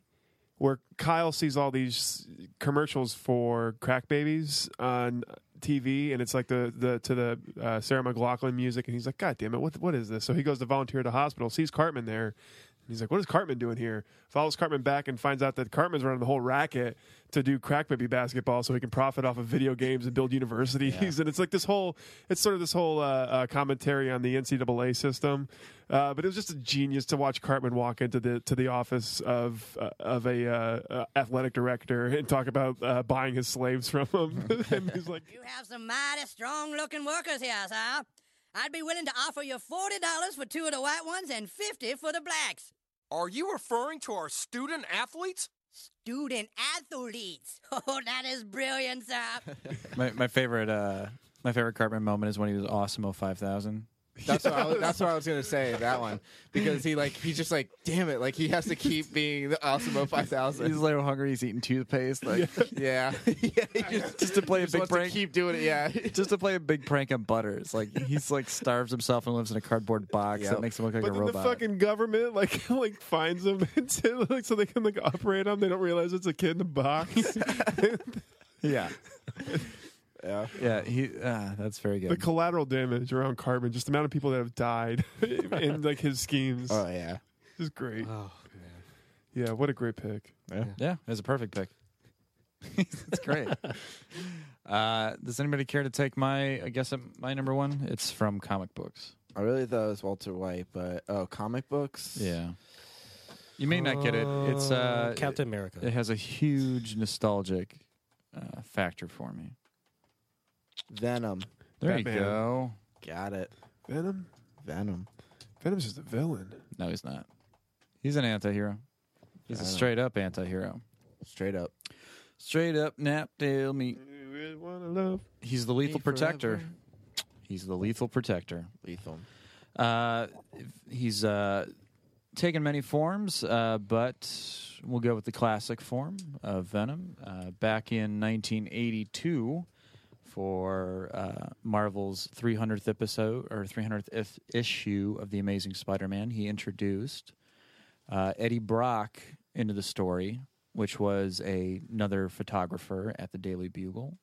[SPEAKER 3] where Kyle sees all these commercials for crack babies on TV, and it's like the the to the uh, Sarah McLaughlin music, and he's like, God damn it, what what is this? So he goes to volunteer at the hospital, sees Cartman there. and He's like, what is Cartman doing here? Follows Cartman back and finds out that Cartman's running the whole racket to do crack baby basketball so he can profit off of video games and build universities. And it's like this whole, it's sort of this whole uh, uh, commentary on the NCAA system. Uh, but it was just a genius to watch Cartman walk into the to the office of uh, of a uh, uh, athletic director and talk about uh, buying his slaves from him. and he's like,
[SPEAKER 1] You have some mighty strong looking workers here, sir. I'd be willing to offer you $40 for two of the white ones and 50 for the blacks.
[SPEAKER 22] Are you referring to our student athletes?
[SPEAKER 1] Student athletes. Oh, that is brilliant, sir.
[SPEAKER 2] My, my favorite, uh, my favorite Cartman moment is when he was awesome. O five thousand.
[SPEAKER 4] That's what, I was, that's what I was gonna say that one because he like he's just like damn it like he has to keep being the awesome O five thousand.
[SPEAKER 23] He's a little hungry. He's eating toothpaste. Like
[SPEAKER 4] yeah, yeah he just,
[SPEAKER 23] just to play a
[SPEAKER 4] just
[SPEAKER 23] big
[SPEAKER 4] wants to
[SPEAKER 23] prank.
[SPEAKER 4] keep doing it. Yeah,
[SPEAKER 23] just to play a big prank on Butters. Like he's like starves himself and lives in a cardboard box
[SPEAKER 4] Yep.
[SPEAKER 23] that makes him look like
[SPEAKER 3] but
[SPEAKER 23] a
[SPEAKER 3] then
[SPEAKER 23] robot.
[SPEAKER 3] the fucking government like like finds him and so- like so they can like operate him. They don't realize it's a kid in a box.
[SPEAKER 23] yeah,
[SPEAKER 4] yeah,
[SPEAKER 23] yeah. He
[SPEAKER 2] ah,
[SPEAKER 23] uh, that's very
[SPEAKER 3] the
[SPEAKER 23] good.
[SPEAKER 3] collateral damage around Carbon, just the amount of people that have died in like his schemes.
[SPEAKER 4] Oh yeah,
[SPEAKER 3] is great. Oh man, yeah, what a great pick.
[SPEAKER 2] Yeah, yeah, it was a perfect pick.
[SPEAKER 23] That's great.
[SPEAKER 2] Uh, does anybody care to take my? I guess um, my number one. It's from comic books.
[SPEAKER 4] I really thought it was Walter White, but oh, comic books.
[SPEAKER 2] Yeah. You may not get it. It's uh,
[SPEAKER 5] Oh,
[SPEAKER 4] Uh, Captain America.
[SPEAKER 2] It has a huge nostalgic uh, factor for me.
[SPEAKER 4] Venom.
[SPEAKER 2] There you go.
[SPEAKER 4] Got it.
[SPEAKER 3] Venom.
[SPEAKER 4] Venom.
[SPEAKER 3] Venom's just a villain.
[SPEAKER 2] No, he's not. Uh. He's an anti-hero. He's
[SPEAKER 4] I
[SPEAKER 2] a
[SPEAKER 4] don't-
[SPEAKER 2] straight up anti-hero.
[SPEAKER 4] Straight up.
[SPEAKER 2] Straight up nap tail meat. He's the lethal
[SPEAKER 4] Me
[SPEAKER 2] protector.
[SPEAKER 4] forever.
[SPEAKER 2] He's the lethal protector.
[SPEAKER 4] Lethal.
[SPEAKER 2] Uh, he's uh, taken many forms, uh, but we'll go with the classic form of Venom. Uh, back in 1982, for uh, Marvel's 300th episode or 300th if- issue of the Amazing Spider-Man, he introduced uh, Eddie Brock into the story, which was a, another photographer at the Daily Bugle.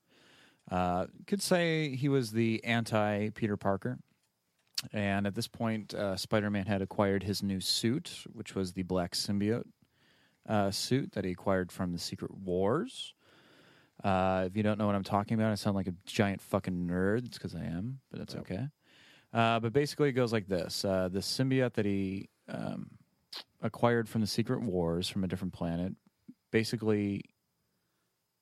[SPEAKER 2] Uh, could say he was the anti Peter Parker. And at this point, uh, Spider Man had acquired his new suit, which was the black symbiote uh, suit that he acquired from the Secret Wars. Uh, if you don't know what I'm talking about, I sound like a giant fucking nerd. It's because I am, but that's okay. Uh, but basically, it goes like this uh, The symbiote that he um, acquired from the Secret Wars from a different planet basically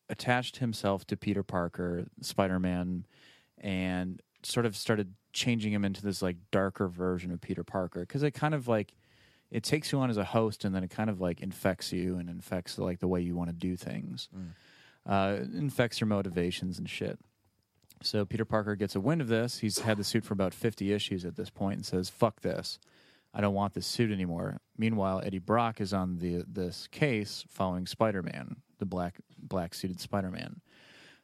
[SPEAKER 2] attached himself to Peter Parker, Spider Man, and sort of started changing him into this like darker version of Peter Parker because it kind of like it takes you on as a host and then it kind of like infects you and infects like the way you want to do things, uh, it infects your motivations and shit. So Peter Parker gets a wind of this. He's had the suit for about 50 issues at this point and says, "Fuck this. I don't want this suit anymore." Meanwhile, Eddie Brock is on the this case following Spider-Man, the black black suited Spider-Man.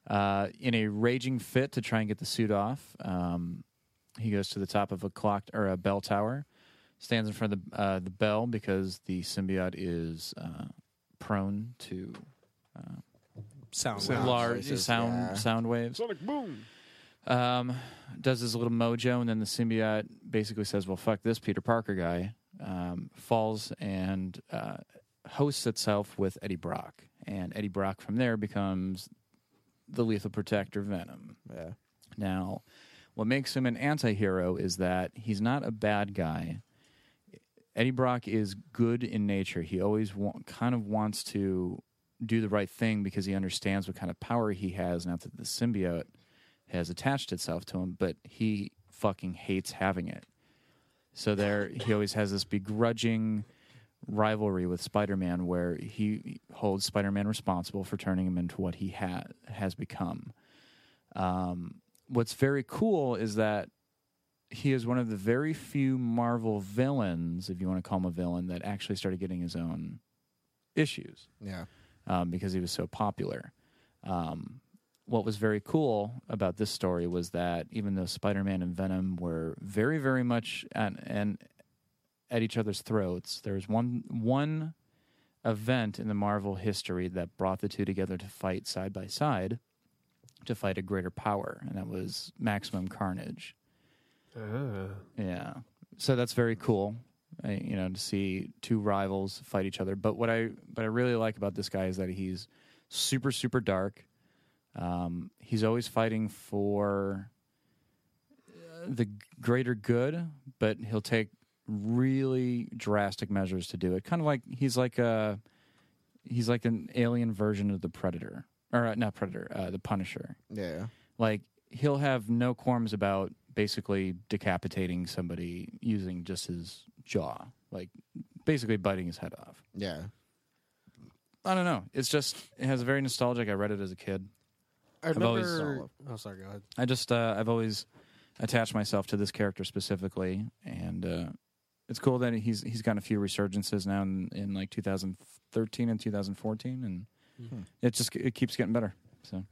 [SPEAKER 2] Uh, in a raging fit to try and get the suit off, um, he goes to the top of a clock or a bell tower, stands in front of the uh, the bell because the symbiote is uh, prone to uh, large-
[SPEAKER 5] Sound waves.
[SPEAKER 2] large
[SPEAKER 5] Voices,
[SPEAKER 2] sound
[SPEAKER 5] yeah.
[SPEAKER 2] sound waves.
[SPEAKER 3] Sonic boom.
[SPEAKER 2] Um, does his little mojo, and then the symbiote basically says, "Well, fuck this Peter Parker guy." Um, falls and uh, hosts itself with Eddie Brock, and Eddie Brock from there becomes the lethal protector Venom.
[SPEAKER 4] Yeah.
[SPEAKER 2] Now, what makes him an anti-hero is that he's not a bad guy. Eddie Brock is good in nature. He always wa- kind of wants to do the right thing because he understands what kind of power he has now that the symbiote has attached itself to him, but he fucking hates having it. So there, he always has this begrudging rivalry with Spider-Man, where he holds Spider-Man responsible for turning him into what he ha- has become. Um, what's very cool is that he is one of the very few Marvel villains, if you want to call him a villain, that actually started getting his own issues
[SPEAKER 4] Yeah.
[SPEAKER 2] um, because he was so popular. Um, what was very cool about this story was that even though Spider-Man and Venom were very, very much at, and at each other's throats, there was one one event in the Marvel history that brought the two together to fight side by side to fight a greater power, and that was Maximum Carnage. Yeah. So that's very cool, uh, you know, to see two rivals fight each other. But what I but I really like about this guy is that he's super super dark. Um, he's always fighting for uh, the g- greater good, but he'll take really drastic measures to do it. Kind of like he's like a he's like an alien version of the Predator, or uh, not Predator, uh, the Punisher.
[SPEAKER 4] Yeah.
[SPEAKER 2] Like he'll have no qualms about basically decapitating somebody using just his jaw, like basically biting his head off.
[SPEAKER 4] Yeah.
[SPEAKER 2] I don't know. It's just it has a very nostalgic. I read it as a kid.
[SPEAKER 5] I
[SPEAKER 2] I've always-
[SPEAKER 5] remember. Oh, sorry, go ahead.
[SPEAKER 2] I just uh, I've always attached myself to this character specifically, and uh, it's cool that he's he's gotten a few resurgences now in, in like 2013 and 2014, and
[SPEAKER 5] Mhm.
[SPEAKER 2] it just it keeps getting better. So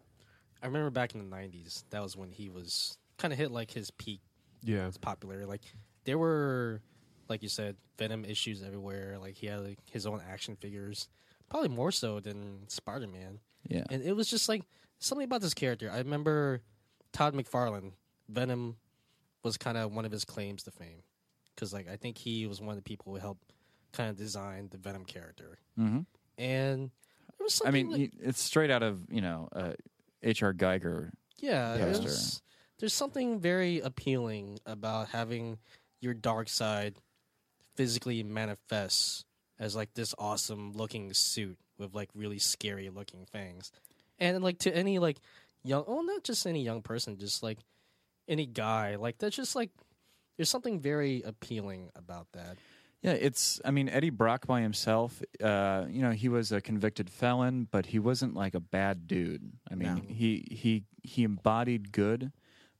[SPEAKER 5] I remember back in the '90s. That was when he was kind of hit like his peak.
[SPEAKER 3] Yeah.
[SPEAKER 5] his popularity. Like there were, like you said, Venom issues everywhere. Like he had like, his own action figures, probably more so than Spider Man.
[SPEAKER 2] Yeah.
[SPEAKER 5] and it was just like something about this character. I remember Todd McFarlane. Venom was kind of one of his claims to fame because like I think he was one of the people who helped kind of design the Venom character.
[SPEAKER 2] mm-hmm.
[SPEAKER 5] And there was
[SPEAKER 2] I
[SPEAKER 5] something
[SPEAKER 2] mean,
[SPEAKER 5] like-
[SPEAKER 2] he- it's straight out of you know uh, H.R. Geiger.
[SPEAKER 5] Yeah,
[SPEAKER 2] poster.
[SPEAKER 5] there's, there's something very appealing about having your dark side physically manifest as like this awesome looking suit with like really scary looking fangs. And like to any like young oh not just any young person, just like any guy, like that's just like there's something very appealing about that.
[SPEAKER 2] Yeah, it's. I mean, Eddie Brock by himself. Uh, you know, he was a convicted felon, but he wasn't like a bad dude. I mean, he he he embodied good,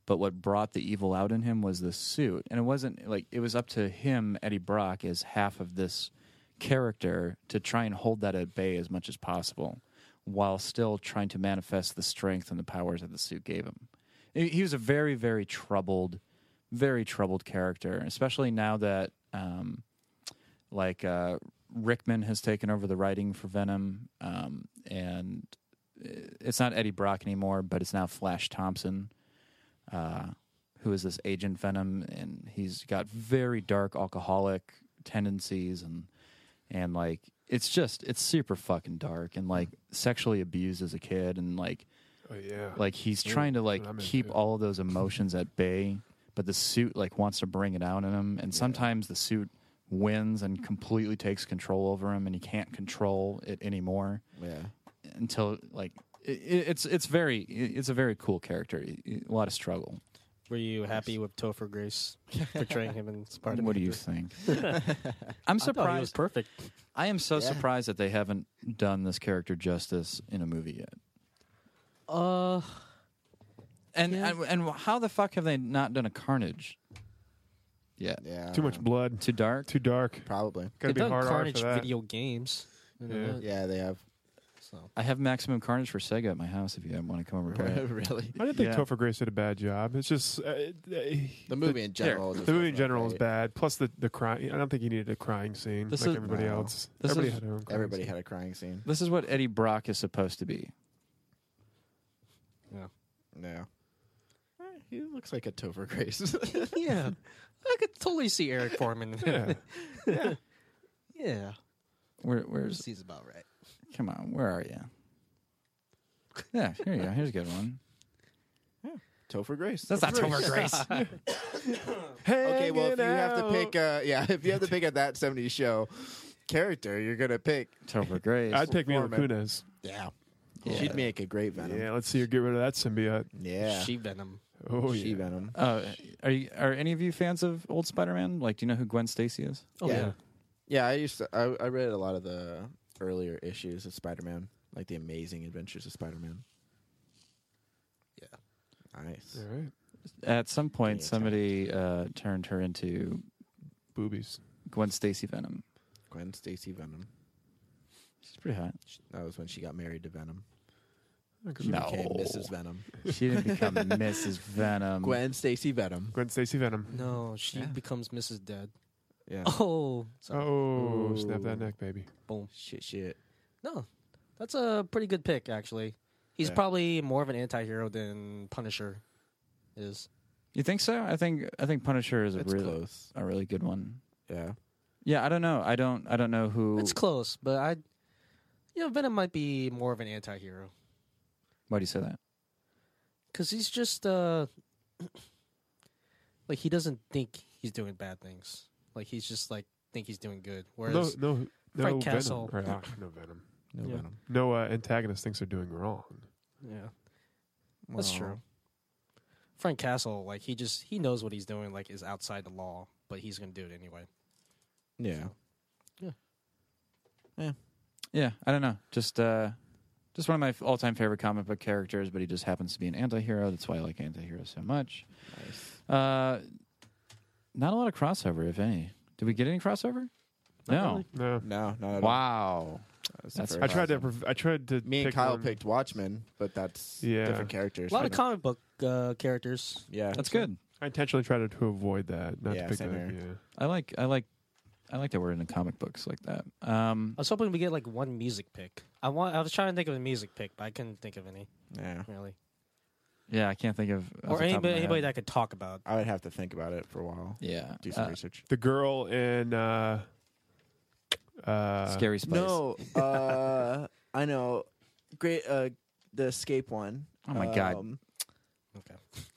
[SPEAKER 2] but what brought the evil out in him was the suit, and it wasn't like it was up to him, Eddie Brock, as half of this character to try and hold that at bay as much as possible, while still trying to manifest the strength and the powers that the suit gave him. He he was a very very troubled, very troubled character, especially now that. Um, like uh, Rickman has taken over the writing for Venom, um, and uh, it's not Eddie Brock anymore, but it's now Flash Thompson, uh, who is this agent Venom, and he's got very dark alcoholic tendencies, and and like it's just it's super fucking dark, and like sexually abused as a kid, and like
[SPEAKER 3] Oh, yeah.
[SPEAKER 2] like he's
[SPEAKER 3] Ooh,
[SPEAKER 2] trying to like
[SPEAKER 3] I'm into
[SPEAKER 2] keep all of those emotions at bay, but the suit like wants to bring it out in him, and sometimes the suit wins and completely takes control over him, and he can't control it anymore.
[SPEAKER 4] Yeah.
[SPEAKER 2] Until like i i it's it's very i- it's a very cool character. I- I- A lot of struggle.
[SPEAKER 5] Were you happy with Topher Grace portraying him in Spartan?
[SPEAKER 2] What do you think?
[SPEAKER 5] I
[SPEAKER 2] I'm
[SPEAKER 5] thought he was
[SPEAKER 2] surprised.
[SPEAKER 5] perfect.
[SPEAKER 2] I am so
[SPEAKER 5] Yeah.
[SPEAKER 2] surprised that they haven't done this character justice in a movie yet.
[SPEAKER 5] Uh,
[SPEAKER 2] And and, and how the fuck have they not done a Carnage? Yeah.
[SPEAKER 4] Yeah.
[SPEAKER 3] Too much blood.
[SPEAKER 2] Too dark.
[SPEAKER 3] Too dark.
[SPEAKER 4] Probably.
[SPEAKER 3] Gotta be
[SPEAKER 5] They've done
[SPEAKER 3] hard R
[SPEAKER 5] Carnage
[SPEAKER 3] for that.
[SPEAKER 5] video games. You know
[SPEAKER 3] Yeah.
[SPEAKER 5] that?
[SPEAKER 4] Yeah, they have.
[SPEAKER 5] So
[SPEAKER 2] I have Maximum Carnage for Sega at my house. If you want to come over, play it.
[SPEAKER 4] really?
[SPEAKER 3] I didn't think
[SPEAKER 2] Yeah.
[SPEAKER 3] Topher Grace did a bad job. It's just uh, it- uh,
[SPEAKER 4] The movie in general
[SPEAKER 3] The
[SPEAKER 4] just
[SPEAKER 3] movie in
[SPEAKER 4] wasn't
[SPEAKER 3] general is
[SPEAKER 4] great.
[SPEAKER 3] bad. Plus the the crying. I don't think he needed a crying scene
[SPEAKER 2] This
[SPEAKER 3] like
[SPEAKER 2] is-
[SPEAKER 3] everybody
[SPEAKER 4] No.
[SPEAKER 3] else.
[SPEAKER 2] This
[SPEAKER 3] everybody
[SPEAKER 2] is-
[SPEAKER 3] had their own. Crying
[SPEAKER 4] Everybody
[SPEAKER 3] scene.
[SPEAKER 4] had a crying scene.
[SPEAKER 2] This is what Eddie Brock is supposed to be.
[SPEAKER 5] yeah.
[SPEAKER 4] Yeah. Eh, He looks like a Topher Grace.
[SPEAKER 5] yeah, I could totally see Eric Foreman. yeah, yeah,
[SPEAKER 2] Where, where's?
[SPEAKER 5] He's about right.
[SPEAKER 2] Come on, where are you? Yeah, here you go. Here's a good one.
[SPEAKER 4] Topher Grace.
[SPEAKER 2] That's not Topher Grace.
[SPEAKER 4] okay, well, if you
[SPEAKER 3] Hanging
[SPEAKER 4] have to pick,
[SPEAKER 3] out.
[SPEAKER 4] uh, yeah, if you have to pick at that '70s show character, you're gonna pick.
[SPEAKER 2] Topher Grace.
[SPEAKER 3] I'd pick Mila
[SPEAKER 4] Foreman.
[SPEAKER 3] Kunis.
[SPEAKER 4] Yeah. She'd make a great Venom.
[SPEAKER 3] Yeah, let's see her get rid of that symbiote.
[SPEAKER 4] Yeah.
[SPEAKER 5] She Venom.
[SPEAKER 3] Oh
[SPEAKER 4] she
[SPEAKER 3] yeah.
[SPEAKER 4] Venom.
[SPEAKER 2] Uh, are you? Are any of you fans of old Spider-Man? Like, do you know who Gwen Stacy is?
[SPEAKER 5] Oh yeah.
[SPEAKER 4] Yeah, I used to. I, I read a lot of the earlier issues of Spider-Man, like the Amazing Adventures of Spider-Man. Yeah. Nice.
[SPEAKER 3] All right.
[SPEAKER 2] At some point,
[SPEAKER 4] Yeah,
[SPEAKER 2] somebody uh, turned her into
[SPEAKER 3] Boobies.
[SPEAKER 2] Gwen Stacy Venom.
[SPEAKER 4] Gwen Stacy Venom.
[SPEAKER 2] She's pretty hot.
[SPEAKER 4] That was when she got married to Venom. She became Mrs. Venom.
[SPEAKER 2] She didn't become Mrs. Venom.
[SPEAKER 4] Gwen Stacy Venom.
[SPEAKER 3] Gwen Stacy Venom.
[SPEAKER 5] No, she becomes Mrs. Dead.
[SPEAKER 4] Yeah.
[SPEAKER 5] Oh. sorry.
[SPEAKER 3] Oh, snap that neck, baby.
[SPEAKER 5] Boom.
[SPEAKER 4] Shit, shit.
[SPEAKER 5] No, that's a pretty good pick, actually. He's
[SPEAKER 2] Yeah.
[SPEAKER 5] probably more of an anti-hero than Punisher is.
[SPEAKER 2] You think so? I think I think Punisher is a
[SPEAKER 5] It's
[SPEAKER 2] really
[SPEAKER 4] close.
[SPEAKER 2] a really good one.
[SPEAKER 4] Yeah.
[SPEAKER 2] Yeah, I don't know. I don't I don't know who
[SPEAKER 5] It's close, but I, you know, Venom might be more of an anti-hero
[SPEAKER 2] why do you say that?
[SPEAKER 5] because he's just uh, like he doesn't think he's doing bad things. Like he's just like think he's doing good. Whereas
[SPEAKER 3] no, no, no
[SPEAKER 5] Frank
[SPEAKER 3] Venom.
[SPEAKER 5] Castle,
[SPEAKER 3] Or, ah, no Venom.
[SPEAKER 5] No Yeah.
[SPEAKER 4] Venom.
[SPEAKER 3] No uh, antagonist thinks they're doing wrong.
[SPEAKER 5] yeah, that's true. Frank Castle, like he just he knows what he's doing, like is outside the law, but he's gonna do it anyway.
[SPEAKER 4] Yeah.
[SPEAKER 2] Yeah, I don't know. Just uh just one of my f- all-time favorite comic book characters, but he just happens to be an anti-hero. That's why I like anti-heroes so much. Uh not a lot of crossover if any. Did we get any crossover? no.
[SPEAKER 3] No.
[SPEAKER 4] No, not at all.
[SPEAKER 2] Wow.
[SPEAKER 4] That's-
[SPEAKER 3] I tried to. prov- I tried to.
[SPEAKER 4] Me and
[SPEAKER 3] pick
[SPEAKER 4] Kyle
[SPEAKER 3] one.
[SPEAKER 4] picked Watchmen, but that's
[SPEAKER 3] Yeah.
[SPEAKER 4] different characters.
[SPEAKER 5] A lot of comic book uh, characters.
[SPEAKER 4] Yeah.
[SPEAKER 2] That's good.
[SPEAKER 3] I intentionally tried to, to avoid that, not
[SPEAKER 4] Yeah,
[SPEAKER 3] to pick
[SPEAKER 4] same
[SPEAKER 3] that.
[SPEAKER 4] here.
[SPEAKER 3] Yeah.
[SPEAKER 2] I like I like I like that we're in the comic books like that. Um
[SPEAKER 5] I was hoping we get like one music pick. I want. I was trying to think of a music pick, but I couldn't think of any.
[SPEAKER 4] Yeah.
[SPEAKER 5] Really.
[SPEAKER 2] yeah, I can't think of off
[SPEAKER 5] Or
[SPEAKER 2] the top of my
[SPEAKER 5] anybody,
[SPEAKER 2] head.
[SPEAKER 5] anybody that could talk about.
[SPEAKER 4] I would have to think about it for a while.
[SPEAKER 2] Yeah.
[SPEAKER 4] Do some
[SPEAKER 2] Uh,
[SPEAKER 4] research.
[SPEAKER 3] The girl in uh, uh,
[SPEAKER 2] Scary Spice.
[SPEAKER 4] No, uh, I know. Great, uh, the escape one.
[SPEAKER 2] Oh my God.
[SPEAKER 4] Um,
[SPEAKER 5] Okay.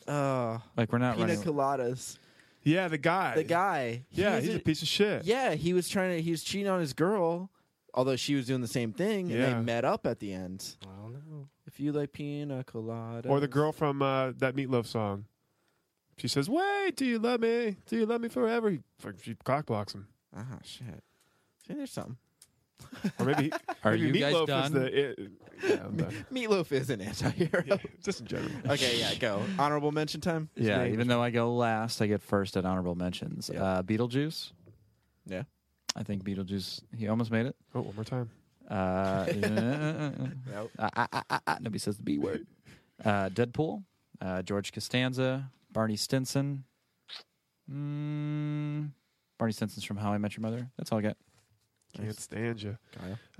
[SPEAKER 4] Oh,
[SPEAKER 2] Like, we're not
[SPEAKER 4] pina
[SPEAKER 2] running-
[SPEAKER 4] coladas.
[SPEAKER 3] Yeah, the guy.
[SPEAKER 4] The guy. He
[SPEAKER 3] Yeah,
[SPEAKER 4] was
[SPEAKER 3] he's a piece of shit.
[SPEAKER 4] Yeah, he was trying to. He was cheating on his girl, although she was doing the same thing, and
[SPEAKER 3] Yeah.
[SPEAKER 4] they met up at the end.
[SPEAKER 5] I don't know.
[SPEAKER 4] If you like pina colada,
[SPEAKER 3] Or the girl from uh, that Meatloaf song. She says, "Wait, do you love me? Do you love me forever?" He, fuck, she cock blocks him.
[SPEAKER 4] Ah, shit. See, there's something.
[SPEAKER 3] Or maybe,
[SPEAKER 2] Are
[SPEAKER 3] maybe
[SPEAKER 2] you guys
[SPEAKER 3] Meatloaf
[SPEAKER 2] done?
[SPEAKER 3] is the. It, yeah, I'm done.
[SPEAKER 4] Meatloaf is an anti-hero.
[SPEAKER 3] just in general.
[SPEAKER 4] okay, yeah, go. Honorable mention time. His
[SPEAKER 2] Yeah,
[SPEAKER 4] name.
[SPEAKER 2] even though I go last, I get first at honorable mentions. Uh, Beetlejuice.
[SPEAKER 4] Yeah.
[SPEAKER 2] I think Beetlejuice. He almost made it.
[SPEAKER 3] Oh, one more time.
[SPEAKER 2] Uh, uh, uh, uh, uh, uh, nobody says the B word. Uh, Deadpool. Uh, George Costanza. Barney Stinson. Mm, Barney Stinson's from How I Met Your Mother. That's all I got.
[SPEAKER 3] Can't stand you.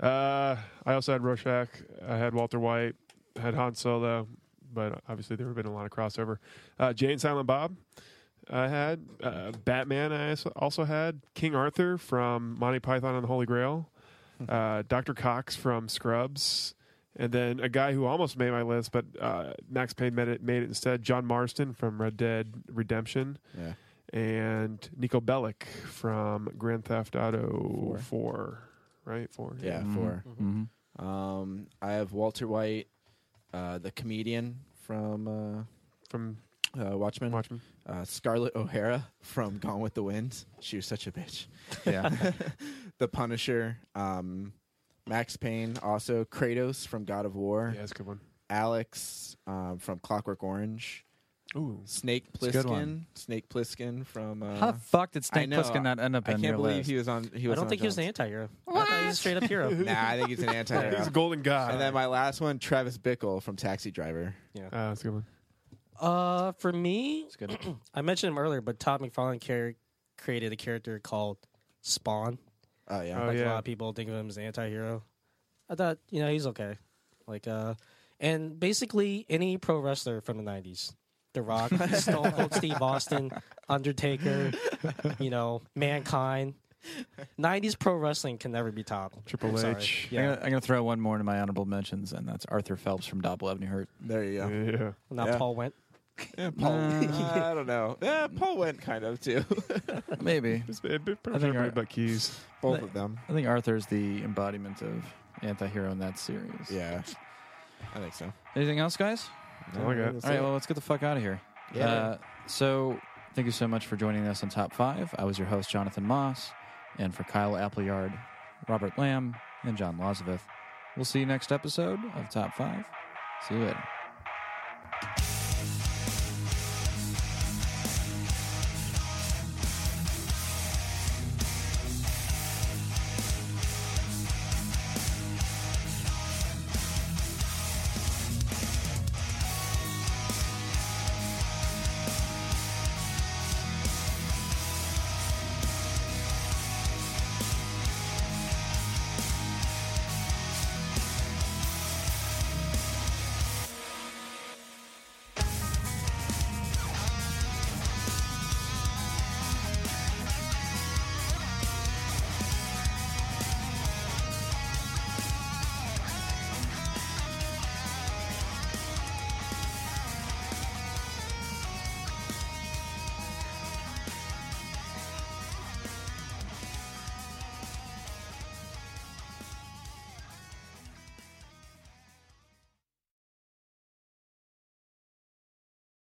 [SPEAKER 3] Uh, I also had Rorschach. I had Walter White. I had Han Solo. But obviously, there have been a lot of crossover. Uh, Jane Silent Bob. I had uh, Batman. I also- also had King Arthur from Monty Python and the Holy Grail. Uh, Doctor Cox from Scrubs. And then a guy who almost made my list, but uh, Max Payne made it, made it instead. John Marston from Red Dead Redemption
[SPEAKER 4] Yeah.
[SPEAKER 3] and Nico Bellic from Grand Theft Auto 4, right? 4.
[SPEAKER 4] Yeah, four.
[SPEAKER 2] Mm-hmm.
[SPEAKER 4] Um, I have Walter White, uh, the comedian from
[SPEAKER 3] From
[SPEAKER 4] uh, uh, Watchmen.
[SPEAKER 3] Watchmen.
[SPEAKER 4] Uh, Scarlett O'Hara from Gone with the Wind. She was such a bitch.
[SPEAKER 2] Yeah.
[SPEAKER 4] the Punisher. Um, Max Payne. Also Kratos from God of War.
[SPEAKER 3] Yeah, that's a good one.
[SPEAKER 4] Alex um, from Clockwork Orange.
[SPEAKER 3] Ooh.
[SPEAKER 4] Snake
[SPEAKER 2] a good one.
[SPEAKER 4] Pliskin. Snake Pliskin from. Uh,
[SPEAKER 2] How the fuck did
[SPEAKER 4] I
[SPEAKER 2] Snake
[SPEAKER 4] know,
[SPEAKER 2] Plissken not end up
[SPEAKER 4] I
[SPEAKER 2] in
[SPEAKER 4] can't
[SPEAKER 2] your
[SPEAKER 4] believe
[SPEAKER 2] list?
[SPEAKER 4] he was on. He
[SPEAKER 5] I
[SPEAKER 4] was
[SPEAKER 5] don't
[SPEAKER 4] on
[SPEAKER 5] think he was an
[SPEAKER 4] Jones.
[SPEAKER 5] anti-hero. I thought he was a straight up hero.
[SPEAKER 4] Nah, I think he's an anti-hero.
[SPEAKER 3] He's a golden god.
[SPEAKER 4] And then my last one, Travis Bickle from Taxi Driver.
[SPEAKER 5] Yeah.
[SPEAKER 3] Uh, that's a good one.
[SPEAKER 5] Uh, for me, I mentioned him earlier, but Todd McFarlane car- created a character called Spawn.
[SPEAKER 4] Oh yeah.
[SPEAKER 3] Oh,
[SPEAKER 5] like a
[SPEAKER 3] yeah.
[SPEAKER 5] lot of people think of him as an anti-hero. I thought, you know, he's okay. Like, uh, and basically any pro wrestler from the '90s: The Rock, Stone Cold Steve Austin, Undertaker, you know, Mankind. '90s pro wrestling can never be topped.
[SPEAKER 3] Triple
[SPEAKER 5] I'm sorry.
[SPEAKER 3] H.
[SPEAKER 5] Yeah,
[SPEAKER 2] I'm, gonna, I'm gonna throw one more into my honorable mentions, and that's Arthur Phelps from Double Avenue Hurt.
[SPEAKER 4] There you go.
[SPEAKER 3] Yeah.
[SPEAKER 5] not
[SPEAKER 4] Yeah.
[SPEAKER 5] Paul Went.
[SPEAKER 4] Yeah, Paul. I don't know. Yeah, Paul went kind of too.
[SPEAKER 2] Maybe
[SPEAKER 3] It's, it, it,
[SPEAKER 2] I think our-
[SPEAKER 3] but keys.
[SPEAKER 4] Both of them.
[SPEAKER 2] I think Arthur's the embodiment of anti-hero in that series.
[SPEAKER 4] Yeah, I think so.
[SPEAKER 2] Anything else, guys?
[SPEAKER 3] all I got.
[SPEAKER 4] That's
[SPEAKER 2] All right,
[SPEAKER 4] it.
[SPEAKER 2] well, let's get the fuck out of here.
[SPEAKER 4] Yeah.
[SPEAKER 2] Uh, so, thank you so much for joining us on Top 5. I was your host, Jonathan Moss, and for Kyle Appleyard, Robert Lamb, and John Lazavith. We'll see you next episode of Top 5. See you later.